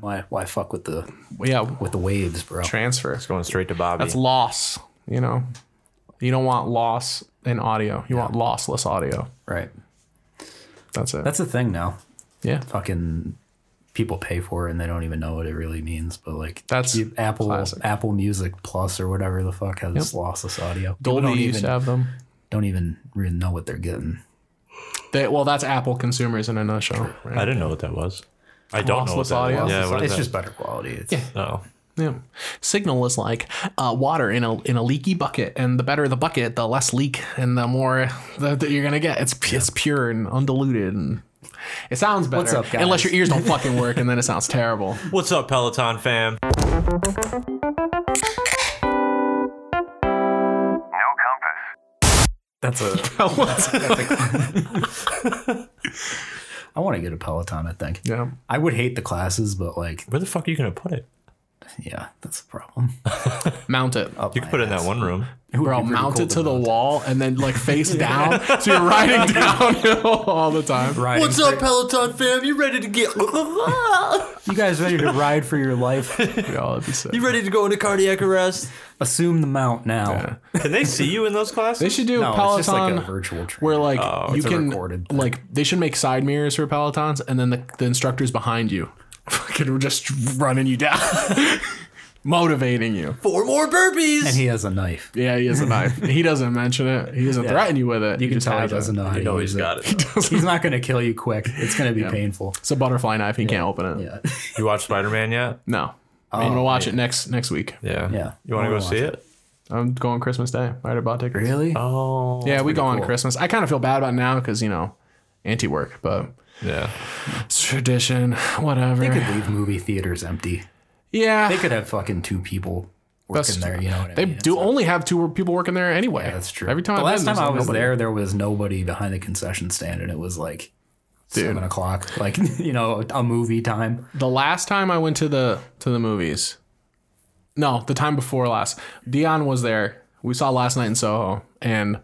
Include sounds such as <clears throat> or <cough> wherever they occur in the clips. Why why fuck with the Yeah, with the waves, bro? transfer. It's going straight to Bobby. That's loss. You know, you don't want loss in audio. You want lossless audio. Right. That's it. That's the thing now. yeah. Fucking people pay for it and they don't even know what it really means. But like That's you- Apple classic. Apple Music Plus or whatever the fuck has this lossless audio. People Dolby don't used even to have them. don't even really know what they're getting. They, well, that's Apple consumers in a nutshell. I Right? didn't know what that was. I don't know what Lossless that audio? was. Lossless Yeah, what is it's that? just better quality. It's, Oh. Yeah. Signal is like uh, water in a in a leaky bucket, and the better the bucket, the less leak, and the more that that you're gonna get. It's pu- it's pure and undiluted, and it sounds better. What's up, guys? Unless your ears don't fucking work, and then it sounds <laughs> terrible. What's up, Peloton fam? No compass. That's <laughs> a. I want to get a Peloton. I think. yeah. I would hate the classes, but like, Where the fuck are you gonna put it? yeah, that's the <laughs> problem. Mount it. You could put it in that one room. It would Bro, be pretty mount cool it to the wall and then <laughs> like face down. So you're riding <laughs> downhill all the time. Riding for- Peloton fam? You ready to get? <laughs> You guys ready to ride for your <laughs> life? Yo, that'd be sick. ready to go into cardiac arrest? Assume the mount now. Can they see you in those classes? They should do No, Peloton it's just like a virtual train. where like you Oh, it's a can recorded thing. like they should make side mirrors for Pelotons and then the, the instructor's behind you. <laughs> Fucking just running you down. <laughs> Motivating you. four more burpees. and he has a knife. Yeah, he is a knife. he doesn't mention it. He doesn't threaten you with it. You can just tell he has it. doesn't know. How to you know use he's got <laughs> it. <laughs> though. He's not going to kill you quick. It's going to be painful. It's a butterfly knife. He can't open it. Yeah, Oh, you watch Spider Man yet? No. I'm gonna watch it next next week. Yeah. Yeah. You want I to wanna go see watch it? I'm going Christmas Day. I already bought tickets. <laughs> really. Oh. Yeah, we go on cool. Christmas. I kind of feel bad about it now because you know, anti-work, but Yeah. it's <laughs> tradition. Whatever. They could leave movie theaters empty. yeah, They could have fucking two people working That's there. true. You know what I They mean? do only have two people working there anyway. That's true. Every time the I've last time been, there's I was nobody. there, there was nobody behind the concession stand, and it was like seven o'clock, like <laughs> you know, a movie time. the last time I went to the to the movies, no, the time before last, Dion was there. We saw last night in Soho, and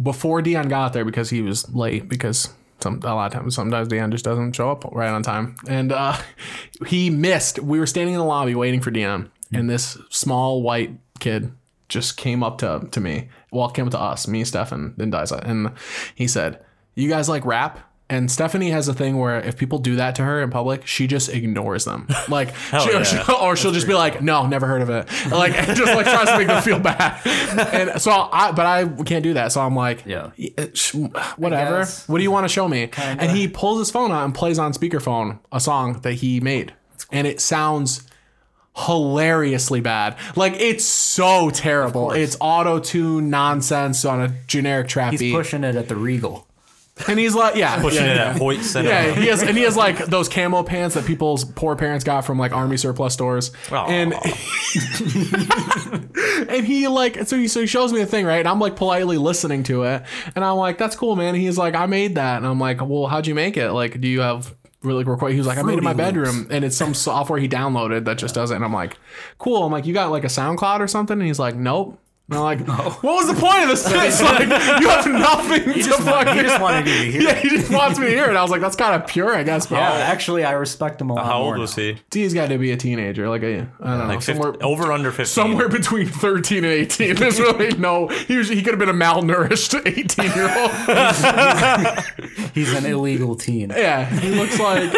before Dion got there because he was late because. Some, a lot of times, sometimes Dion just doesn't show up right on time, and uh, <laughs> he missed. We were standing in the lobby waiting for Dion, and this small white kid just came up to to me. Well, came up to us, me, Stefan, and Daisa, and he said, "You guys like rap?" And Stephanie has a thing where if people do that to her in public, she just ignores them. Like, she, yeah. she'll- <laughs> or she'll just be like, "No, never heard of it." <laughs> Like, and just like tries to make them feel bad. <laughs> And so I, but I can't do that. So I'm like, Yeah. "Eh, sh- whatever. guess. What do you want to show me? And he pulls his phone out and plays on speakerphone a song that he made, and it sounds hilariously bad. Like it's so terrible. It's auto tune nonsense on a generic trap He's beat, pushing it at the Regal. and he's like, yeah, Pushing yeah. it at Hoyt Center. Yeah, he has, and he has like those camo pants that people's poor parents got from like army surplus stores, Aw. and and he like so he so he shows me the thing right, and I'm like politely listening to it, and I'm like that's cool, man. And he's like I made that, and I'm like well how'd you make it? Like do you have really record? He was like I made it in my Fruity bedroom, and it's some software he downloaded that just does it, and I'm like cool. I'm like you got like a SoundCloud or something, and he's like nope. And I'm <laughs> like, what was the point of this? It's <laughs> like you have nothing to fucking. He just wanted you to <laughs> <laughs> hear. Yeah, it. he just wants me to hear it. I was like, that's kind of pure, I guess. But Yeah, Oh, actually, I respect him a lot How more old was now. he? D's got to be a teenager, like a, I don't know, Like somewhere 15, over under 15. somewhere between thirteen and eighteen. <laughs> There's really no. He was, he could have been a malnourished <laughs> eighteen year old. He's an illegal <laughs> teen. <laughs> Yeah, he looks like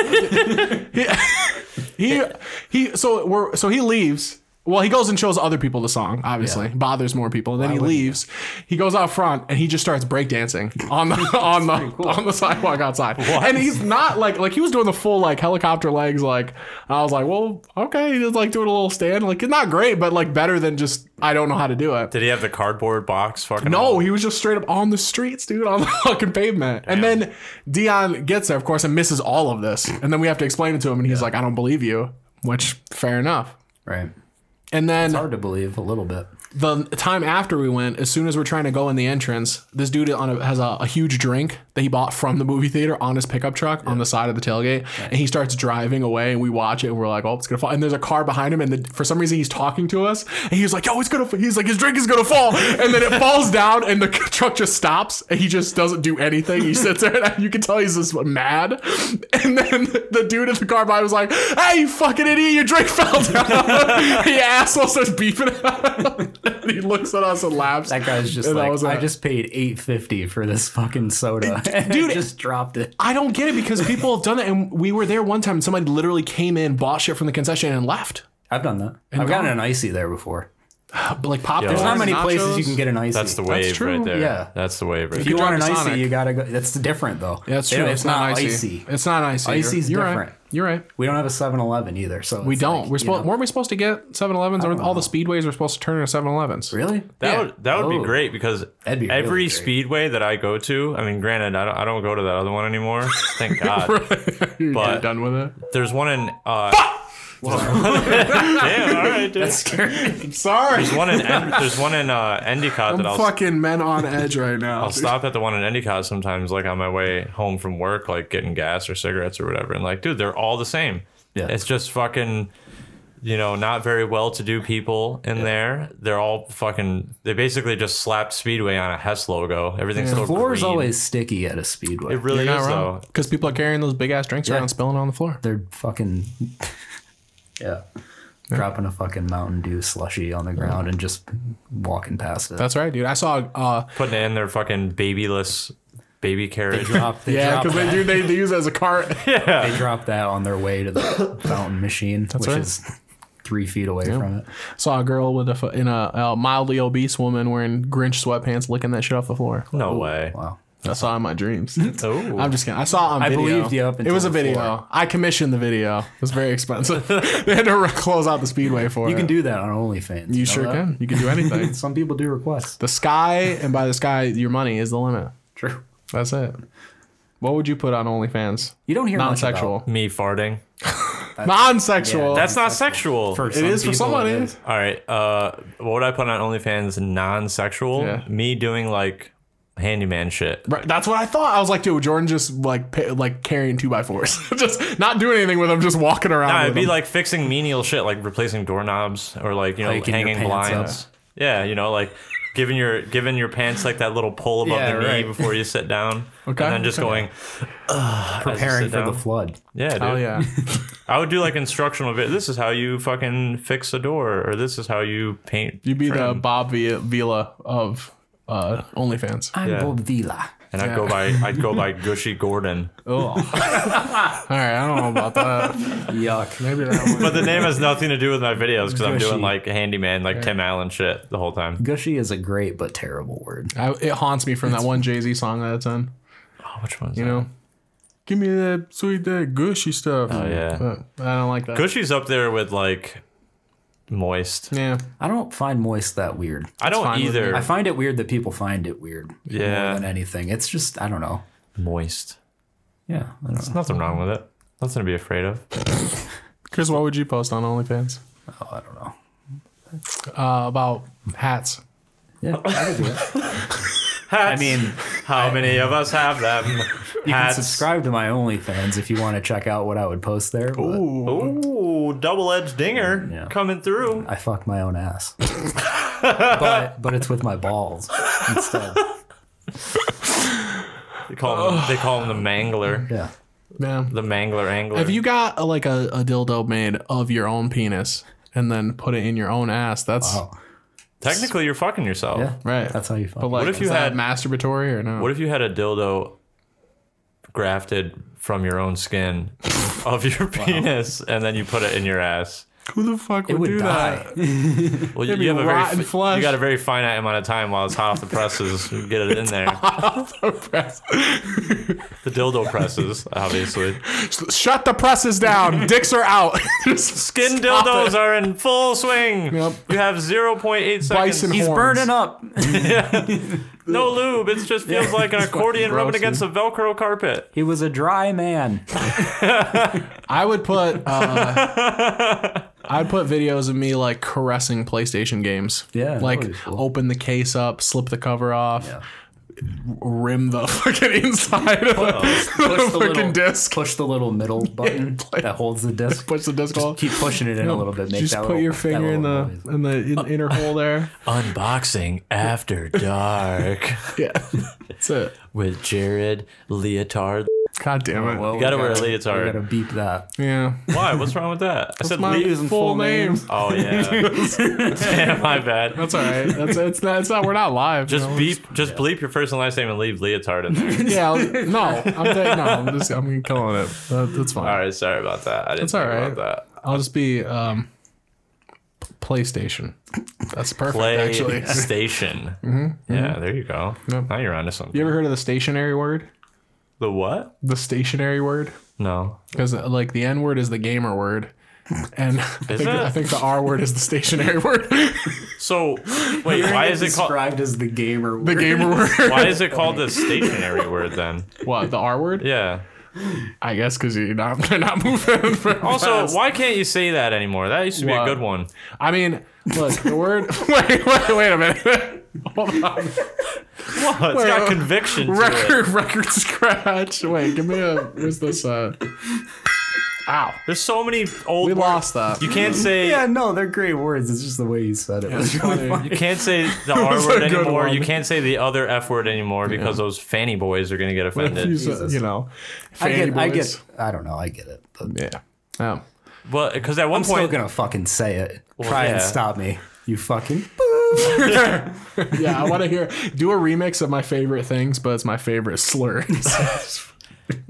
he, he he. So we're so he leaves. Well, he goes and shows other people the song, obviously. Bothers more people. And then he leaves. He goes out front and he just starts breakdancing on <laughs> the on the on the sidewalk outside. And he's not like like he was doing the full like helicopter legs, like I was like, Well, okay, he was like doing a little stand. Like not great, but like better than just I don't know how to do it. Did he have the cardboard box? Fucking No, he was just straight up on the streets, dude, on <laughs> the fucking pavement. And then Dion gets there, of course, and misses all of this. And then we have to explain it to him, and he's like, I don't believe you, which fair enough. Right. And then Hard to believe a little bit. the time after we went, as soon as we're trying to go in the entrance, this dude on a, has a, a huge drink that he bought from the movie theater on his pickup truck on the side of the tailgate, and he starts driving away. And we watch it, and we're like, "Oh, it's gonna fall!" And there's a car behind him, and the, for some reason he's talking to us, and he's like, "Yo, it's gonna!" Fall. He's like, "His drink is gonna fall!" And then it falls down, and the <laughs> truck just stops, and he just doesn't do anything. He sits there, and you can tell he's just mad. And then the dude in the car behind was like, "Hey, you fucking idiot! Your drink <laughs> fell down." Your asshole starts beeping. <laughs> And he looks at us and laughs. That guy's just And like, was I it. just paid eight fifty for this fucking soda, <laughs> Dude, dude. just dropped it. I don't get it because people have done it, and we were there one time. And somebody literally came in, bought shit from the concession, and left. I've done that. I've gotten an icy there before. But like popcorn, There's There's not many nachos. places you can get an icy. That's the wave true, right there. yeah. That's the wave right If you want an drive to icy, Sonic. you gotta go. That's different though. Yeah, that's They true. don't- It's, not, icy. It's not icy. Icy's you're, different. Right. You're right. We don't have a 7-Eleven either, so We it's don't. like, we're you supposed. know- Weren't we supposed to get 7-Elevens? Or all the speedways were supposed to turn into 7-Elevens. really. That Yeah. would that would Oh. be great because That'd be really every great. speedway that I go to, I mean, granted, I don't, I don't go to that other one anymore. <laughs> Thank God. You're But- done with it. There's one in. Uh, <laughs> Damn, all right, dude. That's scary. I'm sorry. There's one in En- there's one in uh, Endicott that I'm I'll fucking men on edge right now. I'll stop at the one in Endicott sometimes, like on my way home from work, like getting gas or cigarettes or whatever. And like, dude, they're all the same. Yeah. It's just fucking, you know, not very well to do people in there. They're all fucking, they basically just slapped Speedway on a Hess logo. Everything's still <laughs> Floor is green. always sticky at a speedway. It really You're not is, wrong. though. Because people are carrying those big ass drinks around, spilling on the floor. They're fucking. <laughs> yeah. Dropping a fucking Mountain Dew slushy on the ground and just walking past it. That's right, dude. I saw. uh Putting it in their fucking babyless baby carriage. drop, they Yeah, drop because they that. do. They use it as a <laughs> cart. They drop that on their way to the fountain machine, which right. is three feet away from it. Saw a girl with a fu- in a, a mildly obese woman wearing Grinch sweatpants, licking that shit off the floor. No way. Wow. I saw in my <laughs> dreams. Oh. I'm just kidding. I saw it on I video. believed you up it until was a the video. floor. I commissioned the video. It was very expensive. <laughs> they had to re- close out the speedway for You it. can do that on OnlyFans. You know sure that? can. You can do <laughs> anything. Some people do requests. the sky, and by the sky, your money is the limit. True. That's it. What would you put on OnlyFans? You don't hear much Non-sexual. Me farting. Non-sexual. Yeah, That's not sexual. about- it some is for people, someone. it it is. is. All right. Uh, what would I put on OnlyFans non-sexual? Yeah. Me doing like handyman shit. Right, that's what I thought. I was like, dude, Jordan just like pa- like carrying two by fours, <laughs> just not doing anything with them, just walking around. Nah, with it'd be them. like fixing menial shit, like replacing doorknobs or like you know Hiking your pants hanging blinds. Yeah, you know, like giving your giving your pants like that little pull above Yeah, the knee right. before you sit down. Okay, And then just okay. going "Ugh," as you Preparing sit for the down. flood. yeah, dude. oh <laughs> yeah, I would do like instructional bit. This is how you fucking fix a door, or this is how you paint. you'd be the trim." Bob Vila- Vila of uh, <laughs> OnlyFans. I'm Bob Vila. and I'd go by I'd go by Gushy Gordon. Oh, <laughs> all right. I don't know about <laughs> that. Yuck. Maybe that one. But the name has nothing to do with my videos because I'm Gushy. doing like handyman, like Tim Allen shit the whole time. Gushy is a great but terrible word. I, it haunts me from that one Jay Z song that's in. Oh, which one's You that? know, give me that sweet, that gushy stuff. Oh yeah. But I don't like that. Gushy's up there with like moist. Yeah, I don't find moist that weird. I don't fine with either. I find it weird that people find it weird. Yeah. More than anything. It's just, I don't know. moist. Yeah. I don't know. There's nothing wrong with it. Nothing to be afraid of. Chris, what would you post on OnlyFans? Oh, I don't know. Uh, about hats. Yeah. I could do <laughs> it. Hats. I mean, how many of us <laughs> have them? And Hats. subscribe to my OnlyFans if you want to check out what I would post there. but Ooh, double-edged dinger Yeah. coming through. I fuck my own <laughs> ass. but but it's with my balls instead. They call him. They call him the mangler. Yeah. Yeah. The mangler angler. If you got a, like a, a dildo made of your own penis and then put it in your own ass, that's Wow. Technically, you're fucking yourself. Yeah. right. That's how you fuck. but like, What if is you that had- masturbatory or no? What if you had a dildo grafted from your own skin <laughs> of your penis, and then you put it in your ass? Who the fuck it would, would do die. that? Well, be you have a very rotten fi- flesh. you got a very finite amount of time while it's hot off <laughs> the presses. to get it in there. The <laughs> dildo presses, obviously. Shut the presses <laughs> down. Dicks are out. Just Skin Stop dildos it. are in full swing. Yep. You have 0.8 seconds. Bison He's horns. burning up. No lube. It just feels like an accordion gross, rubbing against a Velcro carpet. He <laughs> was a dry man. I would put. Uh, I'd put videos of me like caressing PlayStation games. Yeah, that Like would be cool. open the case up, slip the cover off, Yeah. rim the <laughs> fucking inside of the, Push the fucking little disc. Push the little <laughs> middle button that holds the disc. Push the disc off. Keep pushing it in a little bit. Make Just that put little- your that finger in little the noise. in the in, inner <laughs> hole there. Unboxing <laughs> after dark Yeah. That's it. with Jared Leotard. God damn it. Well, we gotta wear a we leotard. gotta beep <laughs> that. yeah. Why? What's wrong with that? I said My Leo. full name. <laughs> Oh yeah. Damn, my bad. That's all right. That's it's not it's not we're not live. you Just know? beep, just bleep your first and last name and leave Leotard <laughs> in there. Yeah, I'll- no, I'm saying no. I'm just I'm calling it. That, that's fine. All right, sorry about that. I didn't That's think all right. about that. I'll just be um, PlayStation. That's perfect. Play <laughs> Actually, station. Yeah, there you go. Yep. Now you're onto something. you ever heard of the stationary word? the what? The stationary word, No. because like the N word is the gamer word, and I think, it? I think the R word is the stationary <laughs> word. <gasps> So wait, why is it called? described as the gamer? the gamer <laughs> word. Why is it called the stationary word then? What the R word? <laughs> Yeah. I guess because you're not <laughs> they're not moving. for- Also, why can't you say that anymore? That used to be Why? a <laughs> good one. I mean, look, the word. <laughs> Wait, wait, wait a minute. <laughs> Hold on. Whoa, Oh, it's got conviction to it. record record scratch. Wait, give me a. Where's this? Uh, ow, There's so many old. we words. lost that. You can't say. Yeah, no, they're great words. It's just the way you said it. was really funny. funny. You can't say the <laughs> R was word a good anymore. one. You can't say the other F word anymore because those fanny boys are gonna get You offended. said- Jesus. you know, I fanny get, I boys. get, I don't know, I get it. But I'm Yeah. Um, Oh. Well, because at one still point, gonna fucking say it. Try yeah. and stop me, you fucking. <laughs> Yeah, I want to hear do a remix of my favorite things, but it's my favorite <laughs> slurs.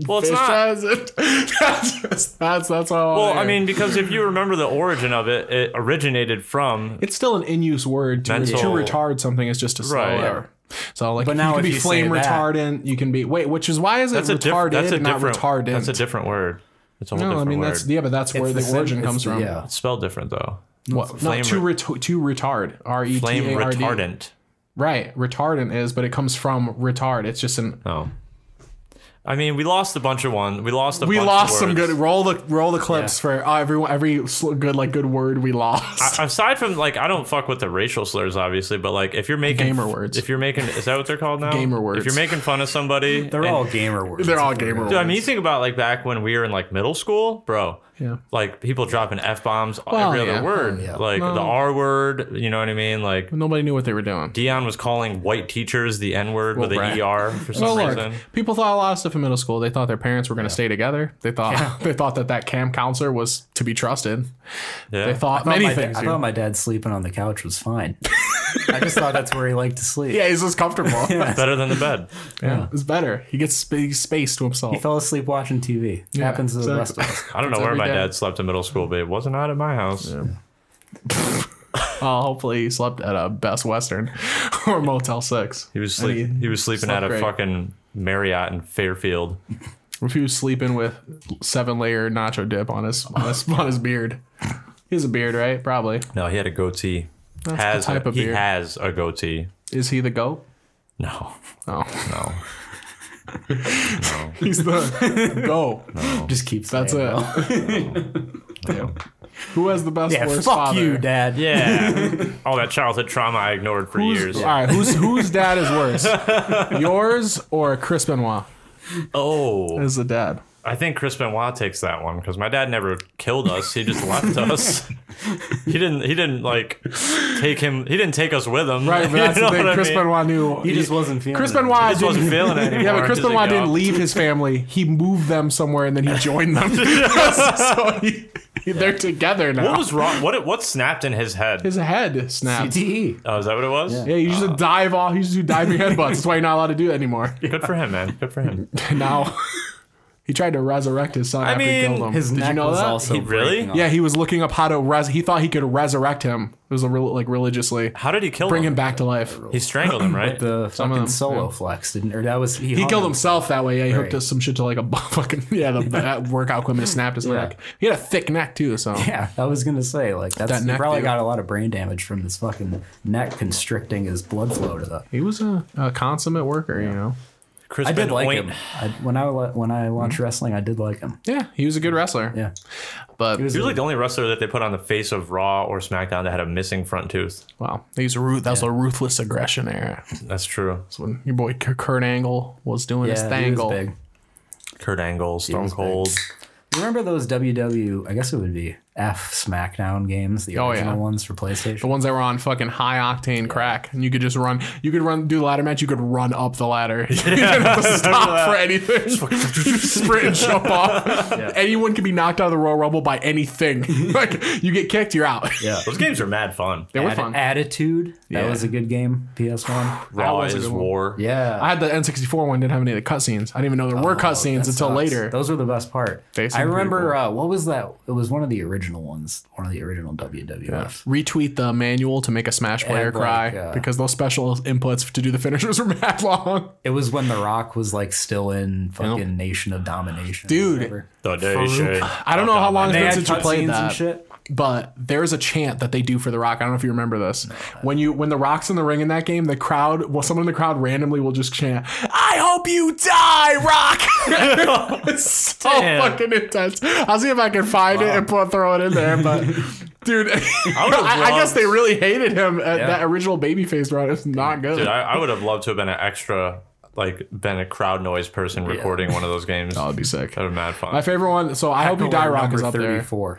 well, it's not. that's, <laughs> that's that's that's all. Well, I mean, because if you remember the origin of it, it originated from it's still an in use word to, Mental- to retard something is just to slow Right. whatever. So like, now you if can be you say flame that- retardant. You can be wait, which is why is it that's a, diff- retarded that's a and not different retardant? That's a different word. It's a whole no, I different mean word. that's yeah, but that's where It's the, same- origin it's comes the- from. Yeah. It's spelled different though. What? No, Flame to, ret- to retard. R E T Flame A R D. retardant. Right, retardant is, but it comes from retard. It's just an. Oh. I mean, we lost a bunch of one. We lost a We bunch lost of some words. good. Roll the roll the clips for uh, every every sl- good like good word we lost. Aside from like, I don't fuck with the racial slurs, obviously, but like, if you're making Gamer words. if you're making, is that what they're called now? Gamer words. If you're making fun of somebody, <laughs> They're and- all gamer words. <laughs> They're all gamer. Dude, I words. mean, you think about like back when we were in like middle school, bro. Yeah. Like people dropping f bombs Well, every yeah. other word, yeah. like the R word. You know what I mean? Like nobody knew what they were doing. Dion was calling white teachers the N word with right. a ER for some Well, reason. look, people thought a lot of stuff in middle school. They thought their parents were going to stay together. They thought <laughs> they thought that that camp counselor was to be trusted. Yeah. They thought I thought many my da- things. I dude. thought my dad sleeping on the couch was <laughs> fine. I just thought that's where he liked to sleep. <laughs> yeah, he's just comfortable. <laughs> yeah. Better than the bed. it's better. He gets sp- he's spaced to himself. He fell asleep watching TV. Happens to the rest of us. I don't It's know where every my day. dad slept in middle school, but it was not at my house. Uh, hopefully, he slept at a Best Western <laughs> or Motel Six. He was sleep. And He, was sleeping slept at a great. fucking Marriott in Fairfield. If he was sleeping with seven layer nacho dip on his on his, on his beard, he has a beard, right? Probably. No, he had a goatee. That's has the type a, of he beard. has a goatee. Is he the goat? No, Oh, no. <laughs> he's the goat. <laughs> Just keeps. That's it. saying no. Damn. Who has the best Yeah, fuck worst father? you, dad. <laughs> Yeah, all that childhood trauma I ignored for Who's- years. All right, whose whose dad is worse, <laughs> yours or Chris Benoit Oh, is the dad? I think Chris Benoit takes that one because my dad never killed us. He just <laughs> left us. He didn't. He didn't like take him. He didn't take us with him. <laughs> Right, but <laughs> You that's know the thing. what I Chris mean? Benoit knew He just wasn't feeling. Chris it. He Benoit just wasn't didn't. feeling <laughs> it Yeah, but anymore. Chris He's like, Benoit "Yo." didn't leave his family. He moved them somewhere and then <laughs> he joined them. <laughs> so he, they're together now. What was wrong? What what snapped in his head? his head snapped? CTE. Oh, is that what it was? Yeah, you used Uh, to dive off. You used to do diving headbutts. That's why you're not allowed to do <laughs> that anymore. Good for him, man. Good <laughs> for him. now he tried to resurrect his son after he mean, killed him. His Did neck you know was that? also He- really? breaking off. Yeah, he was looking up how to res. He thought he could resurrect him. It was a real like religiously How did he kill bring him? him back to life. He strangled <laughs> him, right? The of fucking them, solo flex didn't, or that was he. He hung killed himself that way. Yeah, he Right. hooked up some shit to like a <laughs> bu- fucking yeah. The, that workout equipment snapped his neck. He had a thick neck too, <laughs> so Yeah, I was gonna say like that's That he neck, probably dude. got a lot of brain damage from his fucking neck constricting his blood flow to the. he was a, a consummate worker. You know, I Crispin did like Oink. him. I, when I wa- when I watched wrestling, I did like him. Yeah, he was a good wrestler. Yeah, But he was, He was a- like the only wrestler that they put on the face of Raw or SmackDown that had a missing front tooth. wow, he's ruth. That was a ruthless aggression era. That's true. That's when your boy K- Kurt Angle was doing his yeah, he was thangle. big. Kurt Angle, Stone was big. Cold. You Remember those WW? I guess it would be F SmackDown games, the Oh, original yeah. ones for The PlayStation. ones that were on fucking high octane crack, and you could just run. You could run do the ladder match. You could run up the ladder. <laughs> you didn't <laughs> have to stop for anything. <laughs> You sprint and jump off. Anyone can be knocked out of the Royal Rumble by <laughs> anything. like you get kicked, you're out. Yeah, Those games are mad fun. <laughs> They were Atti- fun. Attitude. That Yeah. was a good game. PS One. Raw was a is good one. war. Yeah, I had the N64 one. Didn't have any of the cutscenes. I didn't even know there were cutscenes Oh, That until sucks. later. Those were the best part. They seem I remember pretty uh, what was that? It was one of the original ones, one of the original WWF. retweet the manual to make a Smash player like, cry uh, because those special inputs to do the <laughs> finishers were mad long. It was when The Rock was like still in fucking Nation of Domination, or Dude. whatever. The day shade. I don't know how long it's They been had since you cutscenes played and that, shit. but there's a chant that they do for The Rock. I don't know if you remember this. When you when The Rock's in the ring in that game, the crowd, well, someone in the crowd randomly will just chant, "I hope you die, Rock." <laughs> it's so Damn. fucking intense. I'll see if I can find it and put, throw it in there, <laughs> but. Dude, <laughs> I, I guess loved- they really hated him at that original babyface run. It's not good. Dude, I, I would have loved to have been an extra, like, been a crowd noise person recording one of <laughs> those games. that That would be sick. would have been mad fun. Oh. My favorite one. So I hope you die. Rock is Number up there. 34.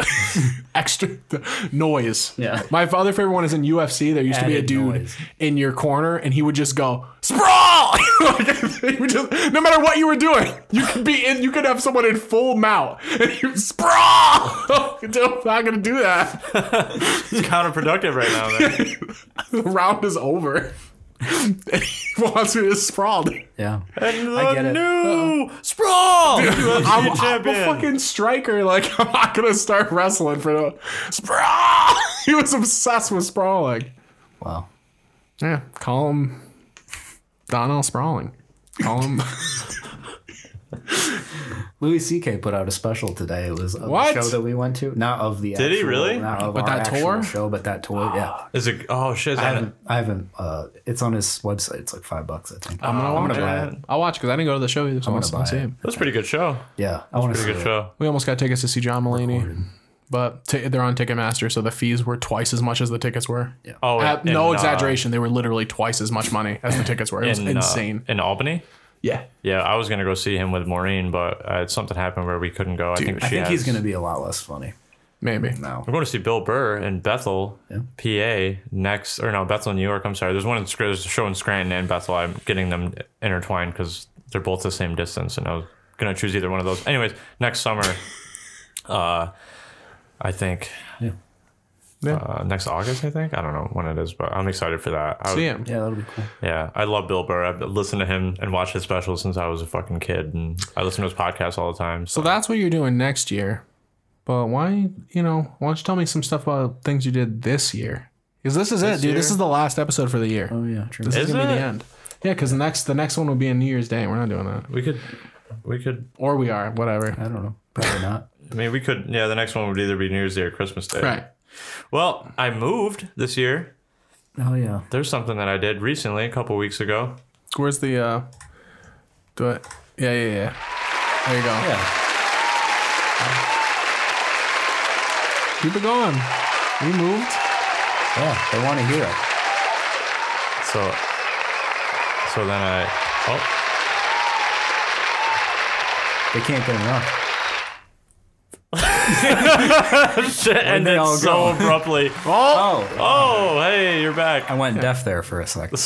Extra <laughs> noise. Yeah. My other favorite one is in UFC. There used to be a Added dude noise. in your corner, and he would just go sprawl. <laughs> Like, he would just- no matter what you were doing, you could be in. You could have someone in full mount, and he would sprawl. <laughs> Dude, I'm not gonna do that. <laughs> It's counterproductive right now, man. The round is over. <laughs> he wants me to sprawl. <laughs> dude. Yeah. And the I get it. new sprawl <laughs> I'm, UFC I'm a champion. fucking striker. <laughs> Like I'm not gonna start wrestling for the sprawl. <laughs> he was obsessed with sprawling. Wow. Yeah, call him Donnell Sprawling. Call him Louis C.K. put out a special today. It was of What? the show that we went to. Not of the. Did he actual- really? Not of But our that actual tour? show, but that tour. Yeah. Is it? Oh shit! Is I that haven't. I haven't. Uh, it's on his website. It's like five bucks, I think. I'm gonna watch gonna buy it. I'll watch because I didn't go to the show either. So I'm gonna gonna see buy it. him. That's a pretty good show. yeah, I want to see Pretty good it. show. We almost got tickets to see John Mulaney, but t- they're on Ticketmaster, so the fees were twice as much as the tickets were. Yeah. Oh, and- no and, uh, exaggeration, they were literally twice as much money as the tickets were. It was in, uh, insane. in Albany. yeah, Yeah, I was gonna go see him with Maureen, but uh, something happened where we couldn't go. I think she I think has- he's gonna be a lot less funny maybe. now. We're going to see Bill Burr in Bethel, PA next, or no, Bethel, New York. I'm sorry. There's one in Sc- there's a show in Scranton and Bethel. I'm getting them intertwined because they're both the same distance, and I was gonna choose either one of those. Anyways, next summer, <laughs> uh, I think. Yeah. Yeah. Uh, next August, I think. I don't know when it is, but I'm excited for that. I, See him. Yeah, that'll be cool. Yeah, I love Bill Burr. I've listened to him and watched his specials since I was a fucking kid, and I listen to his podcast all the time. So So, that's what you're doing next year. But why, you know, why don't you tell me some stuff about things you did this year? Because this is it, dude. This year? is the last episode for the year. Oh yeah, true. This is, Is gonna be it? the end. Yeah, because the next the next one will be in New Year's Day. We're not doing that, we could, we could. or we are, whatever. I don't know. Probably not. I mean, we could. Yeah, the next one would either be New Year's Day or Christmas Day. Right. Well, I moved this year. Oh yeah. There's something that I did recently, a couple weeks ago. Where's the uh? Do it. Yeah, yeah, yeah. There you go. Yeah. Keep it going. We moved. Yeah. They want to hear it. So, so then I. Oh, <laughs> They can't get enough. shit, and they then all so go? abruptly. <laughs> Oh. Oh, hey, you're back. <laughs> I went deaf there for a second.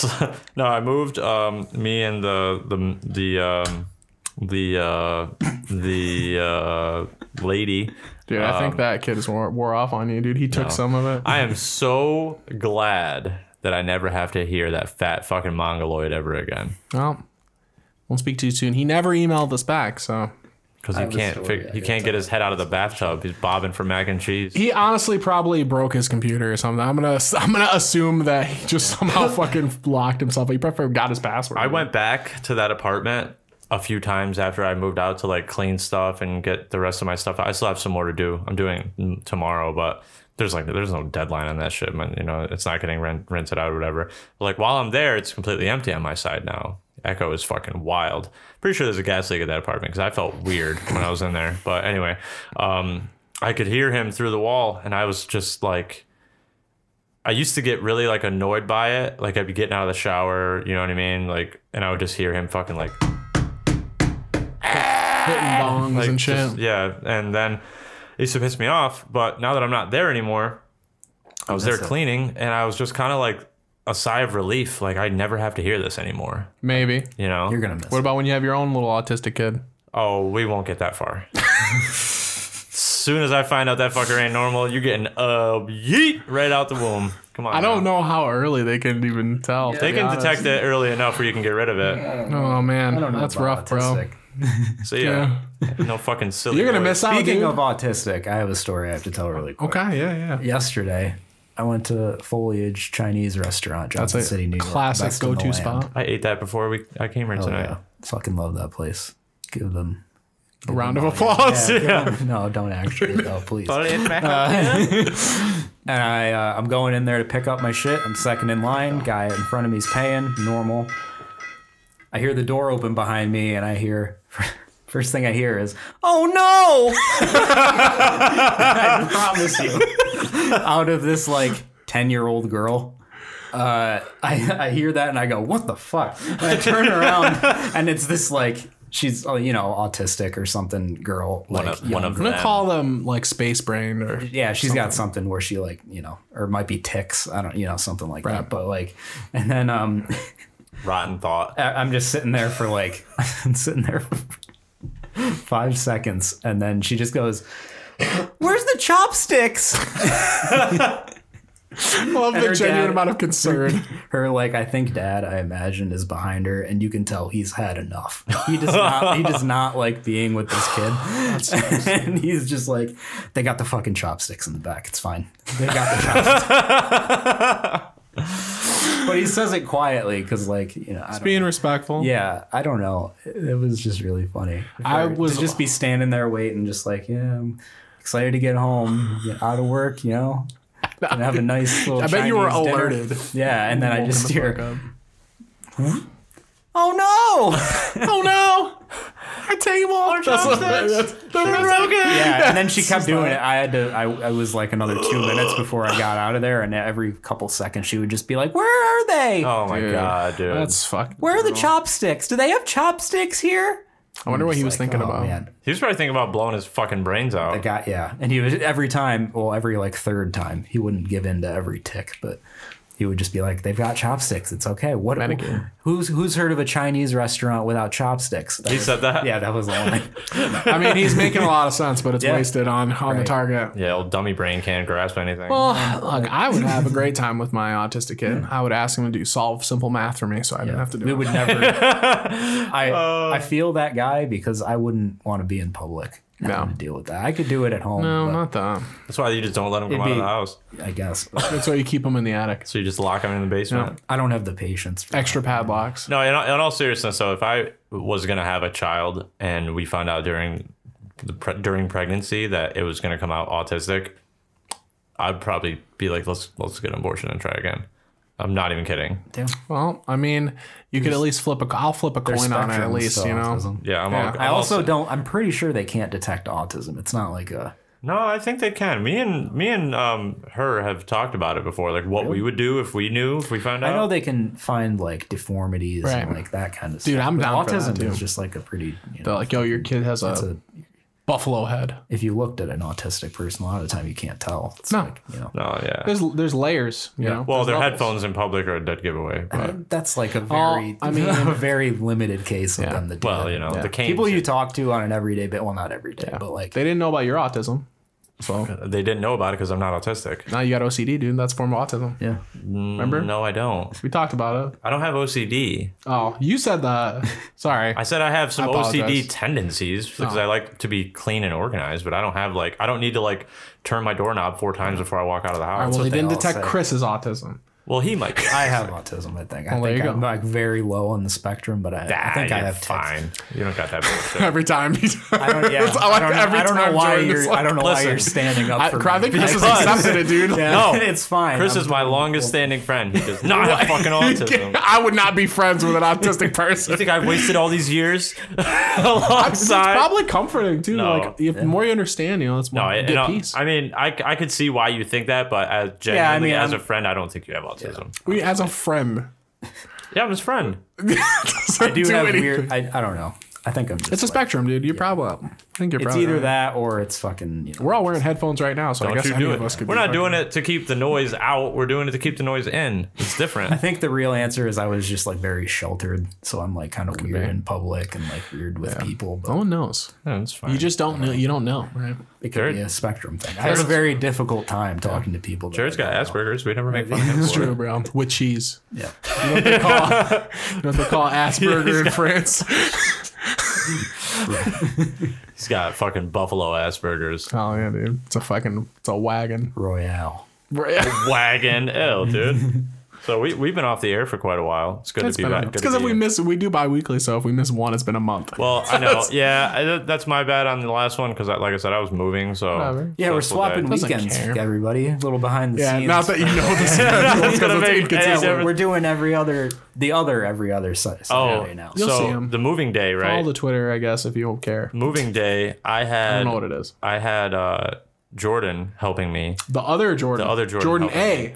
no, I moved. Um, me and the the the um, the uh, the uh, lady. Dude, I think that kid is wore, wore off on you, dude. He took some of it. Um, I am so glad that I never have to hear that fat fucking mongoloid ever again. well, won't speak too soon. He never emailed us back, so Because he was can't totally fig- at he it. can't get his head out of the bathtub. He's bobbing for mac and cheese. he honestly probably broke his computer or something. I'm gonna <laughs> I'm gonna assume that <laughs> he just somehow fucking locked himself. He probably forgot his password. I went back to that apartment a few times after I moved out to like clean stuff and get the rest of my stuff. out. I still have some more to do. I'm doing it tomorrow, but there's like there's no deadline on that shit, man. You know, it's not getting rent, rented out or whatever. But like while I'm there, it's completely empty on my side now. Echo is fucking wild. Pretty sure there's a gas leak at that apartment because I felt weird when I was in there. But anyway, um, I could hear him through the wall, and I was just like. I used to get really like annoyed by it. Like I'd be getting out of the shower, you know what I mean? Like, and I would just hear him fucking like hitting bongs like, and shit. just- yeah, and then it used to piss me off. But now that I'm not there anymore, I was there that's it. cleaning, and I was just kind of like a sigh of relief. Like I never have to hear this anymore. Maybe. You know? You're gonna miss. What it. about when you have your own little autistic kid? oh, we won't get that far. Soon as I find out that fucker ain't normal, you're getting uh yeet right out the womb. Come on. I don't man. know how early they can even tell. to They be can honest. detect it early enough where you can get rid of it. Oh man, I don't know that's about rough, bro. autistic. So yeah, no fucking silly. You're gonna boy. miss out. Speaking dude. of autistic, I have a story I have to tell really quick. okay, yeah, yeah. Yesterday, I went to Foliage Chinese Restaurant, That's Johnson a City, New York. classic Best in the go-to land. spot. I ate that before we I came here Oh, tonight. yeah. Fucking love that place. Give them. A round of applause. <laughs> <laughs> No, don't actually, though, please. Put it back. And I, uh, I'm going in there to pick up my shit. I'm second in line. Guy in front of me's paying. Normal. I hear the door open behind me, and I hear. <laughs> First thing I hear is, "Oh no!" <laughs> I promise you. Out of this like ten-year-old girl, uh, I I hear that and I go, "What the fuck?" And I turn around, and it's this like she's uh, you know autistic or something girl. Like, of- one young of I'm gonna them. call them like space brain <laughs> or yeah, she's got something where she like, you know, or it might be ticks. I don't, you know, something like that. But like, and then um, <laughs> Rotten thought. I- I'm just sitting there for like, <laughs> I'm sitting there for five seconds, and then she just goes, "Where's the chopsticks?" love the her genuine dad- amount <laughs> of concern. Her like, I think dad, I imagine, is behind her, and you can tell he's had enough. He does not, he <laughs> does not like being with this kid, <laughs> and he's just like, they got the fucking chopsticks in the back. It's fine. They got the chopsticks. <laughs> But he says it quietly because, like, you know, I don't Being respectful. Yeah, I don't know. It was just really funny. I For- was- to just be standing there waiting, just like yeah, I'm excited to get home, get out of work, you know, and <laughs> have a nice little. I bet you were Chinese dinner. alerted. Yeah, and then I Woken just the <laughs> fuck hear, up. "Oh no!" <laughs> Oh no! Our table. Our chopsticks. yeah, and then she kept doing it. I had to. I, I was like another two minutes before I got out of there, and every couple seconds she would just be like, "Where are they? Oh my Dude, god, <laughs> dude. That's fuck. Where are the chopsticks? Do they have chopsticks here?" I wonder what he was Like, thinking oh, about. man. he was probably thinking about blowing his fucking brains out. I got yeah, and he was every time. Well, every like third time, he wouldn't give in to every tick, but he would just be like, "They've got chopsticks. It's okay." What? Medicare. Who's who's heard of a Chinese restaurant without chopsticks? That he was- said that. yeah, that was the line. I mean, he's making a lot of sense, but it's Yeah. wasted on on the Right. target. Yeah, old dummy brain can't grasp anything. Well, Oh, look, I would have a great time with my autistic kid. I would ask him to do solve simple math for me, so I didn't have to do we it. would <laughs> never. I Uh, I feel that guy because I wouldn't want to be in public. Not No. want to deal with that. I could do it at home. no, but not that. That's why you just don't let him It'd come out of be- the house. I guess but That's why you keep him in the attic. So you just lock him in the basement. I don't have the patience. For Extra padlocks. No, in all, in all seriousness, though, if I was gonna have a child and we found out during the pre- during pregnancy that it was gonna come out autistic, I'd probably be like, let's let's get an abortion and try again. I'm not even kidding. that. Damn. Well, I mean, you could at least flip a. I'll flip a coin on it at Spectrum least, to you know. autism. Yeah, I'm. Yeah. All, I also don't. I'm pretty sure they can't detect autism. It's not like a. No, I think they can. Me and me and um her have talked about it before, like what we would do if we knew if we found out. I know they can find like deformities and Oh. Right. like that kind of Dude, stuff. I'm but down for autism that, too. is just like a pretty. You They're know, like, yo, your kid has a, buffalo head. if you looked at an autistic person, a lot of the time you can't tell. It's No. like, you know, no, yeah. There's there's layers, you know. well, There's their levels. headphones in public are a dead giveaway. <laughs> But that's like a very. I I mean- mean, <laughs> <laughs> a very limited case of them. That do well, that. you know, the cane people you talk to on an everyday bit. Well, not every day, but like They didn't know about your autism, so they didn't know about it because I'm not autistic. Mm, now you got OCD, dude. That's a form of autism. yeah. Remember? No, I don't. We talked about it. I don't have OCD. Oh, you said that. <laughs> Sorry. I said I have some I OCD apologize. tendencies Oh. because I like to be clean and organized, but I don't have like I don't need to like turn my doorknob four times before I walk out of the house. well, they they didn't all detect say. Chris's autism. Well, he might. Be. <laughs> I have autism. I think. I Well, there think you I'm go. like very low on the spectrum, but I, I Ah, think I you're have tics. fine. You don't got that bullshit. every time. I don't, <laughs> <laughs> yeah, That's how I don't, know- every I don't know time why Jordan's you're. like- I don't know why Listen, you're standing up I, for I me. think Chris has Because- accepted it, dude. <laughs> Yeah, <laughs> No. it's fine. Chris I'm is my totally longest cool. standing friend. He does <laughs> not have fucking autism. I I would not be friends <laughs> with an autistic person. think I've wasted all these years <laughs> It's alongside. probably comforting too. No. Like if the more you understand, you know, it's more no, I, good no, peace. I mean, I, I could see why you think that, but as genuinely, mean, as I'm- a friend, I don't think you have autism. we as a friend. <laughs> Yeah, I'm his friend. I do have weird. I, I don't know. I think I'm just. It's a like- spectrum, dude. You're probably up. I think you're It's probably either right. that or it's fucking. You know, We're all wearing headphones right now, so I Don't guess you any do of us it. could. We're be not doing it to keep the noise out. We're doing it to keep the noise in. It's <laughs> different. I think the real answer is I was just like very sheltered, so I'm like kind of weird in public and like weird with people. But No one knows. Yeah, it's fine. You just don't know. You don't know, right? it could Jared- be a spectrum thing. I had a very difficult time talking to people. that Jared's I got don't know. Asperger's. We never make fun of him. It's for it. true, bro. With <laughs> cheese. Yeah. They call, you know what they call Asperger in <laughs> France. He's got fucking buffalo Asperger's. Oh yeah, dude. It's a fucking. It's a wagon. Royale. It's Wagon. <laughs> Ew, dude. So we, we've been off the air for quite a while. It's good to be back. Good to because if be we here. miss, we do bi-weekly. So if we miss one, it's been a month. Well, I know. Yeah, I, that- that's my bad on the last one because, like I said, I was moving. So Whatever. Yeah, we're Stressful swapping <laughs> day. Doesn't weekends, care. everybody. A little behind the yeah, scenes. not that you know <laughs> this. It's gonna make any inconsistent. yeah, difference. we're, we're doing every other, the other every other Su- Oh, Saturday now. You'll see so him. the moving day, All right? Mm, the Twitter, I guess, if you don't care. moving day, I had. I don't know what it is. I had uh, Jordan helping me. The other Jordan. The other Jordan helped A.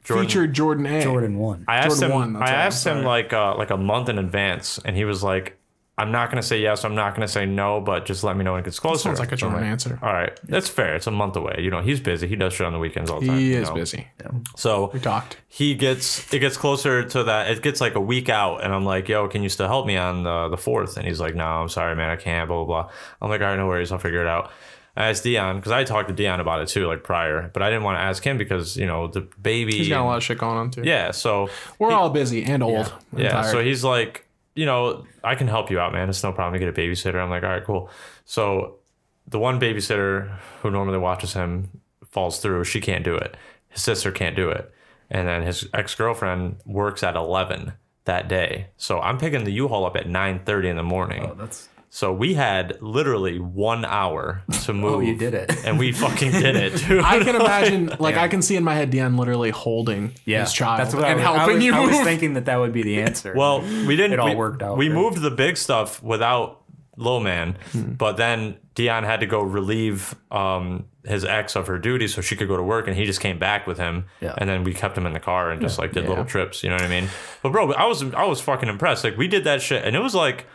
Featured Jordan A. Jordan won. I asked Jordan him. won, that's I all I'm asked him like uh, like a month in advance, and he was like, "I'm not gonna say yes. I'm not gonna say no, but just let me know when it gets closer." Sounds like a So I'm Jordan answer. All right, that's fair. It's a month away. You know, he's busy. He does shit on the weekends all the time. He you is know. busy. So Talked. he gets it gets closer to that. It gets like a week out, and I'm like, "Yo, can you still help me on the the fourth? And he's like, "No, I'm sorry, man. I can't." Blah blah blah. I'm like, "All right, no worries. I'll figure it out." I asked Dion because I talked to Dion about it too, like prior, but I didn't want to ask him because you know the baby. He's got a lot of shit going on too. yeah, so We're all busy and old. and yeah. tired. So he's like, you know, I can help you out, man. It's no problem to get a babysitter. I'm like, all right, cool. So the one babysitter who normally watches him falls through. She can't do it. His sister can't do it. And then his ex girlfriend works at 11 that day. So I'm picking the U-Haul up at 9:30 in the morning. Oh, That's So we had literally one hour to <laughs> move. oh, you did it. And we fucking <laughs> did it, dude. I can imagine, <laughs> like, I can see in my head Dion literally holding his child That's what and I was, helping I was, you I was move. thinking that that would be the answer. Well, we didn't. It all we, worked out We great. moved the big stuff without Low Man, Hmm. but then Dion had to go relieve um, his ex of her duty so she could go to work, and he just came back with him. Yeah. And then we kept him in the car and just like did little trips. You know what I mean? But bro, I was I was fucking impressed. Like we did that shit, and it was like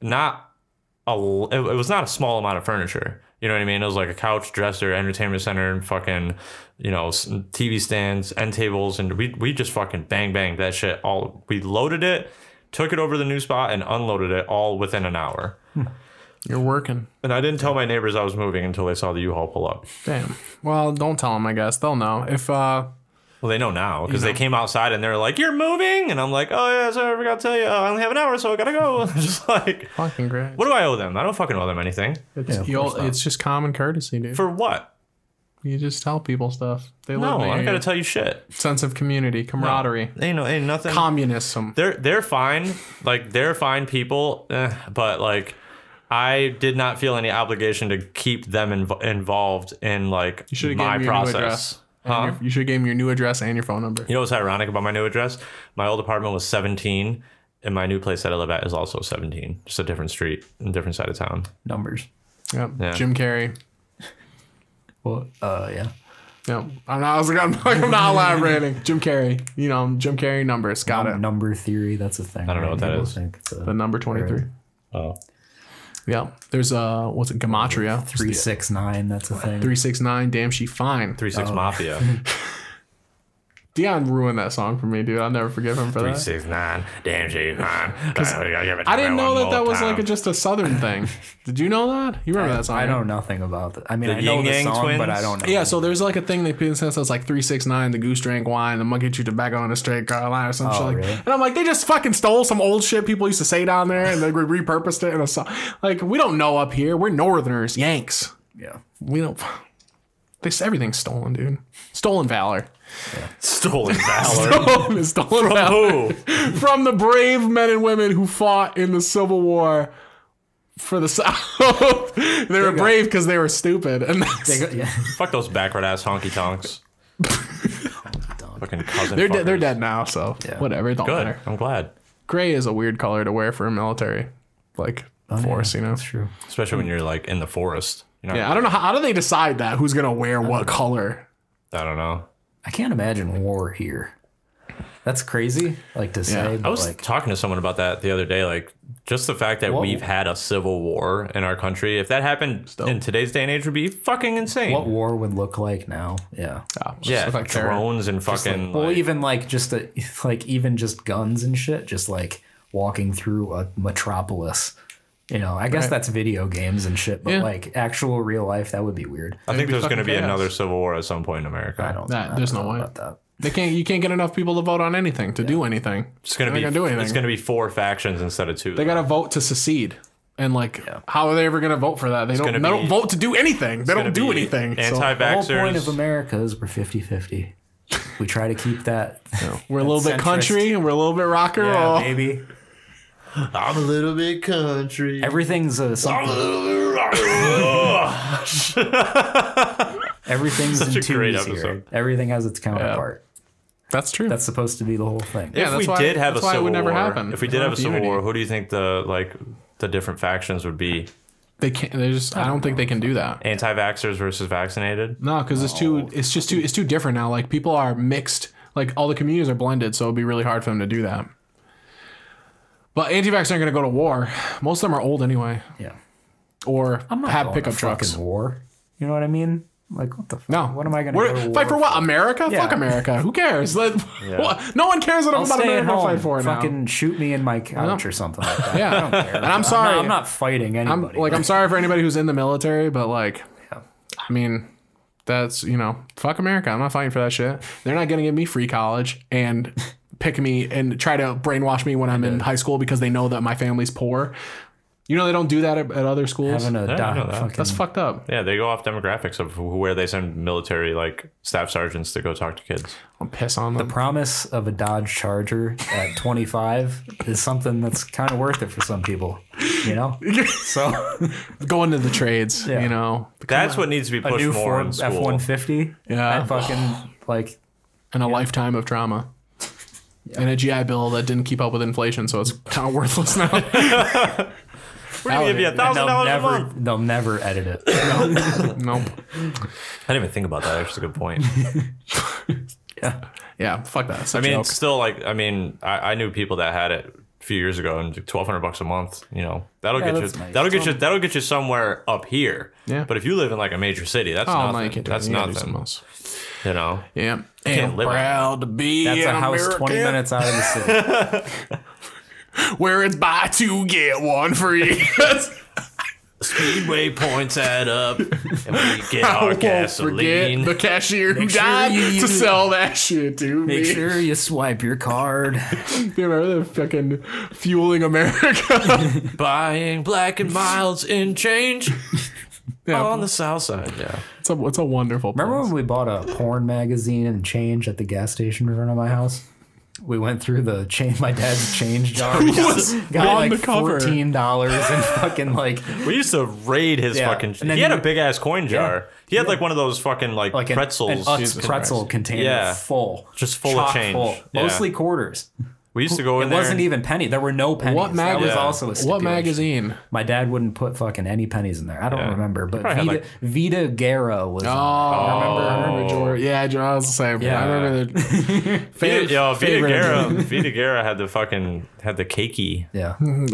not a l- it, it was not a small amount of furniture. You know what I mean? It was like a couch, dresser, entertainment center, and fucking, you know, s- TV stands, end tables, and we we just fucking bang bang that shit all. We loaded it, took it over to the new spot, and unloaded it all within an hour. You're working. And I didn't tell my neighbors I was moving until they saw the U-Haul pull up. Damn. Well, don't tell them, I guess. They'll know. If, uh, Well, they know now because they came outside and they're like, "You're moving," and I'm like, "Oh yeah, sorry, I forgot to tell you. Uh, I only have an hour, so I gotta go." <laughs> just like, fucking great. what do I owe them? I don't fucking owe them anything. It's, Yeah, of you'll- course not. it's just common courtesy, dude. For what? you just tell people stuff. They No, live I in gotta tell you shit. sense of community, camaraderie, Ain't no, ain't nothing. communism. they're they're fine. Like they're fine people, eh, but like I did not feel any obligation to keep them inv- involved in like You should have my given me your new process. address. and Huh? your- you should have gave me your new address and your phone number. You know what's ironic about my new address? My old apartment was 17, and my new place that I live at is also 17. Just a different street, and different side of town. numbers. Yep. Yeah. Jim Carrey. Well, uh, yeah. Yep. I'm not, I was like, I'm, <laughs> I'm <laughs> not elaborating. Jim Carrey. You know, Jim Carrey numbers. Got it. Number theory. That's a thing. I don't know what that is. Think it's The a number 23. Oh, Yeah. There's uh what's it? Gematria. three six nine. That's a thing. Three six nine. Damn, she fine. three six <laughs> mafia, Dion ruined that song for me, dude. I'll never forgive him for three that. six nine. Damn, <laughs> she fine. I didn't know that that was like a, just a southern <laughs> thing. Did you know that? You remember that song? I right? know nothing about that. I mean, The I know Yin the Yang song, but I Twins? don't know. Yeah, so there's like a thing they put in since that's like three six nine, the goose drank wine, the monkey chewed tobacco on a straight Carolina or some shit like. really? And I'm like, they just fucking stole some old shit people used to say down there, and they re- repurposed it in a song. Like we don't know up here, we're Northerners, Yanks. Yeah. We don't. They everything's stolen, dude. Stolen valor. <laughs> Stolen valor. Stolen, stolen <laughs> valor Who? from the brave men and women who fought in the Civil War for the South. <laughs> they were brave because they were stupid, and <laughs> that's, They go- yeah. <laughs> Fuck those backward ass honky tonks. Fucking cousin. they're de- they're fuckers. dead now. So whatever, it don't Good. matter. I'm glad. Gray is a weird color to wear for a military like force, you know. True. Especially when you're like in the forest. You know, Yeah, I don't know how, how do they decide that who's gonna wear what color. I don't know. I can't imagine war here. That's crazy. Like to say, I but was like talking to someone about that the other day. Like, just the fact that What- we've had a civil war in our country, if that happened in today's day and age, would be fucking insane. what war would look like now. Yeah. Yeah, just yeah, look like terror. drones and fucking. Well, like- even like just the like even just guns and shit, just like walking through a metropolis. You know, I guess that's video games and shit, but Yeah. like actual real life, that would be weird. I It'd think be there's going to fucking be chaos. another civil war at some point in America. I don't. That- I there's don't no know way. about that. They can't. You can't get enough people to vote on anything to do anything. It's going to They're be. not gonna do anything. It's going to be four factions instead of two. They got to vote to secede, and like, how are they ever gonna vote for that? They don't. They gonna don't be- vote to do anything. They gonna don't do be anything. so The whole point Anti-vaxxers. of America is we're 50 50. We try to keep that. <laughs> we're a little bit country and we're a little bit rock and roll. maybe. I'm a little bit country. Everything's a, something, everything's in a two great here. episode. Everything has its counterpart. That's true. That's supposed to be the whole thing. Yeah, if that's we why- did have a that's why it civil would never war, happen. if we There's did not have a the civil unity. war, who do you think the like the different factions would be? they can't. They just. I don't think they can do that. Anti-vaxxers versus vaccinated. No, because it's Oh, too. It's just too. It's too different now. Like people are mixed. Like all the communities are blended, so it'd be really hard for them to do that. But anti-vax aren't gonna go to war. Most of them are old anyway, Yeah. or have going pickup to trucks. Fucking war. You know what I mean? Like what the? Fuck? No. What am I gonna We're- go to fight for? war What America? Yeah. Fuck America. Who cares? <laughs> Let, what- <laughs> no one cares enough I'll about stay at America to home. fight for it now. fucking shoot me in my couch or something like <laughs> that. <laughs> Yeah. I don't care. And I'm sorry. not, I'm not fighting I'm anybody. like I'm sorry for anybody who's in the military, but like, I mean, that's you know, fuck America. I'm not fighting for that shit. They're not gonna give me free college and <laughs> pick me and try to brainwash me when I'm in high school because they know that my family's poor. You know they don't do that at, at other schools. having a I know dot that. fucking. that's fucked up. Yeah, they go off demographics of who- where they send military like staff sergeants to go talk to kids. I'll piss on them. promise of a Dodge Charger at 25 is something that's kind of worth it for some people. You know. So Go into the trades. Yeah. You know, That's what needs to be a pushed new more Ford in F school. 150. Yeah. I fucking like. and a lifetime of trauma. And a GI Bill that didn't keep up with inflation, so it's kind of worthless now. We're gonna give you a And They'll thousand dollars a never, <laughs> month. they'll never edit it. nope. I didn't even think about that. That's a good point. Yeah, fuck that. It's a <laughs> I mean, joke. it's still like I mean, I, I knew people that had it a few years ago and twelve hundred bucks a month. You know, that'll get you. that's nice. That'll get you. That'll get you somewhere up here. Yeah. But if you live in like a major city, that's Oh, nothing. no, you can't do that's it. You gotta do nothing. something else. You know. Yeah. can't And live on proud to be That's an a house American, 20 minutes out of the city. where it's buy two get one free. <laughs> That's- Speedway points add up, and <laughs> we get I our won't gasoline. forget the cashier who Oh, sure died you- to <laughs> sell that shit to Make me. sure you swipe your card. You remember the fucking <laughs> fueling America? <laughs> Buying black and miles in change on the south side. Yeah. it's a it's a wonderful. Remember place. when we bought a porn magazine and change at the gas station in front of my house? We went through the chain, my dad's change jar. We was got, got on like the cover. fourteen dollars and fucking like We used to raid his Yeah. fucking. And then He had you- a big ass coin jar. He had like one of those fucking like, like an, pretzels. an Utz Jesus pretzel Christ. container Yeah. full, Just full of chock change. Yeah. mostly quarters. We used to go It in there. wasn't even penny. There were no pennies. What mag- that was Yeah. also a what stipulation. magazine? My dad wouldn't put fucking any pennies in there. I don't Yeah. remember, but probably had, Vita, Vita Guerra was. Oh, I <laughs> remember, I Oh. remember George. Yeah, George, I was the same. Yeah. I <laughs> remember the Vita, favorite. yo, Vita Guerra, <laughs> Vita Guerra had the fucking had the cakey. <laughs> Yeah, Ugh,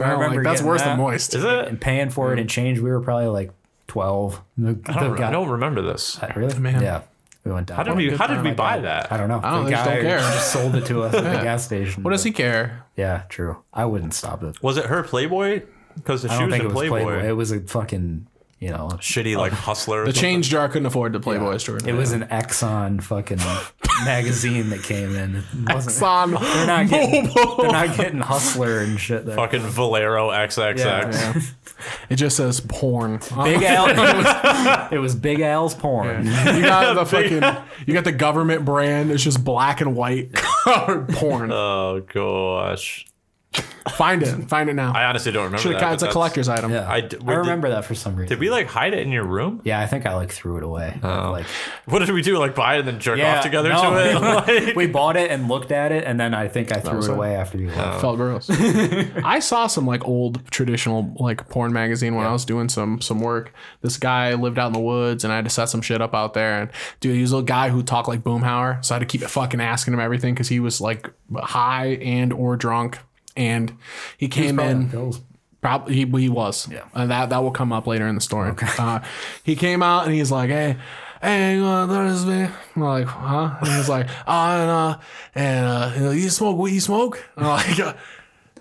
I remember like, that's getting worse that. than moist. Is it? and paying for it in change, we were probably like twelve. The, the I don't, re- guy- I don't remember this. Uh, Really? Man. Yeah. We went down. How did we? How did we I buy got- that? I don't know. I don't- the they guy just don't care. just sold it to us <laughs> at the gas station. What does he care? Yeah, true. I wouldn't stop it. Was it her Playboy? Because the I she don't was think in it was Playboy. Oh. Playboy. It was a fucking, you know, Shitty like hustler. or The something. change jar couldn't afford the Playboy store. it was an Exxon fucking magazine that came in. It <laughs> wasn't- Exxon <laughs> they're not getting, Mobil. they're not getting Hustler and shit there. Fucking Valero XXX. Yeah, yeah. It just says porn. <laughs> <laughs> Big Al, it was, it was Big Al's porn. You got the fucking. You got the government brand. It's just black and white <laughs> colored porn. Oh gosh, Find it. Find it now. I honestly don't remember. Should that, have. but It's a that's- collector's item. Yeah, I I d- we did- remember that for some reason. Did we like hide it in your room? Yeah, I think I like threw it away. Like, What did we do? Like buy it and then jerk yeah, off together no, <laughs> to it? <laughs> we- Like- we bought it and looked at it, and then I think I threw was it it. away after Oh. you left. Felt <laughs> gross. I saw some like old traditional like porn magazine when I was doing some some work. This guy lived out in the woods, and I had to set some shit up out there. And dude, he was a guy who talked like Boomhauer, so I had to keep fucking asking him everything because he was like high and or drunk, and he came Probably in. on pills. Probably he, he was. Yeah. And that that will come up later in the story. Uh, he came out and he's like, hey. Hey, you wanna throw this me? I'm like, huh? And he's like, oh, and uh, and uh, you, know, you smoke weed? You smoke? And I'm like, "Uh,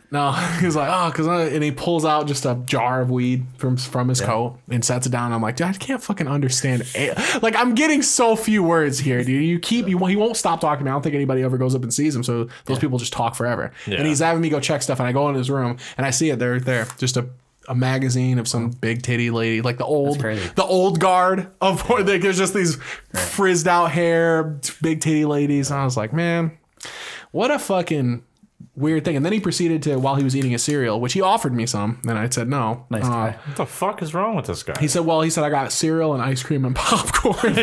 no. <laughs> He's like, oh, cause I, and he pulls out just a jar of weed from from his coat and sets it down. I'm like, dude, I can't fucking understand. a- Like, I'm getting so few words here, dude. You keep you he won't stop talking. I don't think anybody ever goes up and sees him, so those people just talk forever. Yeah. And he's having me go check stuff, and I go in his room and I see it there, there, just a. A magazine of some big titty lady, like the old, crazy. the old guard of <laughs> like there's just these frizzed out hair, big titty ladies, and I was like, man, what a fucking weird thing. And then he proceeded to, while he was eating his cereal, which he offered me some, and I said no. Nice Uh, try. what the fuck is wrong with this guy? he said, well, he said, I got cereal and ice cream and <laughs> <laughs> popcorn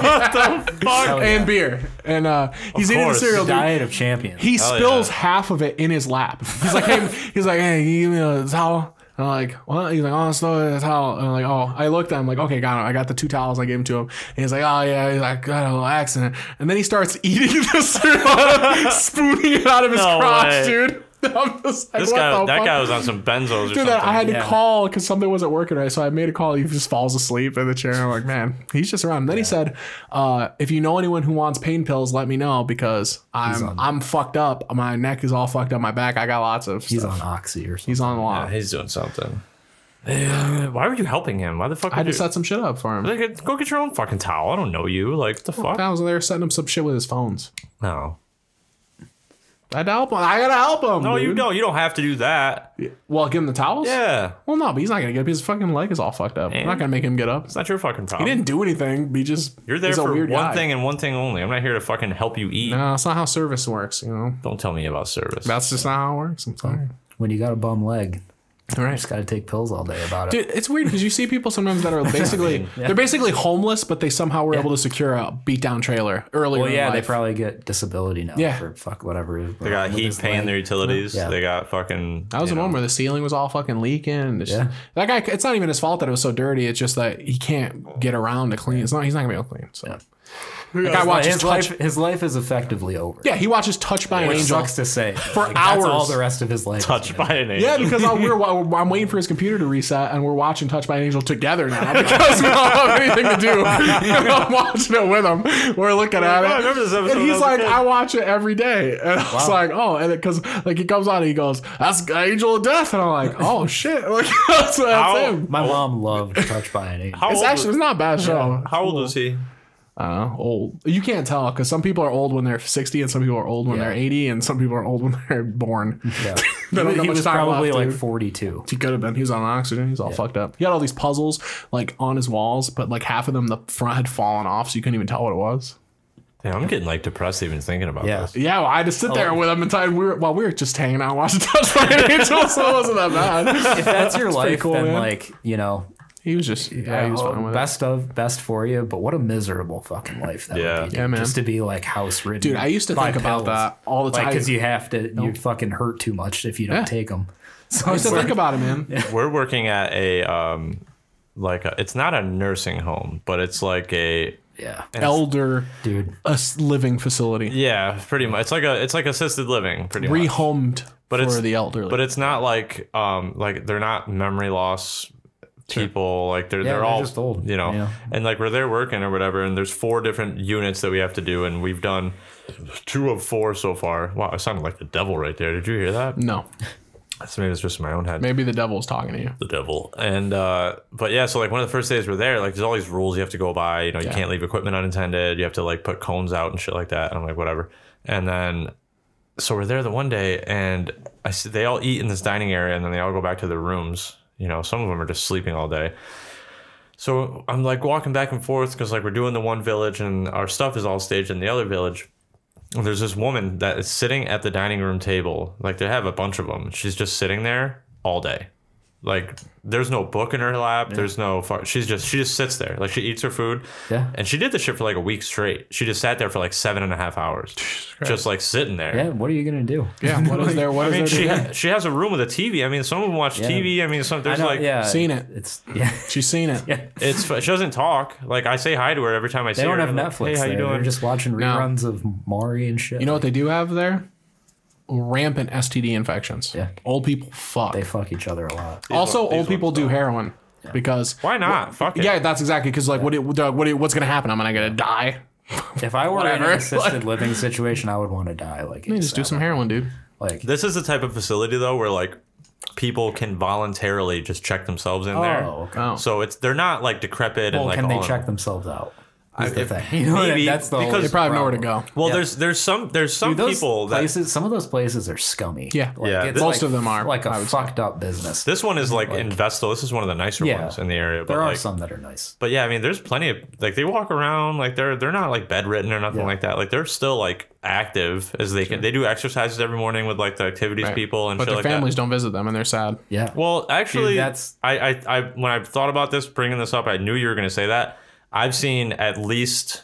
<laughs> and beer. And uh, he's eating the course. cereal. dude. Diet of Champions. He Hell spills yeah. half of it in his lap. He's like, hey, <laughs> he's like, hey, can you give me a towel. And I'm like, what? He's like, oh, it's not a towel. And I'm like, oh, I looked at him like, okay, got him. I got the two towels. I gave him to him. And he's like, oh yeah. He's like, got a little accident. And then he starts <laughs> eating the cereal, <laughs> spooning it out of his No crotch, way. dude. <laughs> I'm just like, this what guy, the that fuck? guy was on some benzos or Dude, something. that I had to yeah. call because something wasn't working right. So I made a call. He just falls asleep in the chair. I'm like, man, he's just around. Then he said, uh, if you know anyone who wants pain pills, let me know because I'm I'm fucked up. My neck is all fucked up. My back. I got lots of. He's stuff. on Oxy or something. He's on a lot. Yeah, he's doing something. Why were you helping him? Why the fuck? I would just you- set some shit up for him. like, go get your own fucking towel. I don't know you. Like the fuck? I was there setting up some shit with his phones. No. I had to help him. I gotta help him. No, you dude. don't. You don't have to do that. Well, give him the towels. Yeah, Well, no, but he's not gonna get up. His fucking leg is all fucked up. I'm And- not gonna make him get up. it's not your fucking problem. He didn't do anything. but He just You're there he's a for one weird guy. thing and one thing only. I'm not here to fucking help you eat. No, that's not how service works. You know, Don't tell me about service. that's just not how it works. I'm sorry. When you got a bum leg, All right. just got to take pills all day about it. Dude, it's weird because you see people <laughs> sometimes that are basically they're basically homeless, but they somehow were able to secure a beat down trailer earlier. well, in yeah, they life. probably get disability now Yeah. for fuck whatever. it is. they got heat paying their utilities. Yeah. They got fucking. That was you the one know, where the ceiling was all fucking leaking. It's- Yeah. That guy, it's not even his fault that it was so dirty. It's just that he can't get around to clean. It's not. He's not gonna be able to clean. So that guy watches his touch. life. His life is effectively over. Yeah, he watches Touch by an Which Angel. sucks to say For That's all hours. the rest of his life. is <laughs> touched gonna by an Yeah, angel. <laughs> because I'll, we're, I'm waiting for his computer to reset, and we're watching Touch by an Angel together now because we don't have anything <laughs> to do. <laughs> I'm watching it with him. We're looking at it. I remember this episode And when I he's was a like, kid. I watch it every day. And I was like, oh, and because like he comes on and he goes, that's Angel of Death, and I'm like, <laughs> oh shit, like <laughs> that's, that's How- him. My mom loved Touched by an Angel. How It's old- actually it's not a bad show. How old was he? Uh, old. You can't tell because some people are old when they're 60, and some people are old when Yeah. they're 80, and some people are old when they're born. Yeah. <laughs> They don't He- know he much was time probably left, like dude. <laughs> 42. He could have been. He was on oxygen. He's all fucked up. He had all these puzzles like on his walls, but like half of them, the front had fallen off, so you couldn't even tell what it was. Damn, I'm getting like depressed even thinking about Yeah. this. Yeah, well, I had to Oh. sit there with him and tell him we were well, we were just hanging out watching <laughs> Touch by an Angel, so it wasn't that bad. If that's your life, cool, then man. like you know, <laughs> He was just yeah, he was oh, fine with it. best of best for you. But what a miserable fucking life that Yeah. would be. dude. Yeah, man. Just to be like house ridden. Dude, I used to think about that all the time. Like, because you have to, you fucking hurt too much if you don't take them. So <laughs> I used to think about it, man. <laughs> We're working at a um, like a, it's not a nursing home, but it's like a yeah, Elder dude. a s- living facility, yeah, pretty much. It's like a it's like assisted living, pretty much. rehomed But for it's- the elderly. But it's not like um like they're not memory loss people like they're they're, they're all just old. you know Yeah. and like we're there working or whatever and there's four different units that we have to do and we've done two of four so far wow I sounded like the devil right there did you hear that no, So maybe it's just in my own head. Maybe the devil's talking <laughs> to you. the devil. And uh but yeah, so like one of the first days we're there, like there's all these rules you have to go by. You know, you Yeah. can't leave equipment unintended. You have to like put cones out and shit like that. And I'm like, whatever. And then so we're there the one day, and I see they all eat in this dining area, and then they all go back to their rooms. You know, some of them are just sleeping all day. So I'm like walking back and forth because like we're doing the one village, and our stuff is all staged in the other village. And there's this woman that is sitting at the dining room table. Like they have a bunch of them. She's just sitting there all day. Like there's no book in her lap. There's no. Fu- she's just she just sits there. Like she eats her food. Yeah. And she did this shit for like a week straight. She just sat there for like seven and a half hours, just like sitting there. Yeah, what are you gonna do? Yeah. What is there? What is I mean, there? she to do? ha- she has a room with a TV. I mean, some of them watch TV. I mean, some I there's know, like yeah, Seen it. It's yeah. She's seen it. yeah. it's she doesn't talk. Like I say hi to her every time I see They her. don't have I'm like, Netflix. Hey, how you there. They're doing? just watching reruns of Maury and shit. You know what they do have there? Rampant STD infections. Yeah. Old people fuck. they fuck each other a lot. also, these old people ones do heroin because Why not? Fuck it. Yeah, that's exactly because like what it, what it, what's gonna happen? Am I gonna die? If I were in Whatever. an <laughs> assisted living situation, I would want to die. Like, Let me just do some heroin, dude. like This is the type of facility though where like people can voluntarily just check themselves in there. oh, okay. Oh, So it's they're not like decrepit and well, like can all they in- check themselves out? I- Is the if- thing. <laughs> You know, maybe, that's the whole because- they probably have nowhere to problem. go. Well, there's there's some there's some Dude, those people that places, some of those places are scummy. Yeah. Yeah, it's most of them are, like a I would say. fucked up business. this one <laughs> is like, Investal. This is one of the nicer Yeah. ones in the area. But There are like, some that are nice. but yeah, I mean, there's plenty of like they walk around like they're they're not like bedridden or nothing Yeah. like that. Like they're still like active as they can. They do exercises every morning with like the activities Right. people and but shit their like that. families don't visit them and they're sad. Yeah. Well, actually, that's- I, I, I, when I thought about this, bringing this up, I knew you were going to say that. I've seen at least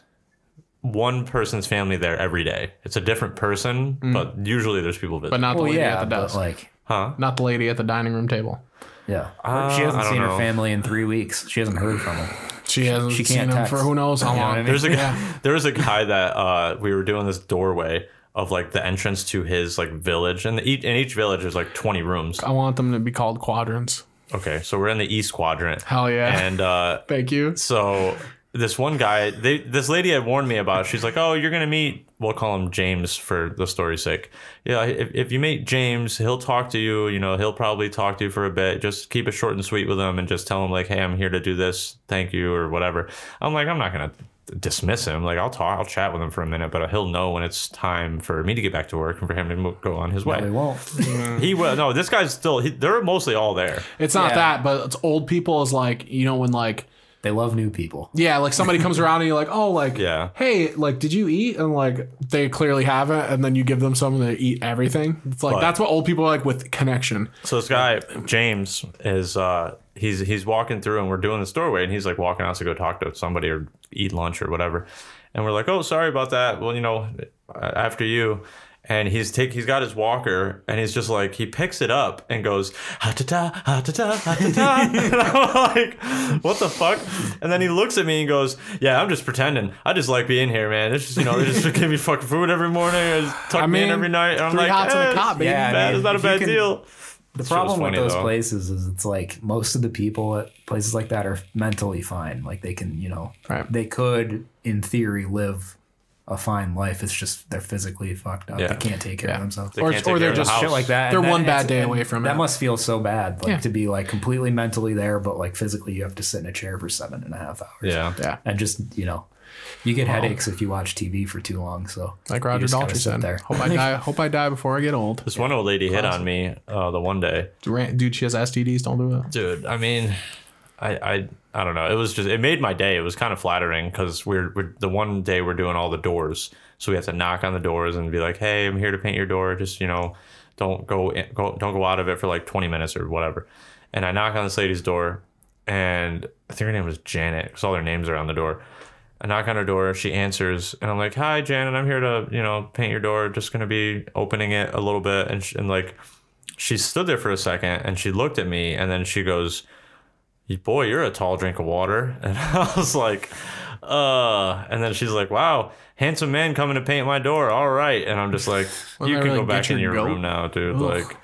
one person's family there every day. It's a different person, but usually there's people Mm. But visiting. not the Well, lady yeah, at the but desk. like, huh? not the lady at the dining room table. yeah, Uh, she I hasn't don't seen know. her family in three weeks. She hasn't heard from them. She hasn't she seen can't him text. for who knows how You know what I long. mean? <laughs> There's a guy, there was a guy that uh, we were doing this doorway of like the entrance to his like village, and the, each in each village there's like 20 rooms. I want them to be called quadrants. Okay, so we're in the east quadrant, Hell yeah. and uh, <laughs> Thank you. So this one guy, they, this lady had warned me about. it. She's like, "Oh, you're gonna meet. We'll call him James for the story's sake. Yeah, if, if you meet James, he'll talk to you. You know, he'll probably talk to you for a bit. Just keep it short and sweet with him, and just tell him like, hey, I'm here to do this. Thank you or whatever. I'm like, I'm not gonna dismiss him. Like, I'll talk, I'll chat with him for a minute, but he'll know when it's time for me to get back to work and for him to mo- go on his way. They won't. <laughs> He will. No, this guy's still. He, they're mostly all there. It's not Yeah. that, but it's old people is like, you know, when like, They love new people. yeah, like somebody comes around and you're like, oh, like, Yeah. hey, like, did you eat? And like, they clearly haven't. And then you give them something to eat everything. It's like, But- that's what old people are like with connection. So this guy James is uh he's he's walking through and we're doing this doorway and he's like walking out to go talk to somebody or eat lunch or whatever, and we're like, oh sorry about that. Well you know uh, after you, and he's take he's got his walker and he's just like he picks it up and goes ha ta ta ha ta ta ha ta ta. <laughs> And I'm like, what the fuck? And then he looks at me and goes, yeah I'm just pretending. I just like being here, man. It's just you know they just give me fucking food every morning. I just tuck I me in mean, every night. And I'm three like, hots and a eh, cot, baby. Yeah, I bad. mean, It's not a if you bad can- deal. The was problem with funny, those though. places is it's like most of the people at places like that are mentally fine. Like they can, you know, Right. they could, in theory, live a fine life. It's just they're physically fucked up. Yeah. They can't take care of themselves. Or, can't take or care they're of the just house. Shit like that. They're and that- one bad it's- day and away from that it. must feel so bad, like Yeah. to be like completely mentally there, but like physically you have to sit in a chair for seven and a half hours. Yeah. Yeah. and just you know, you get headaches if you watch TV for too long. So Like you Roger just gotta Daltrey sit said, there. hope I die. Hope I die before I get old. This one old lady hit on me uh, the one day. Durant- Dude, she has STDs. Don't do it. Dude, I mean, I, I I don't know. It was just it made my day. It was kind of flattering because we're, we're the one day we're doing all the doors, so we have to knock on the doors and be like, "Hey, I'm here to paint your door. Just you know, don't go, in, go don't go out of it for like 20 minutes or whatever." And I knock on this lady's door, and I think her name was Janet because all their names are on the door. I knock on her door. She answers, and I'm like, "Hi, Janet. I'm here to, you know, paint your door. Just gonna be opening it a little bit." And sh and like, she stood there for a second, and she looked at me, and then she goes, "Boy, you're a tall drink of water." <laughs> And I was like, "Uh." And then she's like, "Wow, handsome man coming to paint my door. All right." And I'm just like, <laughs> Well, "You they're can go like, back "Get in your your goat." room now, dude." Like.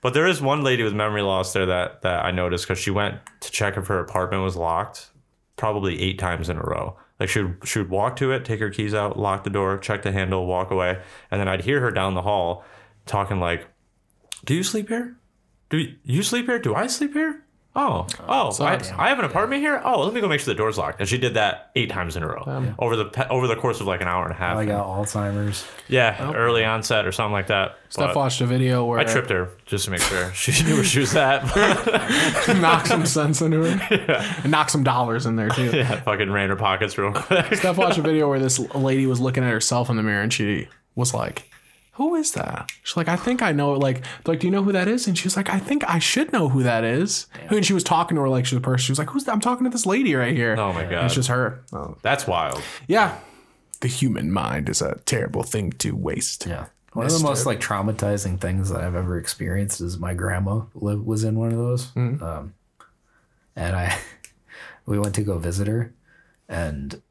But there is one lady with memory loss there that, that I noticed because she went to check if her apartment was locked probably eight times in a row. Like she would, she would walk to it, take her keys out, lock the door, check the handle, walk away, and then I'd hear her down the hall talking like, "Do you sleep here? Do y- you sleep here? Do I sleep here? Oh, oh, I, sucks. I have an apartment here. Oh, let me go make sure the door's locked. And she did that eight times in a row over the pe- over the course of like an hour and a <laughs> half. Um, Oh, I got Alzheimer's. yeah, early onset or something like that. Steph But watched a video where <laughs> I tripped her just to make sure <laughs> she knew where she was at. <laughs> knocked some sense into <laughs> her, and knocked some dollars in there too. yeah, fucking ran her pockets real quick. <laughs> Steph watched a video where this lady was looking at herself in the mirror and she was like, Who is that? She's like, I think I know. Like, they're like, do you know who that is? And she was like, I think I should know who that is. And she was talking to her like she was a person. She was like, Who's that? I'm talking to this lady right here. Oh my And it's god, just her. Oh. that's wild. Yeah. The human mind is a terrible thing to waste. Yeah. One of the most like traumatizing things that I've ever experienced is my grandma live, was in one of those. Um, and I, <laughs> we went to go visit her, and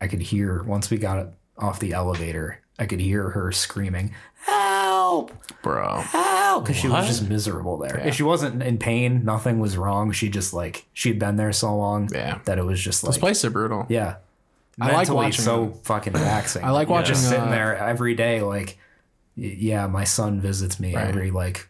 I could hear once we got off the elevator, I could hear her screaming, "Help! Bro. Help!" Because she was just miserable there. She wasn't in pain. Nothing was wrong. She just like she'd been there so long Yeah. that it was just like Those places are brutal. yeah. I like Mentally, watching so them. fucking relaxing. <clears throat> I You like know, watching, just uh, sitting there every day. Like, y- yeah, my son visits me every like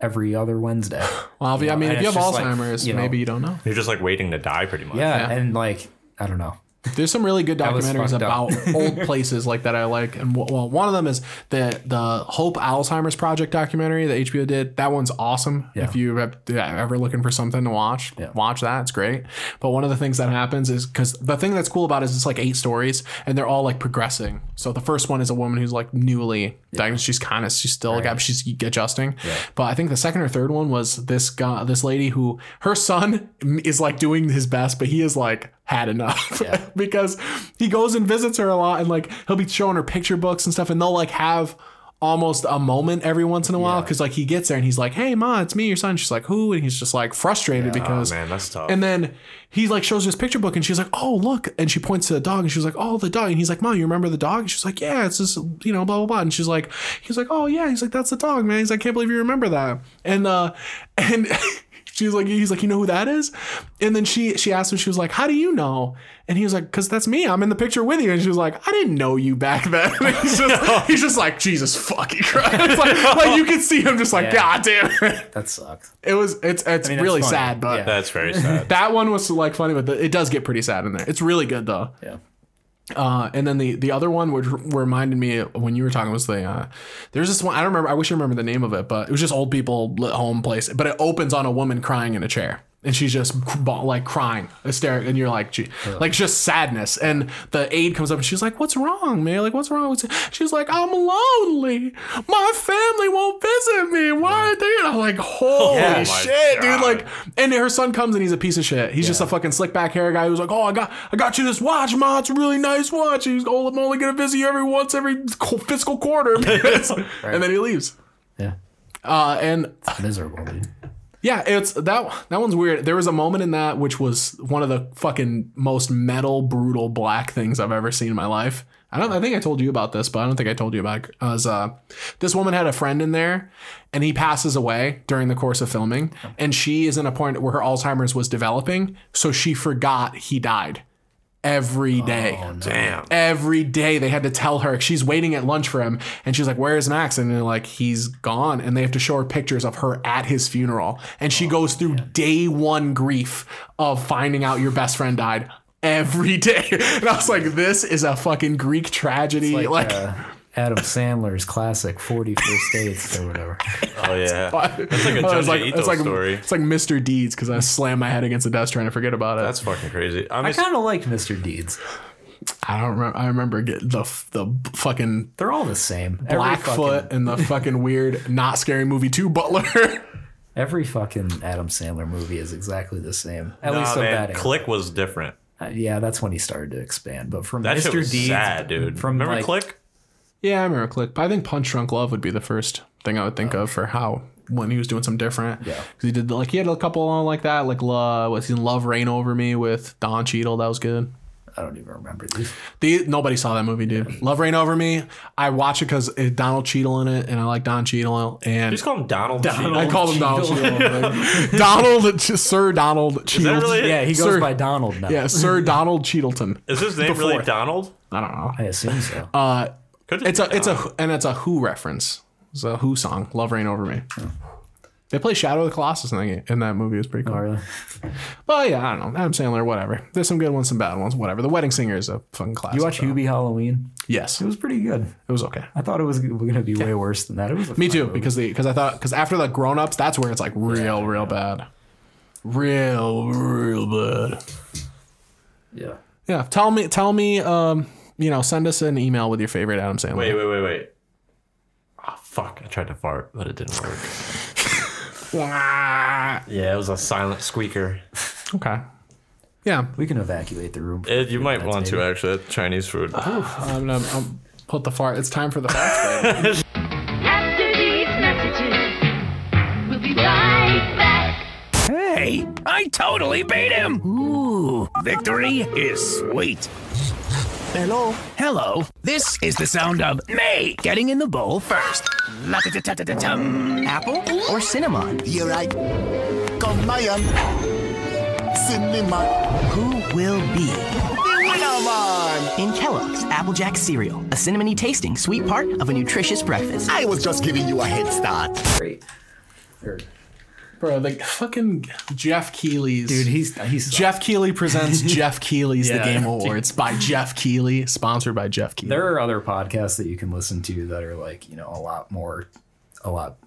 every other <sighs> Wednesday. Well, if you- I mean, and if you have it's just like, Alzheimer's, you know- maybe you don't know. You're just like waiting to die, pretty much. yeah, and like I don't know. There's some really good was documentaries fucked up. <laughs> about old places like that I like, and w- well, one of them is the the Hope Alzheimer's Project documentary that HBO did. That one's awesome. If you have, yeah, ever looking for something to watch, watch that. It's great. But one of the things that happens is because the thing that's cool about it is it's like eight stories, and they're all like progressing. So the first one is a woman who's like newly diagnosed. She's kind of she's still like she's adjusting. But I think the second or third one was this guy, this lady who her son <laughs> is like doing his best, but he is like had enough <laughs> because he goes and visits her a lot and like he'll be showing her picture books and stuff and they'll like have almost a moment every once in a while because like he gets there and he's like hey ma it's me your son she's like who and he's just like frustrated because man, that's tough. and then he like shows his picture book and she's like, Oh, look. And she points to the dog and she was like, Oh, the dog. And he's like, Mom, you remember the dog? And she's like, Yeah, it's this, you know, blah, blah, blah. And she's like, He's like, Oh, yeah. He's like, That's the dog, man. He's like, I can't believe you remember that. And, uh, <laughs> and, She's like, he's like, you know who that is? And then she she asked him, she was like, How do you know? And he was like, Cause that's me. I'm in the picture with you. And she was like, I didn't know you back <laughs> then. he's, <laughs> just, he's just like, Jesus fucking Christ. <laughs> It's like, like you can see him just like, God damn it. That sucks. It was it's it's mean, that's really funny. sad, but Yeah. <laughs> that's very <laughs> sad. that one was like funny, but the, it does get pretty sad in there. It's really good though. Yeah. Uh, and then the the other one, which reminded me when you were talking, was the uh, there's this one I don't remember. I wish I remember the name of it, but it was just old people lit home place. But it opens on a woman crying in a chair, and she's just c- ba- like crying, hysteric, and you're like, gee, like just sadness. And the aide comes up and she's like, "What's wrong, man? Like, what's wrong?" with-" She's like, "I'm lonely. My family won't visit me. Why are they?" And I'm like, <laughs> "Holy Oh, Yeah. shit, dude! God. Like, and her son comes and he's a piece of shit. He's just a fucking slick back hair guy who's like, "Oh, I got, I got you this watch, ma. It's a really nice watch." He's, "Oh, I'm only gonna visit you every once every co- fiscal quarter," <laughs> and then he leaves. Yeah, Uh, and it's miserable, dude. yeah, it's that that one's weird. There was a moment in that which was one of the fucking most metal, brutal black things I've ever seen in my life. I don't. I think I told you about this, but I don't think I told you about it. As uh, this woman had a friend in there, and he passes away during the course of filming, and she is in a point where her Alzheimer's was developing, so she forgot he died every day Oh, Damn. every day they had to tell her she's waiting at lunch for him and she's like where is max and they're like he's gone and they have to show her pictures of her at his funeral and Oh, she goes through day one grief of finding out your best friend died every <laughs> day and i was like this is a fucking greek tragedy like, <laughs> uh, Adam Sandler's classic Forty First Dates or whatever. Oh yeah, that's like a I was Judge like, Ito it's like story. it's like Mr. Deeds because I slammed my head against the desk trying to forget about it. That's fucking crazy. I'm I just, kind of like Mr. Deeds. I don't remember. I remember get the f- the b- fucking They're all the same. Every Blackfoot fucking- and the fucking weird not scary movie two Butler. <laughs> Every fucking Adam Sandler movie is exactly the same. At nah, least of that. man, era. Click was different. Uh, yeah, that's when he started to expand. But from That Mr. shit was Deeds, sad, dude. From Remember like, Click? Yeah, I remember Click. But I think Punch Drunk Love would be the first thing I would think of for how when he was doing something different. Yeah, because he did like he had a couple on like that, like Love. Was he in Love Rain Over Me with Don Cheadle? That was good. I don't even remember these. The, nobody saw that movie, dude. Love Rain Over Me. I watch it because Donald Cheadle in it, and I like Don Cheadle. And Just call him Donald. I Cheadle. call him Donald <laughs> Cheadle. Donald Sir Donald Cheadle. really it? Yeah, he goes Sir- by Donald now. Yeah, Sir Donald Cheadleton. Is <laughs> his name really Before. Donald? I don't know. I assume so. Uh, Could just It's be a it's Donald. a and it's a Who reference. It's a Who song. Love Rain Over Me. They play Shadow of the Colossus in that game, in that movie. It was pretty cool. Or, uh, But yeah, I don't know. Adam Sandler, whatever. There's some good ones, some bad ones, whatever. The Wedding Singer is a fucking classic. you watch though. Hubie Halloween? Yes, It was pretty good. it was okay. I thought it was going to be way worse than that. It was a Me fun too, movie. because the because I thought because after the grown ups, that's where it's like real, real bad, real, real bad. Yeah. Yeah, tell me, tell me, um, you know, send us an email with your favorite Adam Sandler. Wait, wait, wait, wait. Oh, fuck. I tried to fart, but it didn't work. Wah. yeah, it was a silent squeaker. Okay. Yeah, We can evacuate the room. It, you might want to, actually. That's Chinese food. I'm gonna I'm put the fart. It's time for the fart. break. After these messages, we'll be right back. Hey, I totally beat him! Ooh, victory is sweet. Hello? Hello. This is the sound of me getting in the bowl first. La-da-da-da-da-dum. Apple or cinnamon? Here I come, I am. Cinema. Who will be in Kellogg's Applejack cereal? A cinnamony tasting sweet part of a nutritious breakfast. I was just giving you a head start. Great. Or- Bro, the fucking Jeff Keeley's Dude, he's he's Jeff <laughs> Keeley presents Jeff Keeley's The Yeah. <laughs> Game Awards by Jeff Keeley, sponsored by Jeff Keeley. There are other podcasts that you can listen to that are like you know a lot more, a lot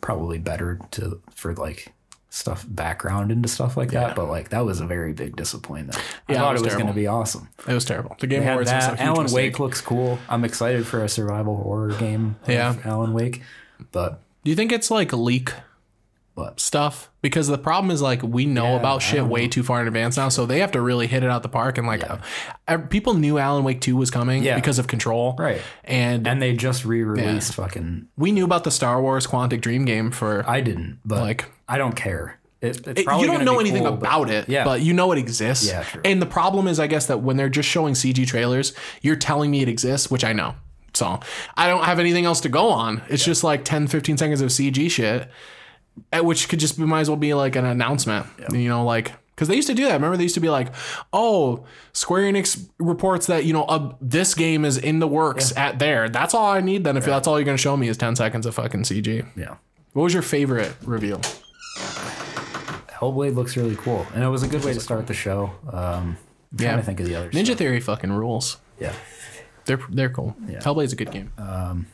probably better to for like stuff background into stuff like that. But like that was a very big disappointment. Yeah, I thought it was it was going to terrible. be awesome. it was terrible. The Game They had Awards was a that. huge Alan mistake. Wake looks cool. I'm excited for a survival horror game. of Yeah. Alan Wake, but Do you think it's like leak What? stuff? Because the problem is like we know about shit way too far in advance now, so they have to really hit it out the park. And like, uh, people knew Alan Wake Two was coming Yeah. because of Control, Right. And, and they just re-released fucking. we knew about the Star Wars Quantic Dream game for I didn't, but Like- like I don't care. It, it's It- probably you don't gonna know be anything cool, but- about it, Yeah. but you know it exists. Yeah, true. And the problem is, I guess, that when they're just showing CG trailers, you're telling me it exists, which I know. So I don't have anything else to go on. It's just like 10, 15 seconds of CG shit, eh, which could just might as well be like an announcement, you know, like. Because they used to do that. Remember, they used to be like, "Oh, Square Enix reports that you know uh, this game is in the works at there. That's all I need. Then if that's all you're going to show me is ten seconds of fucking CG. yeah. What was your favorite reveal? Hellblade looks really cool, and it was a good way to start the show. Um, yeah, trying to think of the other Ninja stuff. Theory fucking rules. Yeah, They're they're cool. Hellblade's a good game. Um,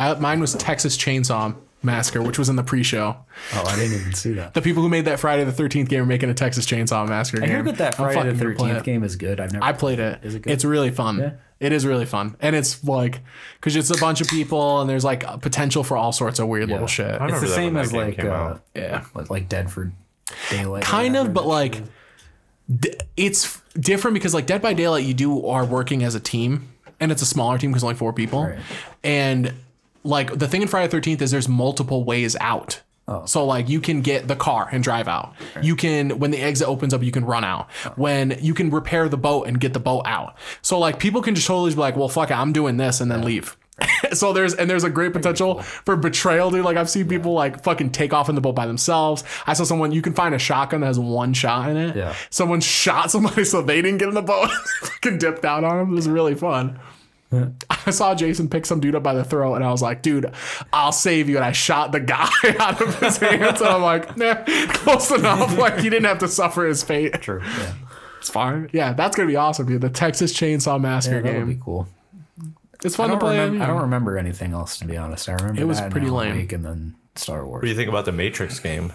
I, mine was Texas Chainsaw Massacre, which was in the pre-show. Oh, I didn't even see that. The people who made that Friday the Thirteenth game are making a Texas Chainsaw Massacre I game. hear that that I'm Friday fucking the gonna play Thirteenth it. game is good. I've never. I played it. Is it good? It's really fun. Yeah. It is really fun, and it's like because it's a bunch of people, and there's like a potential for all sorts of weird little shit. I it's remember the that same when as that game like came uh, out. Yeah. like like Deadford Daylight. or kind of whatever. but like d- it's f- different because like dead by daylight you do are working as a team and it's a smaller team because only four people and like the thing in friday the 13th is there's multiple ways out So like you can get the car and drive out. You can when the exit opens up, you can run out. When you can repair the boat and get the boat out. So like people can just totally be like, well, fuck it, I'm doing this and then leave. <laughs> so there's and there's a great potential for betrayal, dude. Like I've seen people like fucking take off in the boat by themselves. I saw someone you can find a shotgun that has one shot in it. Yeah. Someone shot somebody <laughs> so they didn't get in the boat. <laughs> fucking dipped out on him. It was really fun. I saw Jason pick some dude up by the throat, and I was like, "Dude, I'll save you." And I shot the guy <laughs> out of his hands, and I'm like, "Nah, close enough. <laughs> Like you didn't have to suffer his fate. True. Yeah, It's fine. Yeah, that's gonna be awesome, dude. The Texas Chainsaw Massacre yeah that would game. be cool. It's I fun to don't, play. remember, I don't remember anything else to be honest. I remember It was that and pretty Alan lame. Wake and then Star Wars. What do you think about the Matrix game?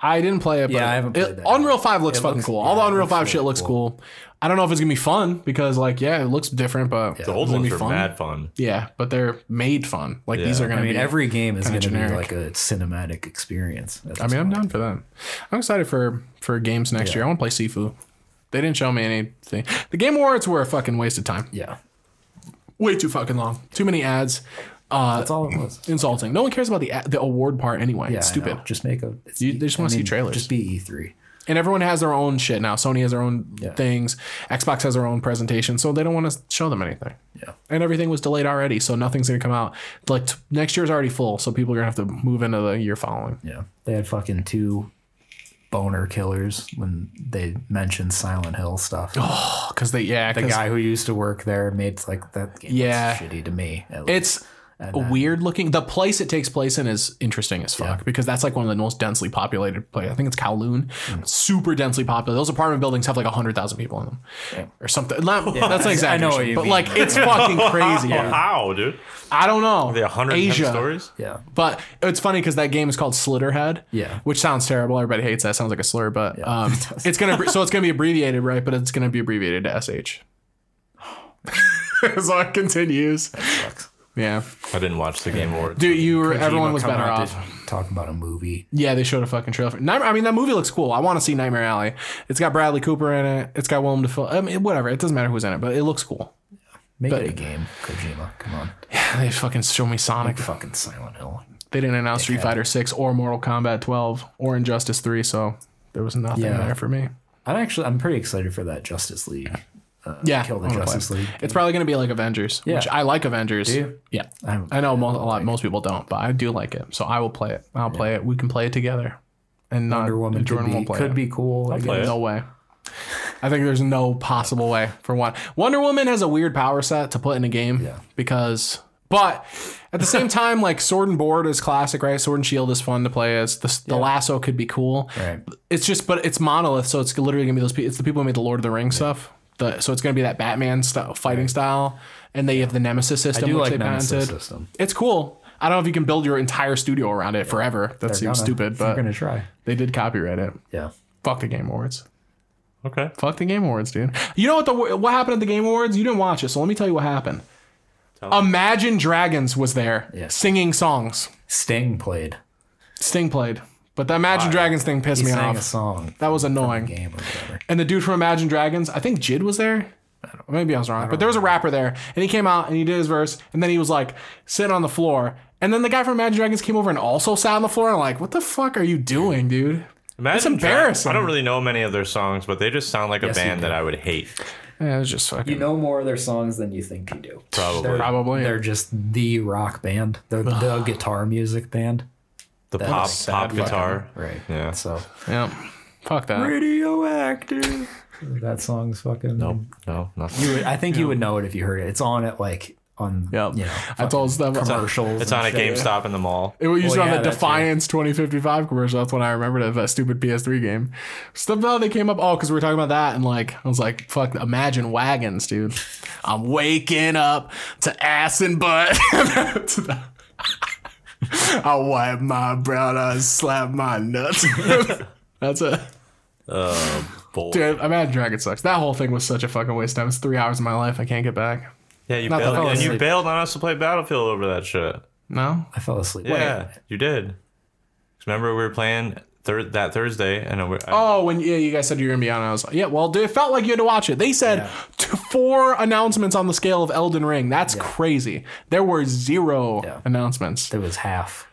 I didn't play it. But Yeah, I haven't played it- that. Unreal Five looks It fucking looks- cool. yeah, All the it Unreal looks Five really shit looks cool. cool. I don't know if it's gonna be fun because, like, yeah, it looks different, but The old it's gonna ones be were fun. mad fun. Yeah, but they're made fun. Like these Yeah. are gonna I mean, be every game is going to be generic. like a cinematic experience. at I this mean, I'm point. down for that. I'm excited for for games next year. I want to play Sifu. They didn't show me anything. The Game Awards were a fucking waste of time. Yeah, Way too fucking long. Too many ads. that's all it was. Insulting. No one cares about the ad, the award part anyway. Yeah, it's I stupid. know. Just make a. it's E, You- they just I wanna see mean, trailers. Just be E E3. And everyone has their own shit now. Sony has their own Yeah. things. Xbox has their own presentation, so they don't want to show them anything. Yeah. And everything was delayed already, so nothing's gonna come out. Like t- next year's already full, so people are gonna have to move into the year following. Yeah. They had fucking two boner killers when they mentioned Silent Hill stuff. Oh. Because they yeah, the guy who used to work there made like that game looks Yeah. shitty to me. at least. It's And, uh, Weird looking. The place it takes place in is interesting as fuck because that's like one of the most densely populated place. I think it's Kowloon. Hmm. Super densely populated. Those apartment buildings have like hundred thousand people in them, or something. Not, That's not I exactly. know what you but mean. like it's fucking <laughs> <laughs> crazy. How, dude? I don't know. The 110 Asia. stories? yeah. But it's funny because that game is called Slitterhead. Yeah. Which sounds terrible. Everybody hates that. Sounds like a slur, <laughs> but um, it's gonna so it's gonna be abbreviated, right? But it's gonna be abbreviated <sighs> to sh. <laughs> so it continues. Yeah, I didn't watch the Game Awards. dude, you were everyone Kojima was come better out off. to Talk about a movie. Yeah, they showed a fucking trailer. For Nightmare, I mean, that movie looks cool. I want to see Nightmare Alley. It's got Bradley Cooper in it. It's got Willem Dafoe. I mean, whatever. It doesn't matter who's in it, but it looks cool. <sighs> Make But- it a game, Kojima. Come on. They fucking show me Sonic. Fucking Silent Hill. They didn't announce Street Fighter Six or Mortal Kombat Twelve or Injustice Three, so there was nothing Yeah. there for me. I'm actually I'm pretty excited for that Justice League. yeah, Uh, Kill the I'm gonna Justice play. League. It's probably going to be like Avengers, which Yeah. I like Avengers. Yeah, I'm- i know mo- a lot. Most people don't, but I do like it, so I will play it. I'll play it. We can play it together, and not Wonder Woman Jordan could be, won't play could it. be cool. I play guess. it. no way. I think there's no possible way for one. Wonder Woman has a weird power set to put in a game Yeah. because, but at the same time, like Sword and Board is classic, right? Sword and Shield is fun to play as. The, the lasso could be cool. Right. It's just, but it's monolith, so it's literally gonna be those. pe- It's the people who made the Lord of the Rings stuff. The, so it's gonna be that Batman style fighting style, and they have the Nemesis I system, do which like they Nemesis patented. system. It's cool. I don't know if you can build your entire studio around it forever. That They're seems gonna- stupid, they're but gonna try. they did copyright it. Yeah. Fuck the Game Awards. Okay. Fuck the Game Awards, dude. You know what the what happened at the Game Awards? You didn't watch it, so let me tell you what happened. Imagine Dragons was there Yes. singing songs. Sting played. Sting played, but the Imagine Dragons thing pissed He me sang off. a song. That was annoying. game or whatever. And the dude from Imagine Dragons, I think Jid was there. I don't- Maybe I was wrong, but there was a rapper there, and he came out and he did his verse, and then he was like sitting on the floor, and then the guy from Imagine Dragons came over and also sat on the floor, and I'm like, what the fuck are you doing, dude? Imagine It's embarrassing. I don't really know many of their songs, but they just sound like a Yes, you band do. that I would hate. Yeah, it's just fucking. You know more of their songs than you think you do. Probably probably They're just the rock band. <sighs> They're the guitar music band. the pop sad pop fucking- guitar. Right. Yeah. So yeah. Fuck that. radioactive. that song's fucking. Nope. No, nothing. You would, I think you would know it if you heard it. It's on at like on Yep. you know I told them commercials. <laughs> It's and on a shit. GameStop in the mall. It was used Well, on yeah, the that too. Defiance 2055 commercial. That's when I remembered it, that stupid PS3 game. Stuff how they came up. Oh, because we were talking about that, and like I was like, "Fuck, imagine <laughs> wagons, dude." I'm waking up to ass and butt. <laughs> I wipe my brown eyes, slap my nuts. <laughs> That's it. Bold. Dude, Imagine Dragon sucks. That whole thing was such a fucking waste of time. It's three hours of my life. I can't get back. Yeah, you Not that I bailed, fell and you asleep. bailed on us to play Battlefield over that shit. No? I fell asleep. Yeah, you did. 'Cause Remember we were playing thir- that Thursday, and I, I- Oh, when yeah, you guys said you were gonna be on, I was like, yeah. Well, dude, it felt like you had to watch it. They said t- four announcements on the scale of Elden Ring. That's crazy. There were zero Yeah. announcements. It was half.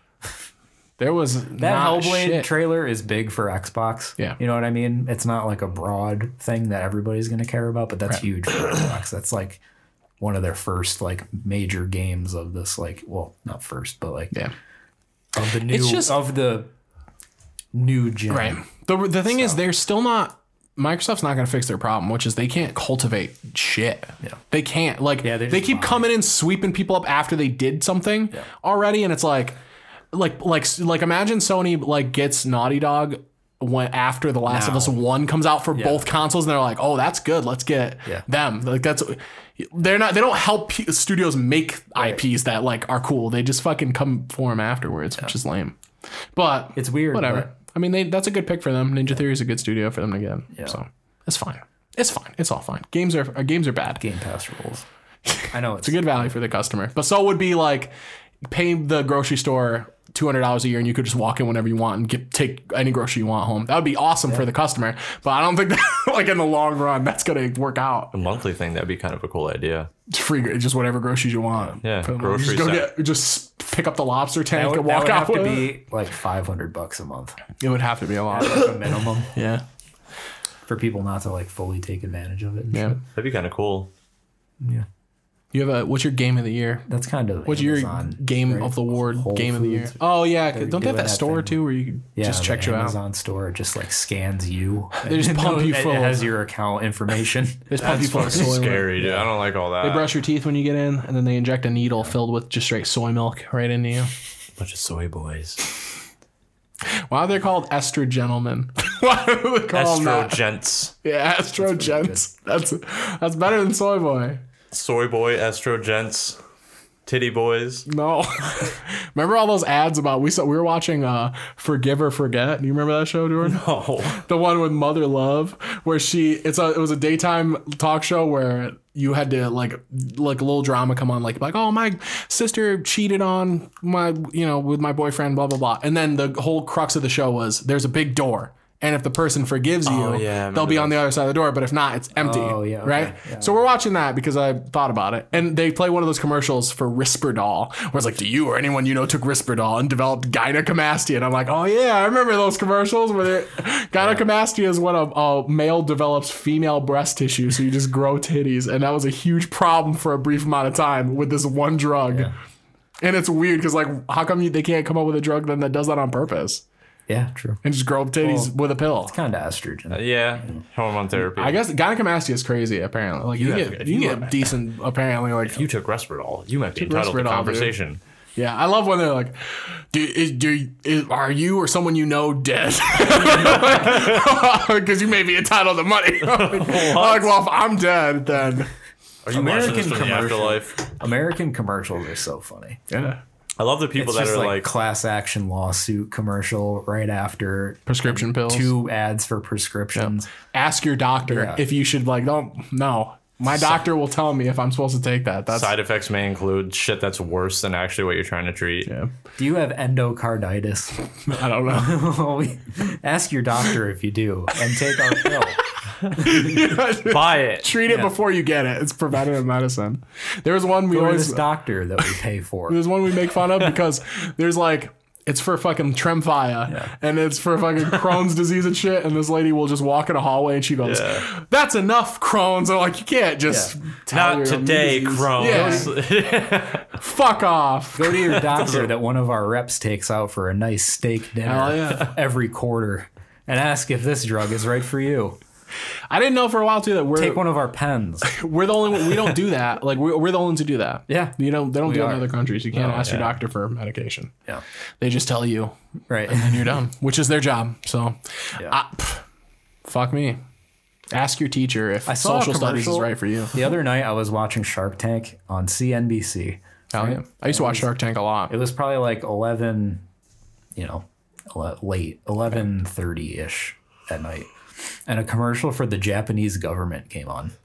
There was That not Hellblade shit. trailer is big for Xbox. Yeah. You know what I mean? It's not like a broad thing that everybody's going to care about, but that's huge for Xbox. That's like one of their first like major games of this like well, not first, but like yeah, of the new It's just- of the new gen. right. The the thing is, they're still not. Microsoft's not going to fix their problem, which is they can't cultivate shit. Yeah. They can't. Like, Yeah, they're they just keep buying. coming in sweeping people up after they did something already, and it's like, like, like, like, imagine Sony like gets Naughty Dog when after The Last of Now. Us One comes out for both consoles, and they're like, oh, that's good. Let's get Yeah. them. Like, that's they're not. They don't help p- studios make IPs that like are cool. They just fucking come for them afterwards, which is lame. But It's weird. whatever. but I mean, they that's a good pick for them. Ninja Theory is a good studio for them to get. So it's fine. It's fine. It's all fine. Games are uh, games are bad. Game Pass <laughs> rules. I know it's, It's a good value for the customer, but so would be like pay the grocery store two hundred dollars a year, and you could just walk in whenever you want and get take any grocery you want home. That would be awesome for the customer, but I don't think that, <laughs> like in the long run that's gonna work out. a monthly thing that'd be kind of a cool idea. It's free, it's just whatever groceries you want. Yeah, Put them- Just grocery go set. get just pick up the lobster that tank would, and that walk would out have to with it. be like 500 bucks a month It would have to be a lot. <laughs> at a minimum yeah, for people not to like fully take advantage of it. and yeah. shit. That'd be kind of cool. Yeah. You have a what's your game of the year? That's kind of What's your Amazon, game right? of the award Whole game of the year? Foods. Oh yeah, don't they doing have that that store thing. too where you Yeah, just check the you out? Amazon store just like scans you. They <laughs> just And pump it- you full It of- has your account <laughs> information. There's probably full of soy milk. Scary, dude. I don't like all that. They brush your teeth when you get in, and then they inject a needle filled with just straight soy milk right into you. bunch of soy boys. Why are they called estro gentlemen? <laughs> Why are they called Astro that? gents. Yeah, estro gents. That's that's better than soy boy. Soy boy, Astro gents. <laughs> Titty boys. No, remember all those ads about we saw we were watching uh, Forgive or Forget. Do you remember that show, Jordan? Oh. the one with Mother Love, where she it's a it was a daytime talk show where you had to like like a little drama come on like like oh my sister cheated on my you know with my boyfriend blah blah blah and then the whole crux of the show was there's a big door and if the person forgives you Oh, yeah, I remember they'll be on the other side of the door but if not it's empty Oh, yeah, okay, right so we're watching that because I thought about it and they play one of those commercials for Risperdal where it's like do you or anyone you know took Risperdal and developed gynecomastia and I'm like oh yeah I remember those commercials where they <laughs> gynecomastia is when a, a male develops female breast tissue so you just grow titties and that was a huge problem for a brief amount of time with this one drug and it's weird because like how come you, they can't come up with a drug then that does that on purpose yeah, true. and just grow titties with a pill Kind of estrogen. Yeah. Hormone therapy. I guess gynecomastia is crazy. Apparently, like you, have to get get- you you get decent. Apparently, like you took Respirodol. You might be Took entitled Risperdal, to conversation. yeah, I love when they're like, do, is, do is, are you or someone you know dead? <laughs> Because you may be entitled to money. <laughs> like, well, if I'm dead, then Are you watching this American from the commercial. afterlife? American commercials are so funny. yeah, I love the people It's that just are like, like, class action lawsuit commercial right after prescription pills. two ads for prescriptions. Ask your doctor Yeah. if you should like. Don't no. My doctor will tell me if I'm supposed to take that. That's side effects may include shit that's worse than actually what you're trying to treat. yeah. Do you have endocarditis? <laughs> I don't know. Well, we- Ask your doctor if you do, and take our <laughs> pill. <laughs> Buy it. Treat it before you get it. It's preventative medicine. There was one we Or always this doctor that we pay for. There's one we make fun <laughs> of because there's like it's for fucking tremphia and it's for fucking <laughs> Crohn's disease and shit. And this lady will just walk in a hallway and she goes, Yeah. "That's enough, Crohn's." I'm like, you can't just tell Not your today, disease- Crohn's. Yeah, <laughs> fuck off. Go to <laughs> your doctor that one of our reps takes out for a nice steak dinner Hell yeah. <laughs> every quarter and ask if this drug is right for you. I didn't know for a while too that we're Take one of our <laughs> pens. we're the only one, we don't do that. Like we're, we're the only ones who do that. Yeah. you know they don't do it are. in other countries. You can't Oh, ask your doctor for medication. Yeah. They just tell you Right. and you're done, which is their job. So, Yeah. I- pff, fuck me. Ask your teacher if I saw a social studies is commercial- right for you. The other night I was watching Shark Tank on CNBC. Hell yeah. I used to watch Shark Tank a lot. It was probably like 11, you know, ele- late 11:30-ish at night. And a commercial for the Japanese government came on. <laughs>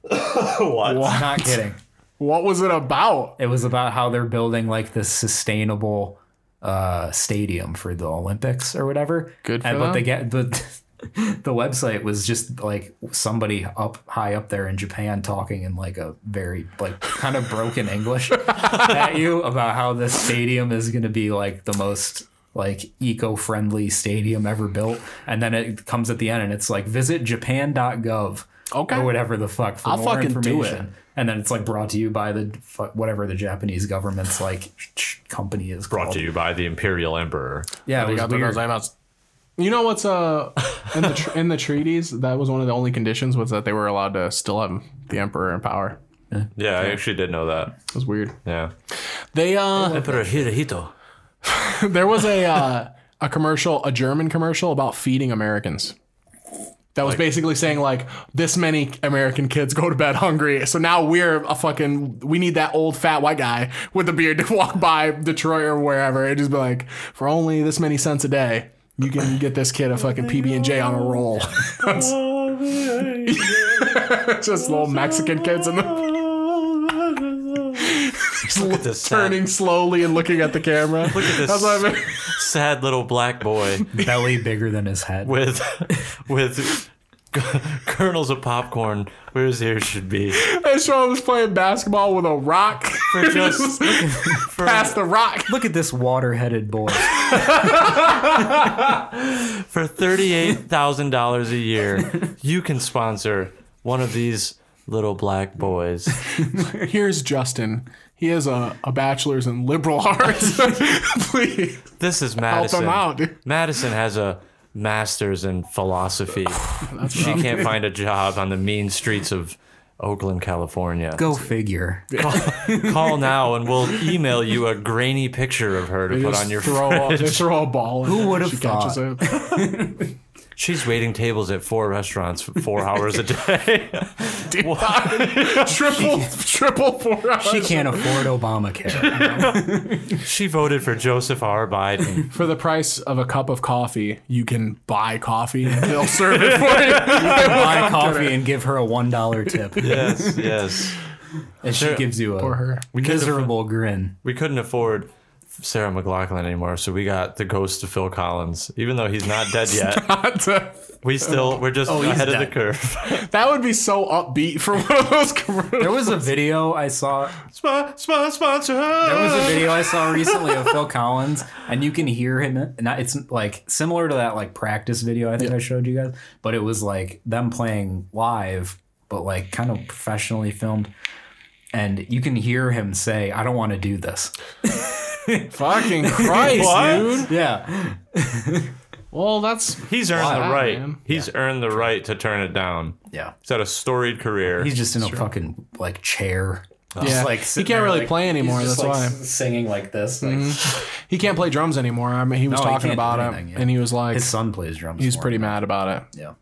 What? Not kidding. What was it about? It was about how they're building like this sustainable uh, stadium for the Olympics or whatever. Good for and, But them. they get but <laughs> the website was just like somebody up high up there in Japan talking in like a very like kind of broken <laughs> English at you about how this stadium is going to be like the most like eco-friendly stadium ever built and then it comes at the end and it's like visit japan.gov Okay. or whatever the fuck for I'll more fucking do it. information and then it's like brought to you by the fu- whatever the Japanese government's like company is Brought called. to you by the Imperial Emperor. Yeah, it was weird. You know what's uh in the tr- in the treaties that was one of the only conditions was that they were allowed to still have the emperor in power. Yeah, I actually did know that. It was weird. Yeah. They uh Emperor Hirohito. there was a uh a commercial, a German commercial about feeding Americans. That was basically saying like this many American kids go to bed hungry, so now we're a fucking we need that old fat white guy with the beard to walk by Detroit or wherever and just be like, for only this many cents a day, you can get this kid a fucking PB and J on a roll. <laughs> just little Mexican kids in the Look at this turning sad, slowly and looking at the camera. look at this That's what I mean. sad little black boy belly bigger than his head. <laughs> with with kernels of popcorn where his ears should be. They show him playing basketball with a rock. <laughs> For just for, Pass the rock. Look at this water-headed <laughs> boy. for thirty eight thousand dollars a year, you can sponsor one of these little black boys. Here's Justin. He has a, a bachelor's in liberal arts. <laughs> Please This is help Madison. him out. dude. Madison has a master's in philosophy. she can't find a job on the mean streets of Oakland, California. Go figure. <laughs> Call now and we'll email you a grainy picture of her to They put just on your throw a, fridge. they throw a ball. in Who it and would've she catches it. <laughs> <laughs> She's waiting tables at four restaurants for four hours a day. <laughs> <laughs> What? triple triple four hours She can't afford <laughs> Obamacare. She voted for Joseph R. <laughs> Biden. for the price of a cup of coffee. You can buy coffee. and They'll serve it <laughs> for you. Buy coffee and give her a one dollar tip, yes, yes. and she gives you For a her. miserable grin. We couldn't afford Sarah McLaughlin anymore, so we got the ghost of Phil Collins. Even though he's not dead yet, we still we're just he's ahead of the dead. curve. <laughs> that would be so upbeat for one of those commercials. There <laughs> was a video I saw. Spon- spon- sponsor. There was a video I <laughs> saw recently of Phil Collins, and you can hear him. Not it's like similar to that like practice video I think I showed you guys, but it was like them playing live, but like kind of professionally filmed, and you can hear him say, "I don't want to do this." Fucking Christ, dude. Yeah, Well, that's He's earned Wow, the right. man. He's earned the right to turn it down. yeah. He's had a storied career. He's just in a fucking like chair. yeah. Just, like, he sitting can't there, really like- play anymore. He's That's just, like, why Mm-hmm. s- singing like this. Like, he can't play drums anymore. I mean, he was No, he talking can't do about it, anything, yeah. and he was like, His son plays drums. he's for pretty him. mad about it. Yeah.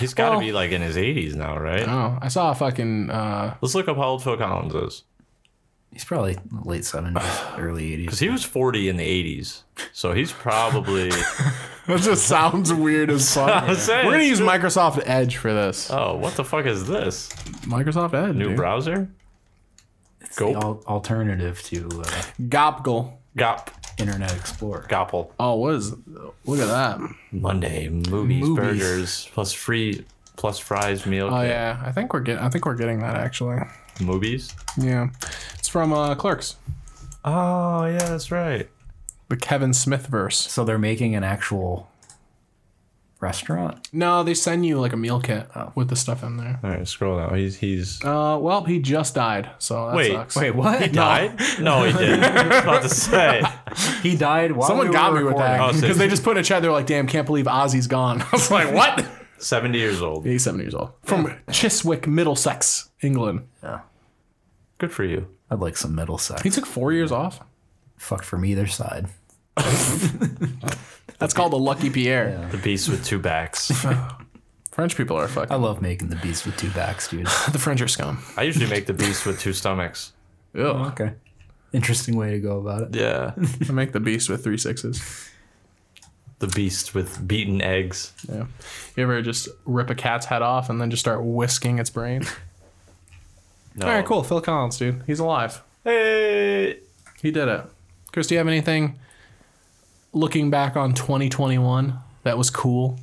he's got to well- be like in his 80s now, right? Oh, I saw a fucking uh, <laughs> Let's look up how old Phil Collins is. He's probably late <sighs> seventies, early eighties. Because he was 40 in the 80s. So <laughs> he's probably. <laughs> That just sounds weird as fuck. I'm <laughs> saying, We're gonna use Microsoft Edge for this. oh, what the fuck is this? Microsoft Edge. New dude. browser? Gulp. Al- alternative to uh, Gopgle. Gop. Internet Explorer. Gopple. Oh, what is? Look at that. Monday movies, Movies. burgers, plus free, plus fries, meal. Oh kit. yeah, I think we're getting. I think we're getting that actually. Movies? Yeah, it's from uh, Clerks, Oh, yeah, that's right. the Kevin Smith verse. So they're making an actual restaurant. No, they send you like a meal kit uh, with the stuff in there. All right, scroll down. He's. he's... Uh, well, he just died, so that Wait, sucks. Wait, what? He Died? <laughs> No, he didn't. I was about to say. He died while Someone we got were me with recording. <laughs> that Oh, because so- they just put in a chat. They're like, "Damn, can't believe Ozzy's gone." <laughs> I was like, "What?" 70 years old. He's seven years old from Chiswick, Middlesex, England. Good for you. Oh. I'd like some Middlesex. He took four years off. Fuck from either side. That's called a lucky Pierre. The beast with two backs. <laughs> French people are I fucking. love making the beast with two backs, <laughs> dude. The French are scum. I usually make the beast with two stomachs. Ugh. okay. Interesting way to go about it. Yeah. I make the beast with three sixes. The beast with beaten eggs. Yeah. You ever just rip a cat's head off and then just start whisking its brain? No. All right, cool. Phil Collins, dude. He's alive. Hey. He did it. Chris, do you have anything looking back on 2021 that was cool?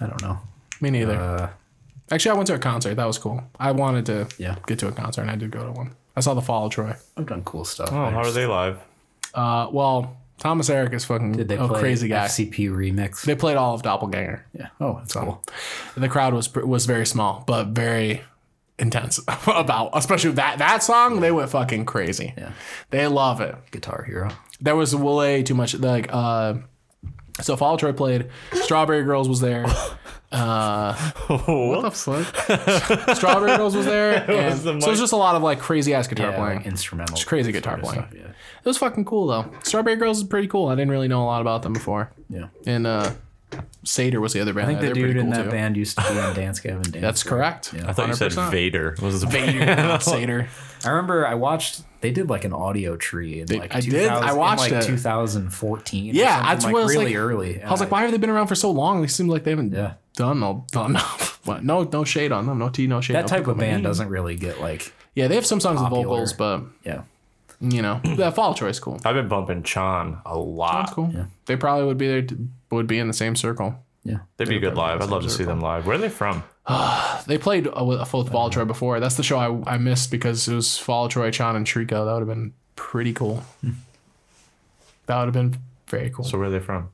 I don't know. Uh, Me neither. Actually, I went to a concert. That was cool. I wanted to Yeah. get to a concert, and I did go to one. I saw The Fall of Troy. I've done cool stuff. Oh, how are they live? Uh, well, Thomas Eric is fucking Did they a play Oh, crazy guy. FCP remix? They played all of Doppelganger. yeah. Oh, that's cool. the crowd was was very small, but very intense <laughs> about especially that that song. They went fucking crazy. Yeah. They love it. Guitar Hero. There was way too much like uh so Fall Out Troy played, Strawberry Girls <laughs> was there. uh, Oh, Oh. What the fuck? Strawberry Girls was <laughs> there. and- was so the it was mic- just a lot of like crazy ass guitar Yeah, playing. like instrumental. It's crazy guitar playing. yeah. It was fucking cool though. Strawberry Girls is pretty cool. I didn't really know a lot about them before. Yeah. And uh Seder was the other band. I think They're the pretty dude in cool, that too. band used to be on Dance Gavin Dance. <laughs> That's correct. Yeah. I thought you said 100%. Vader was the Vader, not Seder. I remember I watched. They did like an audio tree. In like I did. I 2000 in, watched like it. 2014. or Yeah, something, that's like what I was really like- early. Uh, I was like, why have they been around for so long? They seem like they haven't Yeah. done all done <laughs> enough. But no, no shade on them. No tea, no shade. that no type pickle of band man. doesn't really get like. Yeah, they have some songs with popular. vocals, but Yeah, <clears throat> you know, that fall choice cool. I've been bumping Chan a lot. That's cool. They probably would be there. to- Would be in the same circle. yeah. They'd be good live. I'd love to see them live. Where are they from? They played a, with a full Uh-huh. Fall Out Troy before. That's the show I, I missed because it was Fall Out Troy, Chan, and Trico. That would have Hmm. been pretty cool. that would have been very cool. <laughs> So where are they from?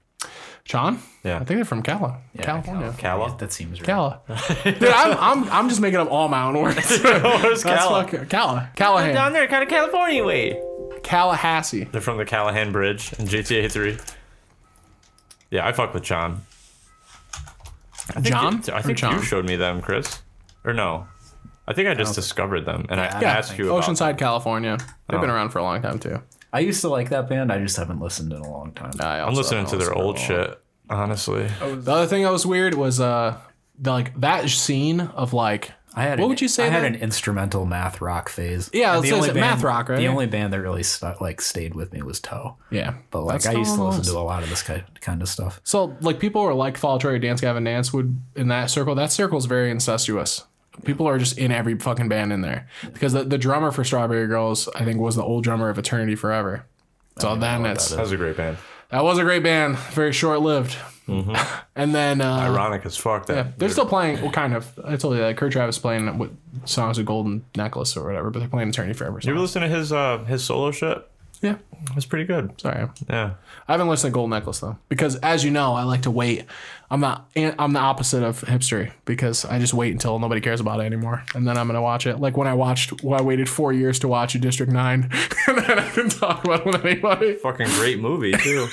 Sean? Yeah. I think they're from Cala, California. Cala? That seems right. Cala. <laughs> Dude, I'm, I'm, I'm just making up all my own words. <laughs> That's Where's Cala? fucking Cala. Callahan. there, kind of California way. Tallahassee. They're from the Callahan Bridge in GTA 3. Yeah, I fuck with John. John? I Or think John? you showed me them, Chris. Or no. I think I just discovered them and I I Yeah, asked you about them. Oceanside, California. They've been Oh. around for a long time too. I used to like that band. I just haven't listened in a long time. I I'm also listening to haven't listened their old in a while. shit, honestly. The other thing that was weird was uh, the, like that scene of like I had What an- would you say I had then? an instrumental math rock phase. Yeah, And it says it, math rock, right? The only band that really stu- like stayed with me was Toe. yeah, But like That's I used to all it listen was. to a lot of this kind kind of stuff. So like people are like Fall Troy, Dance Gavin Dance would in that circle. That circle is very incestuous. People are just in every fucking band in there because the, the drummer for Strawberry Girls I think was the old drummer of Eternity Forever. So then it's That was a great band. that was a great band, very short lived. <laughs> and then uh, Mm-hmm. Ironic as fuck that. Yeah, they're still playing. Well, kind of. I told you that Kurt Travis playing with songs with Golden Necklace or whatever, but they're playing Eternity Forever. you ever songs. listen to his uh his solo shit? Yeah. It was pretty good. Sorry, Yeah. I haven't listened to Golden Necklace though, because as you know, I like to wait. I'm not. I'm the opposite of hipstery because I just wait until nobody cares about it anymore, and then I'm gonna watch it. Like when I watched, well, I waited four years to watch District Nine, <laughs> and then I didn't talk about it with anybody. Fucking <laughs> great movie too.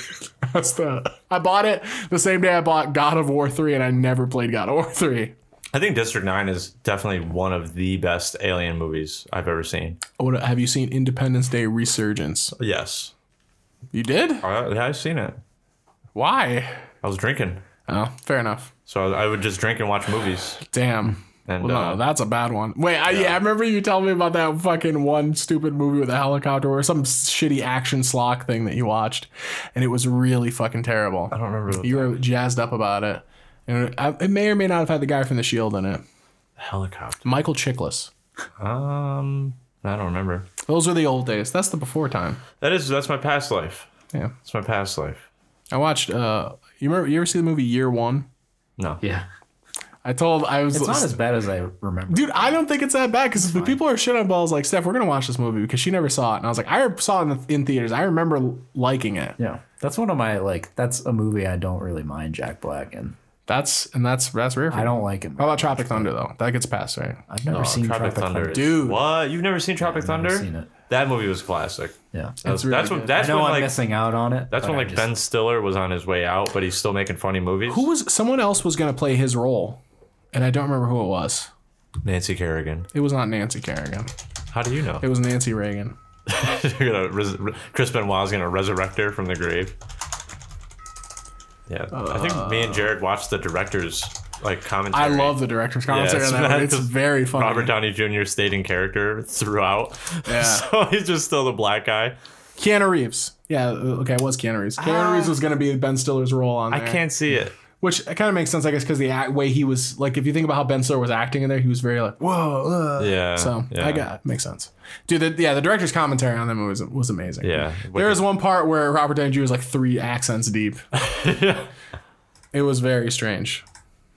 That's the. I bought it the same day I bought God of War three, and I never played God of War three. I think District Nine is definitely one of the best alien movies I've ever seen. What, have you seen Independence Day Resurgence? Yes. You did? I, yeah, I've seen it. Why? I was drinking. Oh, fair enough. So I, I would just drink and watch movies. Damn. And Well, uh, no, that's a bad one. Wait, I, yeah, I remember you telling me about that fucking one stupid movie with a helicopter or some shitty action slock thing that you watched, and it was really fucking terrible. I don't remember what You were jazzed up about it, and I, it may or may not have had the guy from The Shield in it, helicopter. Michael Chiklis. Um, I don't remember. Those are the old days. That's the before time. That is that's my past life. Yeah, That's my past life. I watched. Uh, you remember? You ever see the movie Year One? No. Yeah, I told I was. it's not as bad as I remember. Dude, I don't think it's that bad because the people are shit on balls. Like Steph, we're gonna watch this movie because she never saw it, and I was like, I saw it in, the, in theaters. I remember liking it. Yeah, that's one of my like. That's a movie I don't really mind Jack Black in. That's and that's that's rare. For I me. don't like him. How about Tropic Thunder though? That gets passed, right? I've never seen Oh, Tropic, Thunder. is- Dude. What? You've never seen Tropic Thunder? seen it. That movie was classic. Yeah, That's, really that's what good. that's I know when I'm like missing out on it. that's but when I like just- Ben Stiller was on his way out, but he's still making funny movies. Who was someone else was gonna play his role, and I don't remember who it was. Nancy Kerrigan. It was not Nancy Kerrigan. How do you know? It was Nancy Reagan. <laughs> You're gonna res- re- Chris Benoit's gonna resurrect her from the grave. Yeah, I think me and Jared watched the director's like I commentary. love the director's commentary it's on that. one. mad <laughs> It's 'cause very funny. Robert Downey Jr. stayed in character throughout. Yeah. <laughs> so he's just still the black guy. Keanu Reeves. Yeah, okay, it was Keanu Reeves. Keanu Reeves was gonna be Ben Stiller's role on. Ah. I there. can't see it. which kind of makes sense, I guess, because the act, way he was like, if you think about how Ben Stiller was acting in there, he was very like, whoa. Uh. Yeah. So yeah. I got makes sense, dude. The, yeah, the director's commentary on that movie was, was amazing. Yeah. there was one part where Robert Downey Jr. was like three accents <laughs> deep. It was very strange.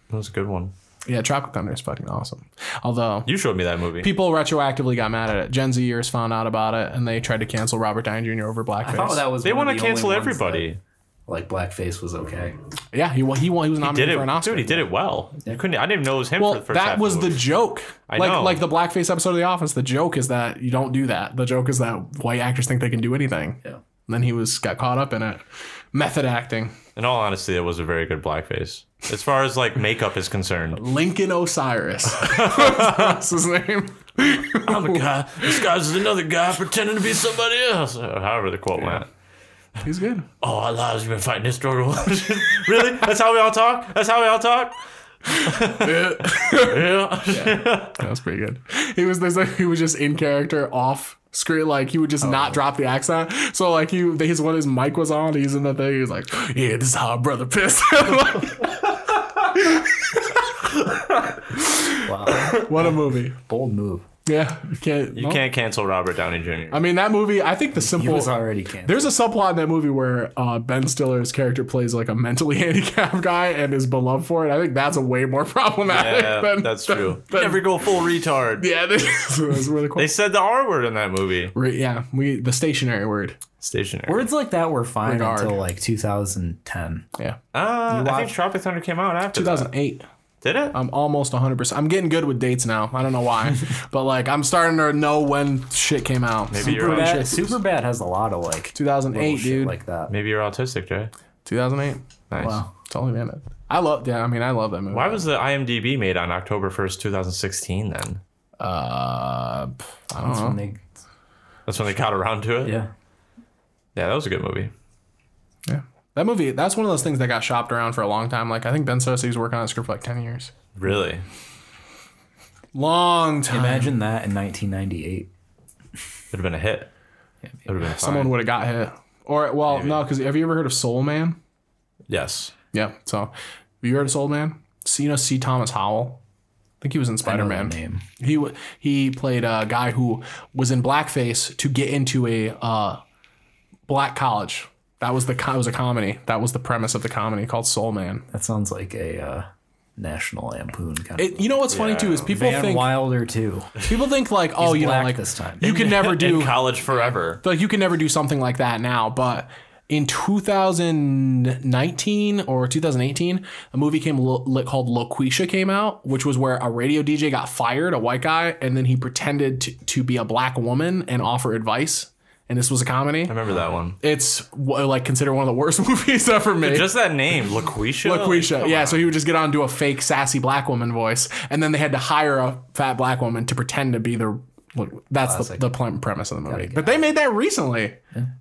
That was a good one. Yeah, Tropic Thunder is fucking awesome. Although You showed me that movie. people retroactively got mad at it. Gen Zers found out about it and they tried to cancel Robert Downey Jr. over I thought blackface. that was they one of want to the only cancel ones everybody. that, like blackface was okay. yeah, he won. He won. He was Did nominated for an it, Oscar. dude? He did it well. You couldn't. I didn't even know it was him. Well, for the first that was the joke. I like know. like the blackface episode of The Office. The joke is that you don't do that. The joke is that white actors think they can do anything. Yeah. And then he was got caught up in it. Method acting. In all honesty, it was a very good blackface. As far as like makeup is concerned, Lincoln Osiris. That's his name. <laughs> I'm a guy. This guy's another guy pretending to be somebody else. Or Uh, however the quote went. He's good. Oh, our lives have been fighting this struggle. <laughs> really? That's how we all talk? That's how we all <laughs> talk? <laughs> yeah. That was pretty good. He was this. He was just in character off screen. Like he would just not drop the accent. So like he his when his mic was on, he's in the thing. He was like, "Yeah, this is how our brother <laughs> pissed." Wow, what a movie. bold move. Yeah, can't, You can't cancel Robert Downey Jr. I mean, that movie. I think the He simple. was already canceled. There's a subplot in that movie where uh, Ben Stiller's character plays like a mentally <laughs> handicapped guy and is beloved for it. I think that's a way more <laughs> problematic. <laughs> yeah, than, that's than- true. than- Never go full <laughs> retard. yeah, this is really cool. They said the R word in that movie. Re- yeah, we the stationary word. Stationary. Words like that were fine Regard. until like 2010. Yeah, Uh, I think watched- Tropic Thunder came out after. that. 2008. Did it? Um, I'm almost 100. percent I'm getting good with dates now. I don't know <laughs> why, but like I'm starting to know when shit came out. Maybe you're Superbad, autistic. Superbad has a lot of like little 2008, shit dude. like that. Maybe you're autistic, Jay. 2008. Nice. Wow. Totally man. it. I love. Yeah, I mean, I love that movie. Why was the IMDb made on October 1st, 2016 then? Uh, pff, I don't That's know. when they, That's when they got around to it? yeah. Yeah, that was a good movie. Yeah. That movie, that's one of those things that got shopped around for a long time. Like, I think Ben Sossi was working on a script for like 10 years. Really? Long time. Imagine that in 1998. Would have been a hit. It would have been Someone fine. would have got hit. Or, well, no, because have you ever heard of Soul Man? Yes. Yeah. So, have you heard of Soul Man? So, you know, C. Thomas Howell? I think he was in I Spider know that Man. name. He wa- he played a guy who was in blackface to get into a uh, black college. That was the co- it was a comedy. That was the premise of the comedy called Soul Man. That sounds like a uh, National Lampoon kind It, you know what's funny too is people of. Van think Wilder too. people think like oh you know black like this time. you <laughs> can never do In college forever. like you can never do something like that now but in 2019 or 2018 a movie came lo- li- called loquisha came out which was where a radio dj got fired a white guy and then he pretended to, to be a black woman and offer advice and this was a comedy I remember that one. it's wha- like considered one of the worst <laughs> movies ever made Just that name, LaQuisha? Laquisha, Like, come yeah. on. So he would just get on and do a fake sassy black woman voice, and then they had to hire a fat black woman to pretend to be the. Look, that's the, the pl- premise of the movie. But they made that recently.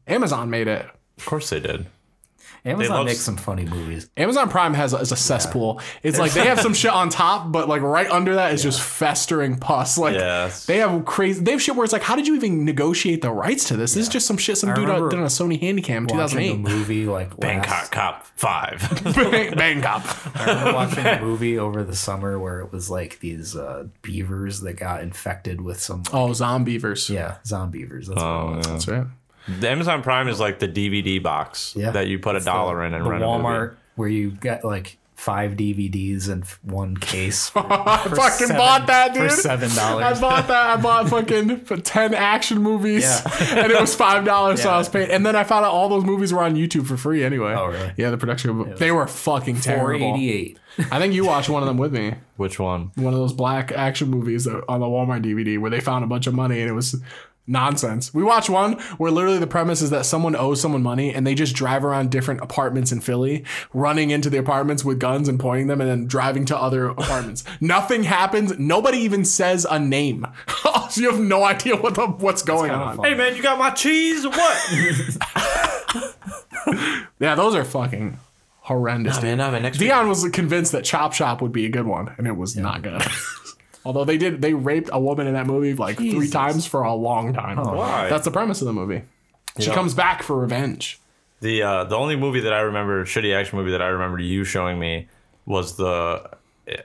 Amazon made it. Of course they did. Amazon love- makes some funny movies. Amazon Prime has a, is a cesspool. It's like they have some shit on top, but like right under that is just festering pus. Like Yeah, it's- they have crazy. They have shit where it's like, how did you even negotiate the rights to this? This is just some shit some dude out- remember did on a Sony Handycam in Watching a 2008. movie like Bangkok last, Cop 5. Bang, <laughs> bang cop. I <laughs> remember watching a movie over the summer where it was like these uh, beavers that got infected with some Oh, zombievers. yeah zombievers. That's what it was. That's right. <laughs> the Amazon Prime is like the DVD box Yeah. that you put a dollar in and the rent a movie. Walmart where you got like five DVDs in f- one <laughs> case. For, I fucking seven- bought that, dude. for seven I dollars. <laughs> bought that. I bought fucking for ten action movies, Yeah. <laughs> and it was five dollars. So I Yeah. was paying. And then I found out all those movies were on YouTube for free anyway. Oh, really? Yeah, the production. they were fucking Four terrible. eighty-eight. I think you watched one of them with me. Which one? One of those black action movies that, on the Walmart DVD where they found a bunch of money and it was nonsense. We watched one where literally the premise is that someone owes someone money and they just drive around different apartments in Philly, running into the apartments with guns and pointing them and then driving to other <laughs> apartments. Nothing happens. Nobody even says a name. <laughs> so you have no idea what the, what's going on. Hey man, you got my <laughs> cheese? What? Yeah, those are fucking horrendous. dude. man, I'm an expert. Dion was convinced that Chop Shop would be a good one, and it was not good. <laughs> Although they did, they raped a woman in that movie like three times for a long time. Why? That's the premise of the movie. She Yeah. comes back for revenge. The uh, the only movie that I remember, shitty action movie that I remember you showing me was the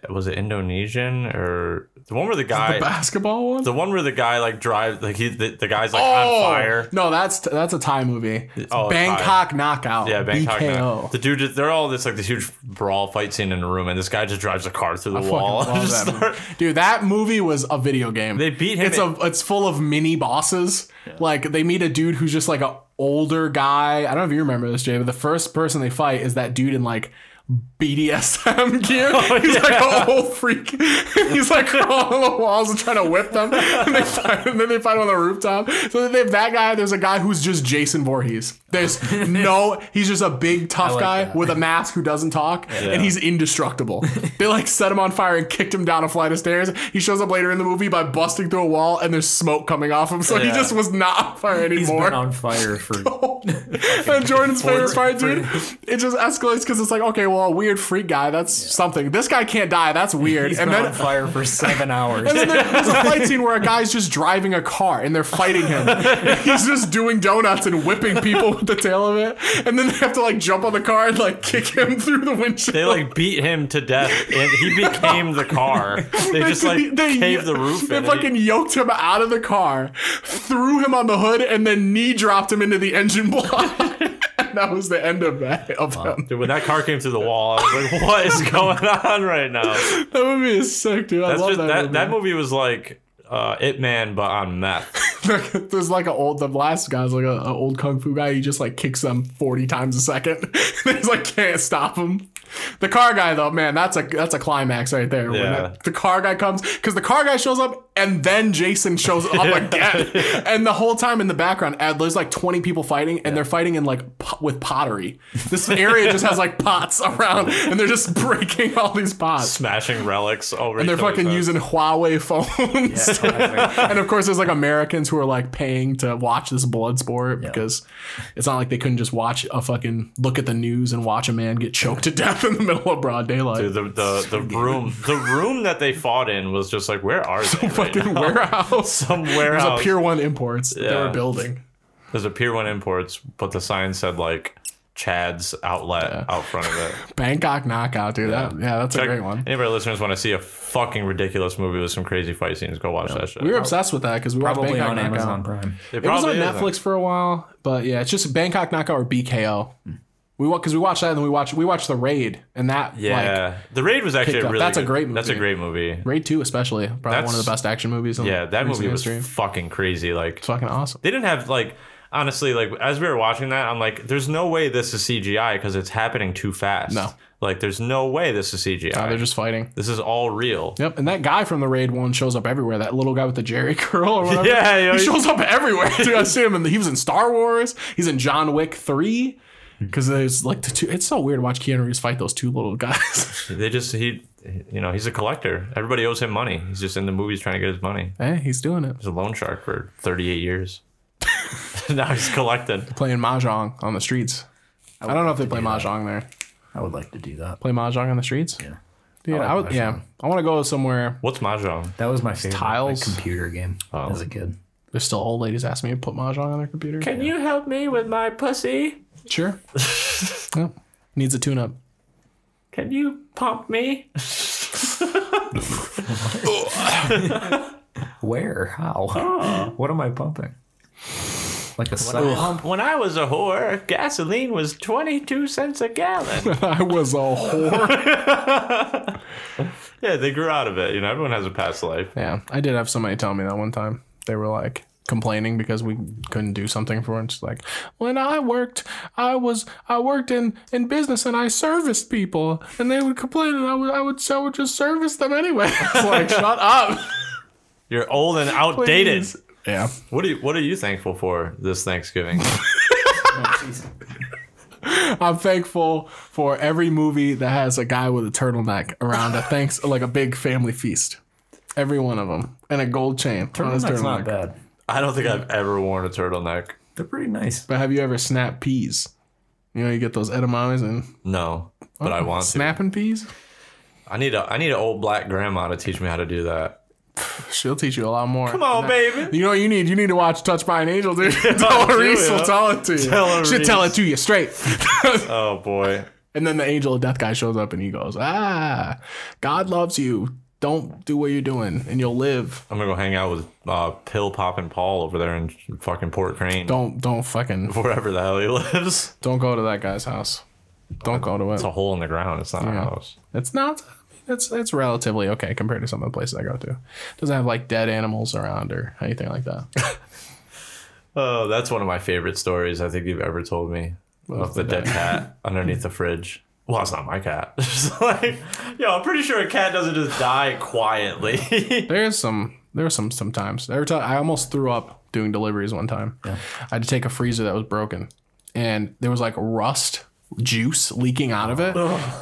was it Indonesian or the one where the guy the, Basketball one. one where the guy like drives like he the, the guy's like Oh! on fire. No, that's that's a Thai movie. Oh, Bangkok Knockout. Yeah, Bangkok. BKO. Now. The dude, just- they're all this like this huge brawl fight scene in a room, and this guy just drives a car through the Fucking wall. <laughs> love <laughs> and just that movie. start- Dude, that movie was a video game. They beat him It's in- a it's full of mini bosses. Like they meet a dude who's just like a older guy. I don't know if you remember this, Jay, but the first person they fight is that dude in like BDSM <laughs> gear. Oh, he's like a old freak. <laughs> he's like <laughs> crawling on the walls and trying to whip them. And, they fight, and then they fight on the rooftop. So then they have that guy. There's a guy who's just Jason Voorhees. There's <laughs> no. He's just a big tough like guy that. with a mask who doesn't talk, and he's <laughs> indestructible. they like set him on fire and kicked him down a flight of stairs. He shows up later in the movie by busting through a wall, and there's smoke coming off him. So he Yeah. just was not on fire He's anymore been <laughs> on fire for <laughs> and Jordan's favorite part, dude, it just escalates because it's like, okay, well, well, weird freak guy. That's something. This guy can't die. That's weird. He's and been then on fire for seven hours. <laughs> And there- there's a <laughs> fight scene where a guy's just driving a car and they're fighting him. He's just doing donuts and whipping people with the tail of it. And then they have to like jump on the car and like kick him through the windshield. They like beat him to death, and <laughs> he became the car. They just like caved the roof. They in and fucking he- yoked him out of the car, threw him on the hood, and then knee dropped him into the engine block. <laughs> and that was the end of that of him. Dude, when that car came through the wall, I was like, <laughs> "What is going on <laughs> right now?" That movie is sick, dude. I That's love just that, that. movie. That movie was like uh, It Man, but on meth. <laughs> <laughs> There's like an old the last guy's like an old kung fu guy. He just like kicks them forty times a second. <laughs> they just like can't stop him. The car guy though, man, that's a that's a climax right there. When Yeah. that- the car guy comes because the car guy shows up and then Jason shows up again. And the whole time in the background, Ed, there's like twenty people fighting and they're fighting in like po- with pottery. This area just has like pots <laughs> around and they're just breaking all these pots. smashing relics over. And they're each other's fucking heads. using Huawei phones. <laughs> and of course, there's like Americans who are like paying to watch this blood sport because it's not like they couldn't just watch a fucking look at the news and watch a man get choked to death in the middle of broad daylight. Dude, the the, the room the room that they fought in was just like where are they? Right <laughs> fucking now? warehouse. <laughs> Some There's a warehouse. Pier One Imports that they Yeah. were building. There's a Pier One Imports, but the sign said like Chad's Outlet out front of it. Bangkok Knockout, dude. Yeah, that, yeah that's a Check- <laughs> great one. Any of our listeners want to see a fucking ridiculous movie with some crazy fight scenes? Go watch that shit. We were obsessed with that because we watched Probably Bangkok on Knockout. Amazon Prime. It It was on probably is. Netflix for a while, but yeah, it's just Bangkok Knockout or BKO. We because we watched that and then we watched we watched the Raid and that like Yeah, the raid was actually picked a up. really. That's a good- great That's a movie. great movie. Raid Two especially probably one of That's- the best action movies. In Yeah, that recent movie was history. fucking crazy. Like It's fucking awesome. they didn't have like honestly like as we were watching that i'm like there's no way this is cgi because it's happening too fast No. like there's no way this is cgi Uh, they're just fighting. this is all real Yep, and that guy from the Raid One shows up everywhere. That little guy with the Jerry <laughs> curl or whatever. Yeah, yeah, he he- shows up <laughs> everywhere. Dude, I see him, and he was in Star Wars. He's in John Wick Three. Hmm. Because there's like the two. It's so weird to watch Keanu Reeves fight those two little guys. <laughs> they just he you know he's a collector everybody owes him money he's just in the movies trying to get his money hey, Eh, he's doing it. he's a loan shark for 38 years <laughs> now he's collecting Playing mahjong on the streets. I, don't know if they play mahjong there. I would like to do that. Play mahjong on the streets. Yeah. Dude, I, would. Yeah, I want to go somewhere. what's mahjong That was my favorite like, tiles. computer game as a kid. There's still old ladies asking me to put mahjong on their computer. can you help me with my pussy Sure. yeah. Needs a tune up. can you pump me Where? How? <laughs> What am I pumping? Like a suck. Um, when i was a whore gasoline was 22 cents a gallon <laughs> I was a whore. <laughs> Yeah, they grew out of it. You know, everyone has a past life. Yeah, I did have somebody tell me that one time. They were like complaining because we couldn't do something for them. Just like when I worked, I was I worked in in business and I serviced people, and they would complain, and I would I would I would just service them anyway. <laughs> it's like shut up. You're old and outdated. Please. Yeah. What are you What are you thankful for this Thanksgiving? I'm thankful for every movie that has a guy with a turtleneck around a thanks like a big family feast. Every one of them and a gold chain on his That's not turtleneck. bad. I don't think I've ever worn a turtleneck. They're pretty nice. But have you ever snapped peas? You know, you get those edamames and No, but I want snapping peas. to. I need a I need an old black grandma to teach me how to do that. She'll teach you a lot more. Come on, baby. You know what you need? You need to watch Touched by an Angel, <laughs> dude. <laughs> I'll Tell do Reese it. will tell it to you. Tell her She'll Reese. tell it to you straight. <laughs> Oh boy. and then the angel of death guy shows up and he goes, Ah, God loves you. Don't do what you're doing and you'll live. I'm gonna go hang out with uh, Pill Pop and Paul over there in fucking Port Crane, Don't don't fucking <laughs> wherever the hell he lives. don't go to that guy's house. Don't go to It's a it. hole in the ground. It's not a Yeah. house. It's not it's it's relatively okay compared to some of the places I go to. Doesn't have like dead animals around or anything like that. Oh, that's one of my favorite stories I think you've ever told me of the dead cat underneath the fridge. Well, it's not my cat. <laughs> It's like, yo, I'm pretty sure a cat doesn't just die quietly. <laughs> There is some. There are some sometimes. Every time I almost threw up doing deliveries one time. I had to take a freezer that was broken, and there was like rust juice leaking out of it,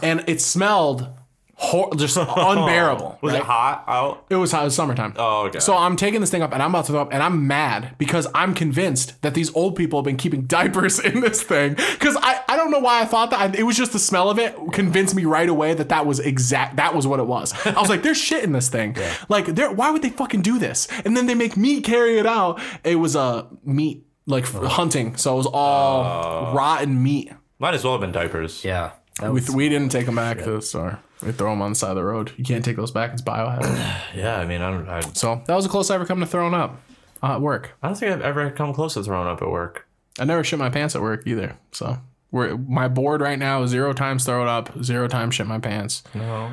and it smelled hor- just unbearable. <laughs> Was right? it hot out? It was hot. It was summertime. Oh, okay. So I'm taking this thing up and I'm about to throw up and I'm mad because I'm convinced that these old people have been keeping <laughs> diapers in this thing. Because I, I don't know why I thought that. I, it was just the smell of it convinced me right away that that was exact. That was what it was. I was like, there's shit in this thing. Like, there. Why would they fucking do this? And then they make me carry it out. It was uh, meat like f- Oh. hunting, so it was all rotten meat. Might as well have been diapers. Yeah. That We, was, we didn't take them back. Sorry. We throw them on the side of the road. You can't take those back. It's biohazard. Yeah, I mean, I don't, I, So that was the closest I ever come to throwing up uh, at work. I don't think I've ever come close to throwing up at work. I never shit my pants at work either. So we're, my board right now is zero times throw it up, zero times shit my pants, No,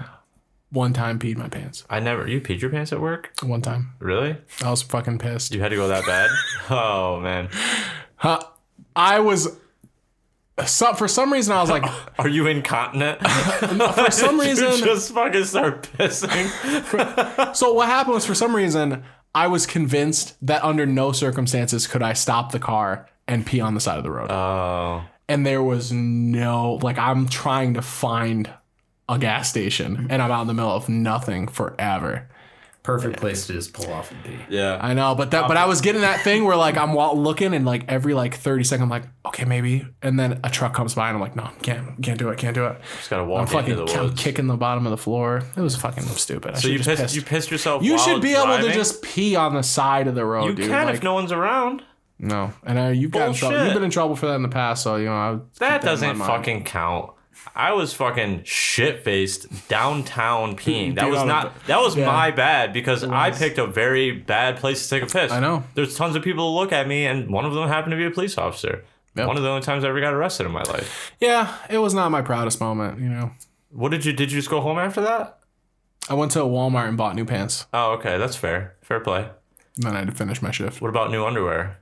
one time peed my pants. I never. You peed your pants at work? One time. Really? I was fucking pissed. You had to go that <laughs> bad? oh man. Huh. I was. So, for some reason, I was like, Are you incontinent? <laughs> for some reason, you just fucking start <laughs> pissing. So what happened was for some reason I was convinced that under no circumstances could I stop the car and pee on the side of the road. Oh. And there was no like I'm trying to find a gas Mm-hmm. station and I'm out in the middle of nothing forever. perfect place to just pull off and pee. Yeah. I know, but that but I was getting that thing where like I'm wa- looking and like every like 30 second I'm like okay maybe and then a truck comes by and I'm like no can't can't do it can't do it. Just gotta I'm walk fucking into the I'm woods. kicking the bottom of the floor. It was fucking stupid. I so should you just pissed, You pissed yourself. You while should be able to driving? Oh, just pee on the side of the road, You dude. can like, if no one's around. no. And I, you've gotten Bullshit. trouble. You've been in trouble for that in the past, so you know. I would keep That in doesn't my mind. fucking count. I was fucking shit faced downtown peeing. That Dude, was I'm- not. That was my bad because I picked a very bad place to take a piss. I know. There's tons of people who look at me, and one of them happened to be a police officer. Yep. One of the only times I ever got arrested in my life. Yeah, it was not my proudest moment. You know, What did you? Did you just go home after that? I went to Walmart and bought new pants, Oh, okay, that's fair. Fair play. and then I had to finish my shift. What about new underwear?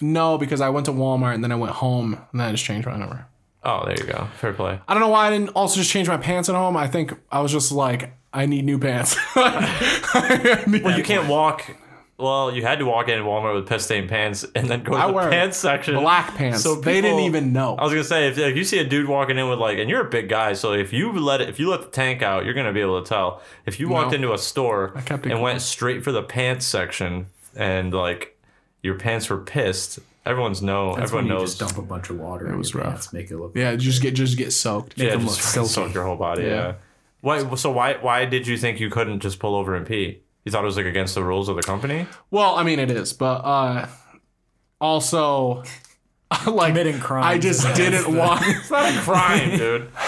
No, because I went to Walmart and then I went home, and then I just changed my number. Oh, there you go. Fair play. I don't know why I didn't also just change my pants at home. I think I was just like, I need new pants. <laughs> I need- Well, you can't walk. Well, you had to walk into Walmart with piss stained pants and then go to I the wear pants section. <laughs> black pants. They didn't even know. I was gonna say if, if you see a dude walking in with like, and you're a big guy, so if you let it, if you let the tank out, you're gonna be able to tell. If you walked No. into a store I kept it and going. went straight for the pants section and like your pants were pissed, everyone's know. That's everyone when you knows. just dump a bunch of water. It was rough. make it look. Yeah, just get just get soaked. yeah, them just look fucking silky. soak your whole body. Yeah. Yeah. Why? So why? Why did you think you couldn't just pull over and pee? You thought it was like against the rules of the company? Well, I mean it is, but uh also <laughs> like Committing crimes I <laughs> just didn't want It's not a crime, dude. <laughs>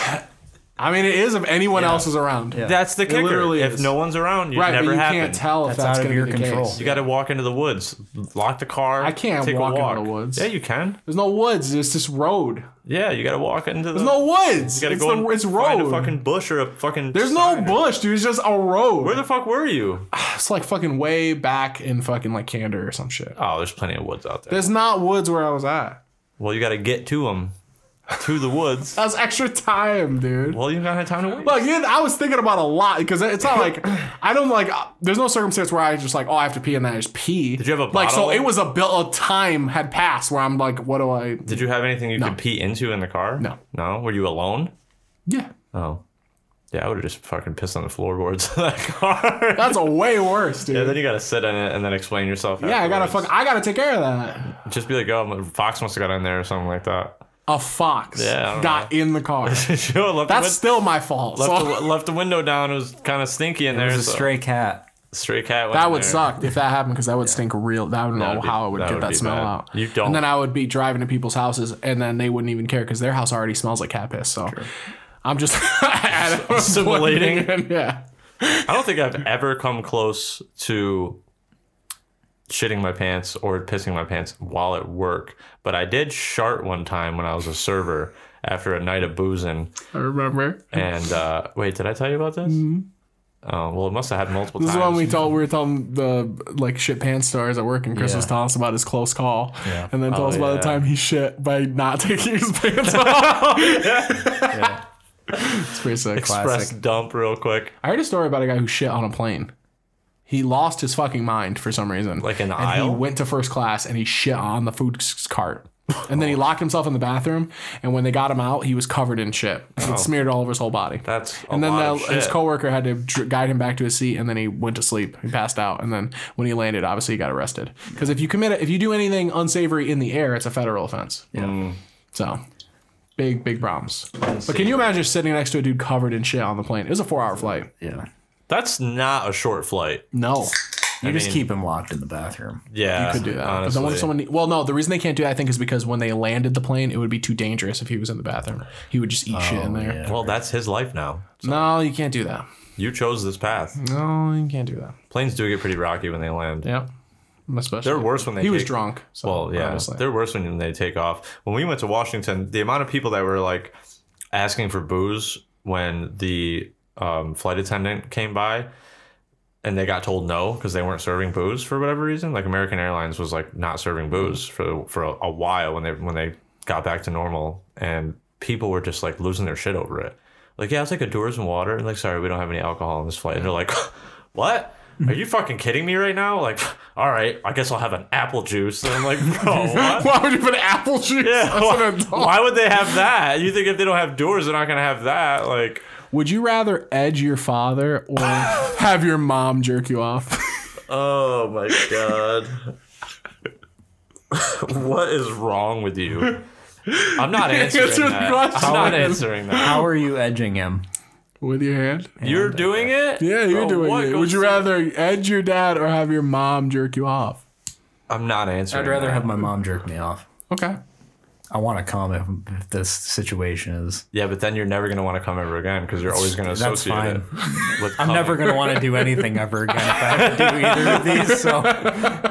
I mean it is if anyone else is around. That's the kicker. literally If is. no one's around, you Right, never but you happen. can't tell if That's that's, out of gonna your be the control. case. You got to walk into the woods, lock the car. I can't take walk a into walk. the woods. Yeah, you can. There's no woods. It's just road. Yeah, you got to walk into the. There's no woods. You got to it's, go. the, and it's find a road. fucking bush or a fucking. There's no sign. bush, dude. It's just a road. Where the fuck were you? it's like fucking way back in fucking like Candor or some shit. Oh, there's plenty of woods out there. There's not woods where I was at. well, you got to get to them, to the woods. That's extra time, dude. well, you don't have time to wait. Look, you- I was thinking about a lot because it's not <laughs> like I don't like. uh, There's no circumstance where I just like, oh, I have to pee and then I just pee. Did you have a like? So bottle? it was a bill. A time had passed where I'm like, what do I? Did you have anything you could pee into in the car? No. No. Were you alone? <laughs> Yeah, Oh. Yeah, I would have just fucking pissed on the floorboards <laughs> of <laughs> that car. that's a way worse, dude. yeah, Yeah, then you gotta sit in it and then explain yourself. I gotta afterwards. fuck. I gotta take care of that. Just be like, oh, Fox must have got in there or something like that. <laughs> A fox Yeah, I don't got in the <laughs> car. sure, left, That's the, still my fault. win- left, so- the, left the window down. It was kind of stinky in there. There's a so- stray cat. stray cat. Went that in would there. suck if that happened because that would stink real. That would know would be- how I would that get would that be smell bad. out. You don't. And then I would be driving to people's houses, and then they wouldn't even care because their house already smells like cat piss. So I'm just <laughs> Assimilating. yeah. I don't think I've ever come close to shitting my pants or pissing my pants while at work, but I did shart one time when I was a server after a night of boozing. I remember. And uh, wait, did I tell you about this? Oh well, it must have happened multiple Mm-hmm. This is times. when we told we were telling the like shit pants stories at work, and Chris Yeah. was telling us about his close call, Yeah. and then told us about yeah. the time he shit by not <laughs> taking his <laughs> pants off. It's pretty sick. Express dump real quick, I heard a story about a guy who shit on a plane. He lost his fucking mind for some reason. like an and he aisle. went to first class and he shit on the food s- cart. And then he locked himself in the bathroom, and when they got him out, he was covered in shit. It smeared all over his whole body. Oh. That's a and then lot the- of shit. his coworker had to dr- guide him back to his seat, and then he went to sleep. He passed out, and then when he landed, obviously he got arrested. Because if you commit, if you do anything unsavory in the air, it's a federal offense. Yeah. So, big big problems. But can you imagine sitting next to a dude covered in shit on the plane? It was a four hour flight. Yeah. That's not a short flight. No, You just mean- keep him locked in the bathroom. Yeah, could do that. But Honestly. then when someone, well, no, the reason they can't do that, I think, is because when they landed the plane, it would be too dangerous if he was in the bathroom. He would just Oh, eat shit in there. yeah. well, that's his life now. No, you can't do that. You chose this path. No, you can't do that. Planes do get pretty rocky when they land. Yep. Especially. They're worse when they He was take- drunk. So Well, yeah, obviously. they're worse when they take off. When we went to Washington, the amount of people that were like asking for booze when the um, flight attendant came by and they got told no because they weren't serving booze for whatever reason. Like American Airlines was like not serving booze for for a, a while when they when they got back to normal, and people were just like losing their shit over it. Like, yeah, it's like a doors and water. And like, sorry, we don't have any alcohol on this flight. And they're like, <laughs> what? Are you fucking kidding me right now? Like, <laughs> all right, I guess I'll have an apple juice. And I'm like, <laughs> bro, <laughs> what? Why would you put apple juice Yeah, on <laughs> why, an adult? why would they have that? You think if they don't have doors, they're not gonna have that? Like, Would you rather edge your father <laughs> or have your mom jerk you off? <laughs> oh my <laughs> god, what is wrong with you? I'm <laughs> not answering Answer the that. question. I'm not answering that. How are you edging him? With your hand? uh, You're doing it. Yeah, you're Bro, doing what it. goes Would you through- rather edge your dad or have your mom jerk you off? I'm not answering. I'd rather that. have my mom jerk me off. Okay. I want to come if, if this situation is. Yeah, but then you're never gonna want to come ever again because you're always gonna That's associate it. With I'm never going to want to do anything ever again if I have to do either of these. So at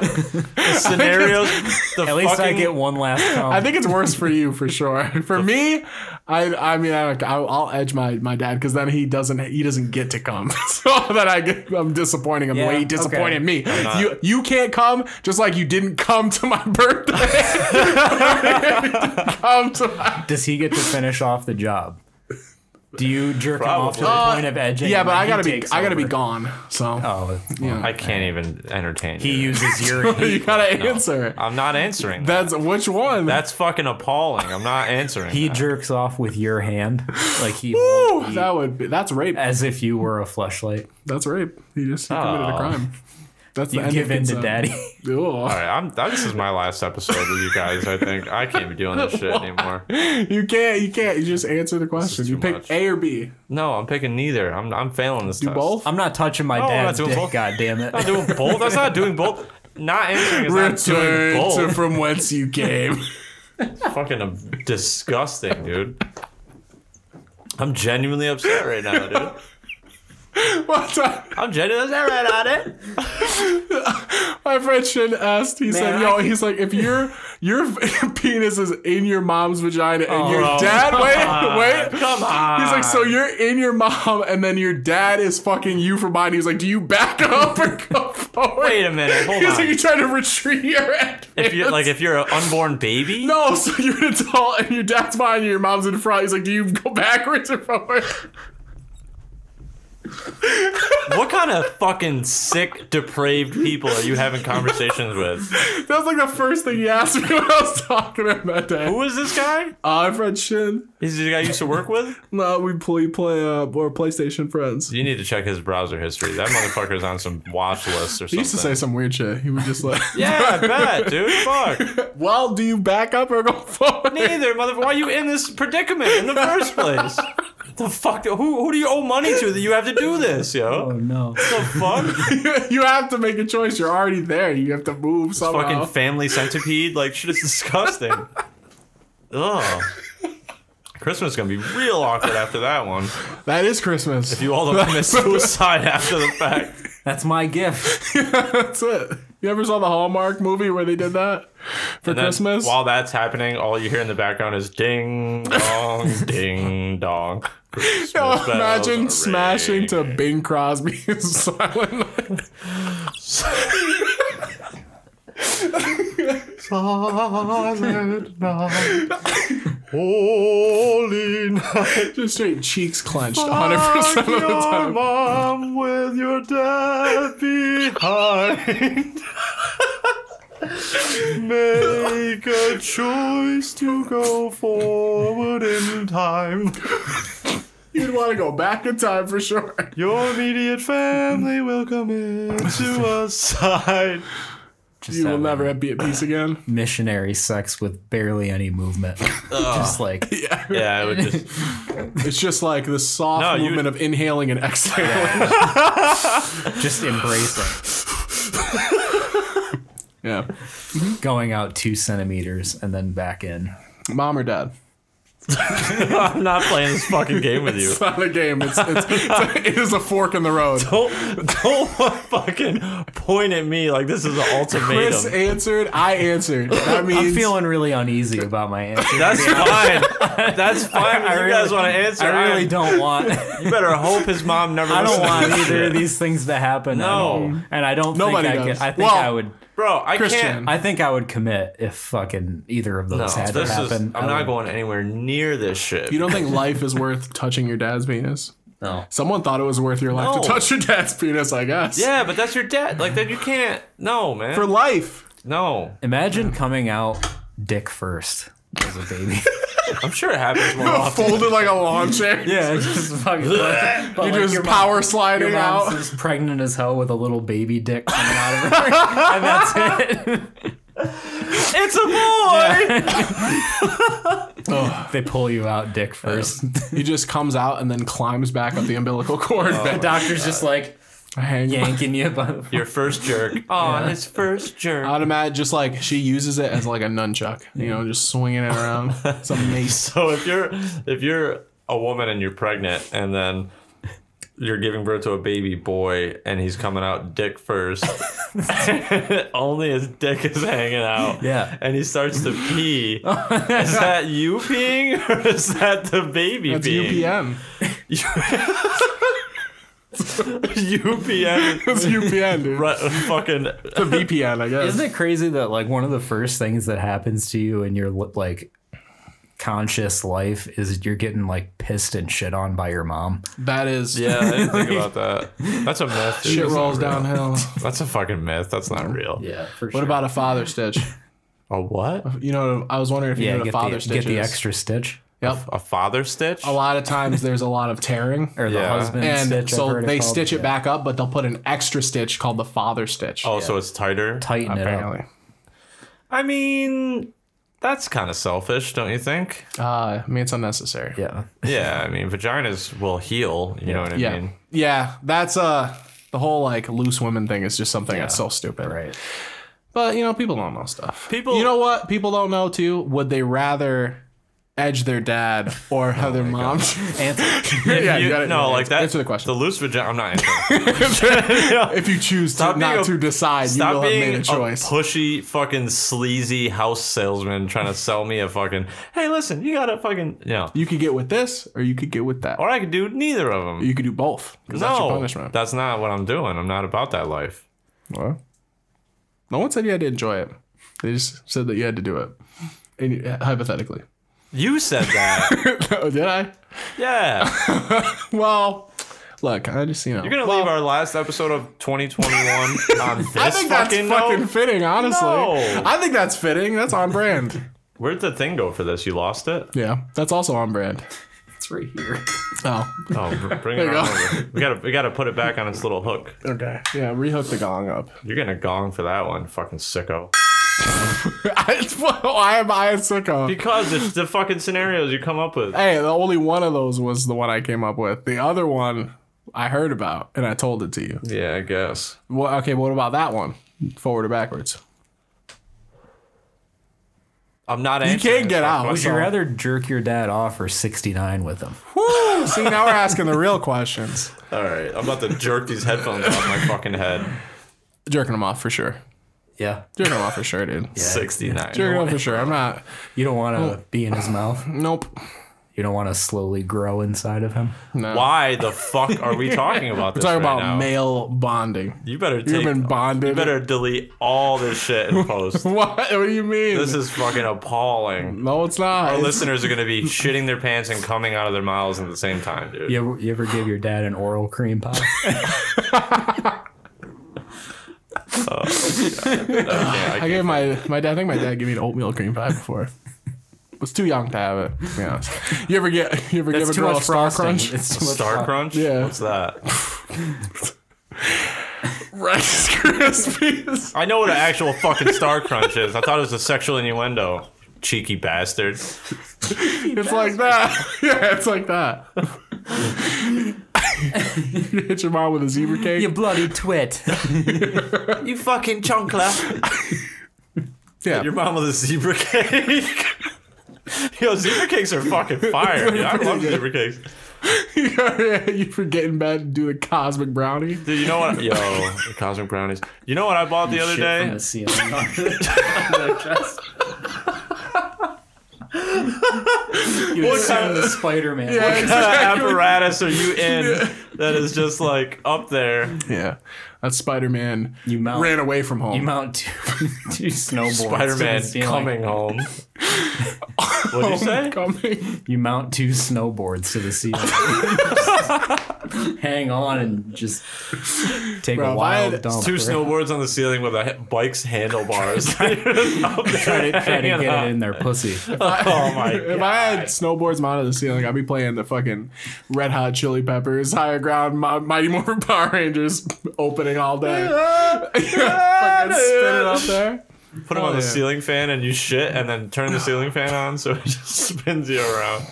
<laughs> scenarios. The least I fucking- get one last come. I think it's worse for you for sure. <laughs> For me, I I mean I, I'll I'll edge my, my dad because then he doesn't he doesn't get to come, <laughs> so that I get I'm disappointing him the Yeah, way he okay. disappointed me. not- You you can't come just like you didn't come to my <laughs> <laughs> birthday. You didn't come to my Does he get to finish off the job? Do you jerk him off to the Probably. point of edging? yeah, and but then I he gotta be takes I gotta be over? gone. So Oh, yeah. I can't even entertain. he you. uses <laughs> your. you He, gotta answer. I'm not answering. That. That's which one. That's fucking appalling. I'm not answering. he that. jerks off with your hand, like he Eh. Ooh, won't eat, that would be that's rape. as if you were a flashlight. That's rape. He just he committed a Oh. crime. That's the You end give of in to consent. daddy. <laughs> Ew. All right, I'm, this is my last episode with you guys. I think I can't be doing this <laughs> shit anymore. <laughs> You can't. You can't. You just answer the question. too You pick much. A or B. No, I'm picking neither. I'm I'm failing this. Do test. both. I'm not touching my Oh, I'm not dad's doing dick. both. God damn it! I'm not doing both. That's not doing both. Not answering is not doing both. from whence you <laughs> came. fucking um, disgusting, dude. I'm genuinely upset right now, dude. What's up? I'm genuinely upset right now, dude. My friend Shin asked. He said, Man, "Yo, I- he's like, if your your <laughs> penis is in your mom's vagina and your dad, wait, wait." Oh, Come on. He's like, so you're in your mom, and then your dad is fucking you from behind. He's like, do you back <laughs> up or go forward? Wait a minute, hold He's on. like, you trying to retrieve your advance. if you like, if you're an unborn baby, No, so you're an adult and your dad's behind you, your mom's in front. He's like, do you go backwards or forward? <laughs> What kind of fucking sick, depraved people are you having conversations with? That was like the first thing he asked me when I was talking to him that day. Who is this guy? Uh, friend Shin. Is he the guy you used to work with? No, we play play uh, or PlayStation friends. You need to check his browser history. That motherfucker's on some watch list or something. He used to say some weird shit. He would just <laughs> like, yeah, I <laughs> bet, dude. Fuck. well, do you back up or go <laughs> forward? Neither, motherfucker. Why are you in this predicament in the first place? <laughs> The fuck? Who, who do you owe money to that you have to do this, <laughs> Oh yo? no! <laughs> The fuck? you have to make a choice. You're already there. You have to move somehow. <laughs> Fucking family centipede. Like, shit is disgusting. <laughs> Ugh. Christmas is gonna be real awkward after that one. that is Christmas. You all don't <laughs> commit suicide after the fact. That's my gift. That's it. You ever saw the Hallmark movie where they did that for And then Christmas? While that's happening, all you hear in the background is ding <laughs> dong, ding dong. Christmas Oh, bells <laughs> are imagine ringing. smashing to Bing Crosby <laughs> in Silent Night. Holy night, Just straight cheeks clenched 100% of the your time. mom <laughs> with your dad behind. Make a choice to go forward in time. You'd want to go back in time for sure. Your immediate family will come into a side. Just <laughs> You will having never be at peace again. missionary sex with barely any <laughs> movement. <laughs> just like Yeah, I would just. It's just like the soft No, you- movement of inhaling and exhaling. just embracing, <laughs> Yeah. going out two centimeters and then back in. Mom or dad? <laughs> I'm not playing this fucking game with you. <laughs> It's not a game. It's, it's, it's it is a fork in the road. Don't, don't fucking point at me like this is an ultimatum. Chris answered. I answered. That means I'm feeling really uneasy about my answer. <laughs> That's fine. That's fine. I you really- guys want to answer? I really am- don't want. <laughs> You better hope his mom never. I don't listens to want this either of shit. these things to happen. No. at all. and I don't Nobody think I does. could. I think Well- I would. Bro, I Christian. can't. I think I would commit if fucking either of No, those had to this is. happen. I'm I not would- going anywhere near this shit. You don't think life is worth touching your dad's penis? No. Someone thought it was worth your life No. to touch your dad's penis, I guess. yeah, but that's your dad. Like that, you can't. No, man. For life. no, Imagine coming out dick first as a baby. I'm sure it happens more often. Folded <laughs> like a lawn chair. yeah, it's just fucking. but You like, just your mom- power Your sliding mom's out. just pregnant as hell with a little baby dick coming out of her, and that's it. It's a boy. They pull you out dick first. He just Oh. comes out and then climbs back up the umbilical cord. the doctor's just like hang yanking you by the. Your first jerk. <laughs> Oh, his first jerk. I'd imagine just like she uses it as like a nunchuck, you know, just swinging it <laughs> around. It's a mace. <laughs> So if you're if you're a woman and you're pregnant and then you're giving birth to a baby boy and he's coming out dick <laughs> first, only his dick is hanging out. Yeah. And he <laughs> starts to pee. is that you peeing or is that the baby That's peeing? UPN. <laughs> <laughs> UPN. That's UPN, dude. Right, uh, fucking The VPN, I guess. Isn't it crazy that like one of the first things that happens to you in your like conscious life is you're getting like pissed and shit on by your mom? That is. yeah. I didn't think about that. That's a myth. dude. Shit rolls downhill. <laughs> That's a fucking myth. That's not real. Yeah, for What about a father stitch? A what? You know, I was wondering if you yeah? know what a Get father the, stitch get the is. extra stitch Yep. A father stitch? A lot of times there's a lot <laughs> of tearing. or the Yeah. husband and stitch. I've so heard they called. stitch it Yeah. back up, but they'll put an extra stitch called the father stitch. Oh, so it's tighter. tighten it apparently. I mean, that's kind of selfish, don't you think? Uh, I mean, it's unnecessary. Yeah, up. Yeah, Yeah, I mean, vaginas will heal. You know what I yeah, mean? That's uh, the whole like loose women thing is just something that's so stupid. <laughs> right. But you know, people don't know stuff. People- you know what? People don't know too. Would they rather edge their <laughs> dad or Oh have their mom? <laughs> Answer. yeah, You- no, like that. Answer the question. The loose vagina. I'm not. Answering. if you choose to Stop being not a- to decide, you will Stop have being made a choice. pushy, fucking sleazy house salesman trying to sell me a fucking. Hey, listen, you gotta fucking. You know, you could get with this, or you could get with that, or or I could do neither of them. you could do both. 'cause no, that's your punishment. that's not what I'm doing. I'm not about that life. Well, no one said you had to enjoy it. They just said that you had to do it. And, hypothetically. <laughs> You said that. Oh, did I? yeah, Well, look, I just, you know. you're gonna leave our last episode of <laughs> 2021 on this I think that's fucking, fucking note? fitting, honestly. No. I think that's fitting. That's on <laughs> brand. Where'd the thing go for this? You lost it? yeah, that's also on brand. it's right here. Oh, <laughs> Oh, br- bring it you on go. over. We gotta, we gotta put it back on its little hook. okay. Yeah, rehook the gong <laughs> up. <laughs> You're getting a gong for that one, fucking sicko. <laughs> Why am I a sicko? Because it's the fucking scenarios you come up with. Hey, the only one of those was the one I came up with. The other one I heard about and I told it to you. Yeah, I guess. Well, okay, what about that one? Forward or backwards? <laughs> I'm not. You can't get out. Would you rather jerk your dad off or 69 with him? Woo! See, now we're asking the real questions. All right, I'm about to jerk these headphones off my fucking <laughs> head. Jerking them off for sure. Yeah. Jerking them off for sure, dude. Sixty-nine. Jerking them off for sure. I'm not. You don't want to be in his mouth. Nope. You don't want to slowly grow inside of him. No. Why the fuck are <laughs> we talking about We're this? talking right about now? male bonding. You better take. You've been you bonded. better delete all this shit and <laughs> post. What? What do you mean? this is fucking appalling. no, it's not. Our It's- listeners are <laughs> gonna be shitting their pants and coming out of their mouths at the same time, dude. You ever, you ever give your dad an oral cream pie? I, I gave my my dad. I think my dad gave me an oatmeal cream <laughs> pie before. Was too young to have it. To be honest. You ever get you ever give a It's too girl a much star frosting. crunch? <laughs> It's too much Star fro- Crunch? Yeah. What's that? Rice Krispies. <laughs> I know what an actual fucking Star Crunch is. I thought it was a sexual innuendo. Cheeky bastard. It's like that. <laughs> Yeah, it's like that. you hit your mom with a zebra cake. <laughs> You bloody twit. You fucking chunkler. <laughs> yeah. Your mom with a zebra cake. <laughs> Yo, zebra cakes are fucking fire. Dude. I love zebra cakes. you forget in bed and do the cosmic <laughs> brownie. <laughs> Dude, you know what? Yo, the cosmic brownies. You know what I bought the other Shit day? from the ceiling onto the chest. <laughs> You what kind the Spider Man? <laughs> What kind of apparatus are you in that is just like up there? Yeah, that's Spider Man. You mount. ran away from home. You mount two, <laughs> two snowboards. to the Spider Man ceiling. coming home. What'd you say? Coming. You mount two snowboards to the ceiling. <laughs> Hang on and just take Bro, if I a wild had dump. Two right? snowboards on the ceiling with a he- bike's handlebars. <laughs> Try to, try to hanging get out. it in their <laughs> pussy. oh my If I had snowboards mounted to the ceiling, I'd be playing the fucking Red Hot Chili Peppers, Higher Ground, Mi- Mighty <laughs> Morphin Power Rangers opening all day. <laughs> fucking spin it up there. Put them on the yeah. ceiling fan and you shit, and then turn the ceiling fan on so it <laughs> just spins you around.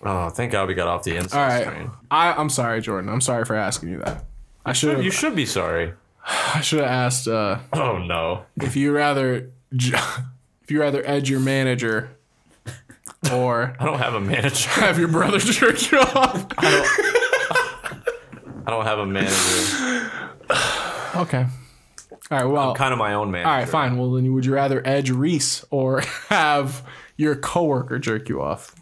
Oh, thank God we got off the insect All right, train. I, I'm sorry, Jordan. I'm sorry for asking you that. I should You have. should be sorry. I should have asked uh, Oh no. if you rather j- <laughs> if you rather edge your manager or I don't have a manager. <laughs> have your brother <laughs> jerk you off. I don't have a manager. Okay. All right. Well. Kind of my own manager. all right. Fine. Well, then, would you rather edge Reese or <laughs> have your coworker jerk you off?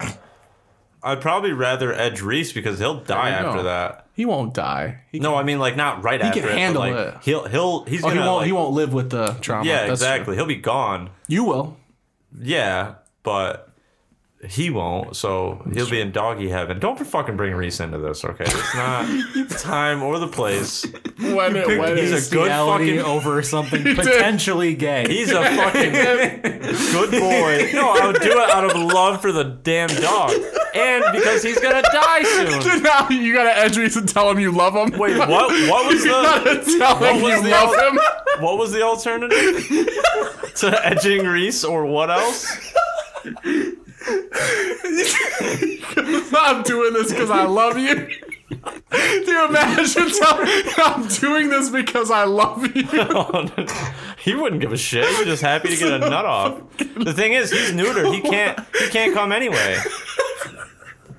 I'd probably rather edge Reese because he'll die you after go. that. He won't die. He, No, I mean like not right after. can it, but, handle like, it. He'll he'll he's oh, he gonna. won't. like- he won't live with the trauma. That's Yeah, true. exactly. He'll be gone. You will. Yeah, but he won't. So he'll be in doggy heaven. Don't fucking bring Reese into this, okay? It's not <laughs> the time or the place. When it, when he's it- a good Bestiality fucking- over something <laughs> potentially gay. He's a fucking good boy. No, I would do it out of love for the damn dog, and because he's gonna die <laughs> soon. now you gotta edge Reese and tell him you love him. <laughs> Wait, what? What was the? tell him was you the love other- him. <laughs> What was the alternative to edging Reese or what else? I'm doing this because I love you. <laughs> Do you imagine? Tell, I'm doing this because I love <laughs> you. he wouldn't give a shit. He was just happy to get a nut off. The thing is, he's neutered. He can't. He can't come anyway.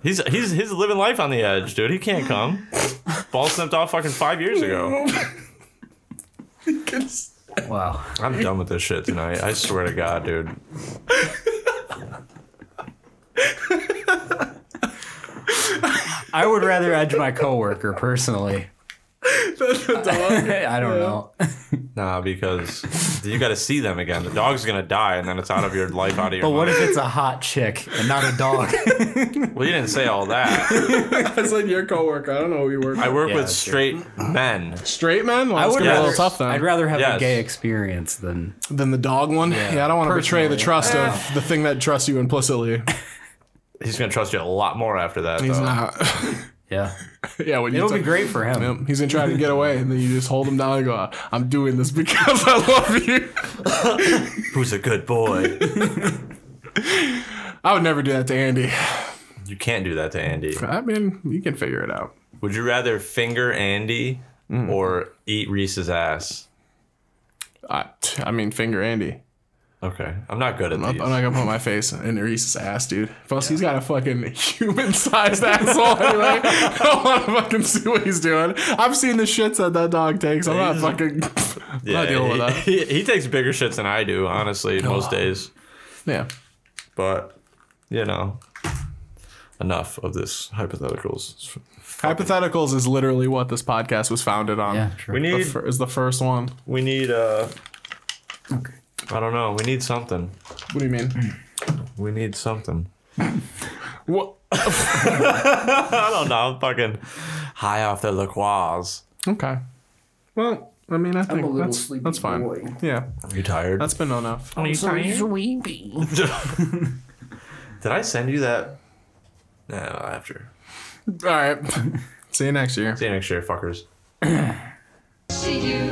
He's he's he's living life on the edge, dude. He can't come. Ball snipped off fucking five years ago. wow. I'm done with this shit tonight. I swear to God, dude. I would rather edge my coworker <laughs> personally. <laughs> I don't know. Nah, because you got to see them again. The dog's gonna die, and then it's out of your life, out of your. But what mind. if it's a hot chick and not a dog? Well, you didn't say all that. That's like your coworker. I don't know who you work. I work Yeah, with that's straight men. Straight man. <laughs> Well, I I would would be a rather, little tough then. I'd rather have Yes. a gay experience than than the dog one. Yeah, I don't want to betray the personally. trust of the thing that trusts you implicitly. He's gonna trust you a lot more after that. He's though. not. yeah. <laughs> yeah, when you It'll talk- be great for him. He's gonna try to get away, and then you just hold him down and go, "I'm doing this because I love you." Who's a good boy? I would never do that to Andy. you can't do that to Andy. I mean, you can figure it out. Would you rather finger Andy or eat Reese's ass? I, I mean, finger Andy. Okay, I'm not good at I'm these. not gonna put my face in Reese's ass, dude. Plus, he's got a fucking human-sized <laughs> asshole <laughs> anyway. I don't want to fucking see what he's doing. I've seen the shits that that dog takes. I'm not He's- fucking. <laughs> I'm not dealing with that. <laughs> he, he takes bigger shits than I do, honestly, most days. Yeah. But you know, enough of this hypotheticals. Hypotheticals is literally what this podcast was founded on. Yeah, true. We The need fir- is the first one. we need uh I don't know, we need something. What do you mean? <clears throat> We need something. What? I don't know, I'm fucking high off the LaCroix. Okay. Well, I mean, I think little that's sleepy that's fine. boy. Yeah, you tired? that's been enough. Are you tired? Sweepy. Did I send you that? No, after. All right. <laughs> See you next year. See you next year, fuckers. See you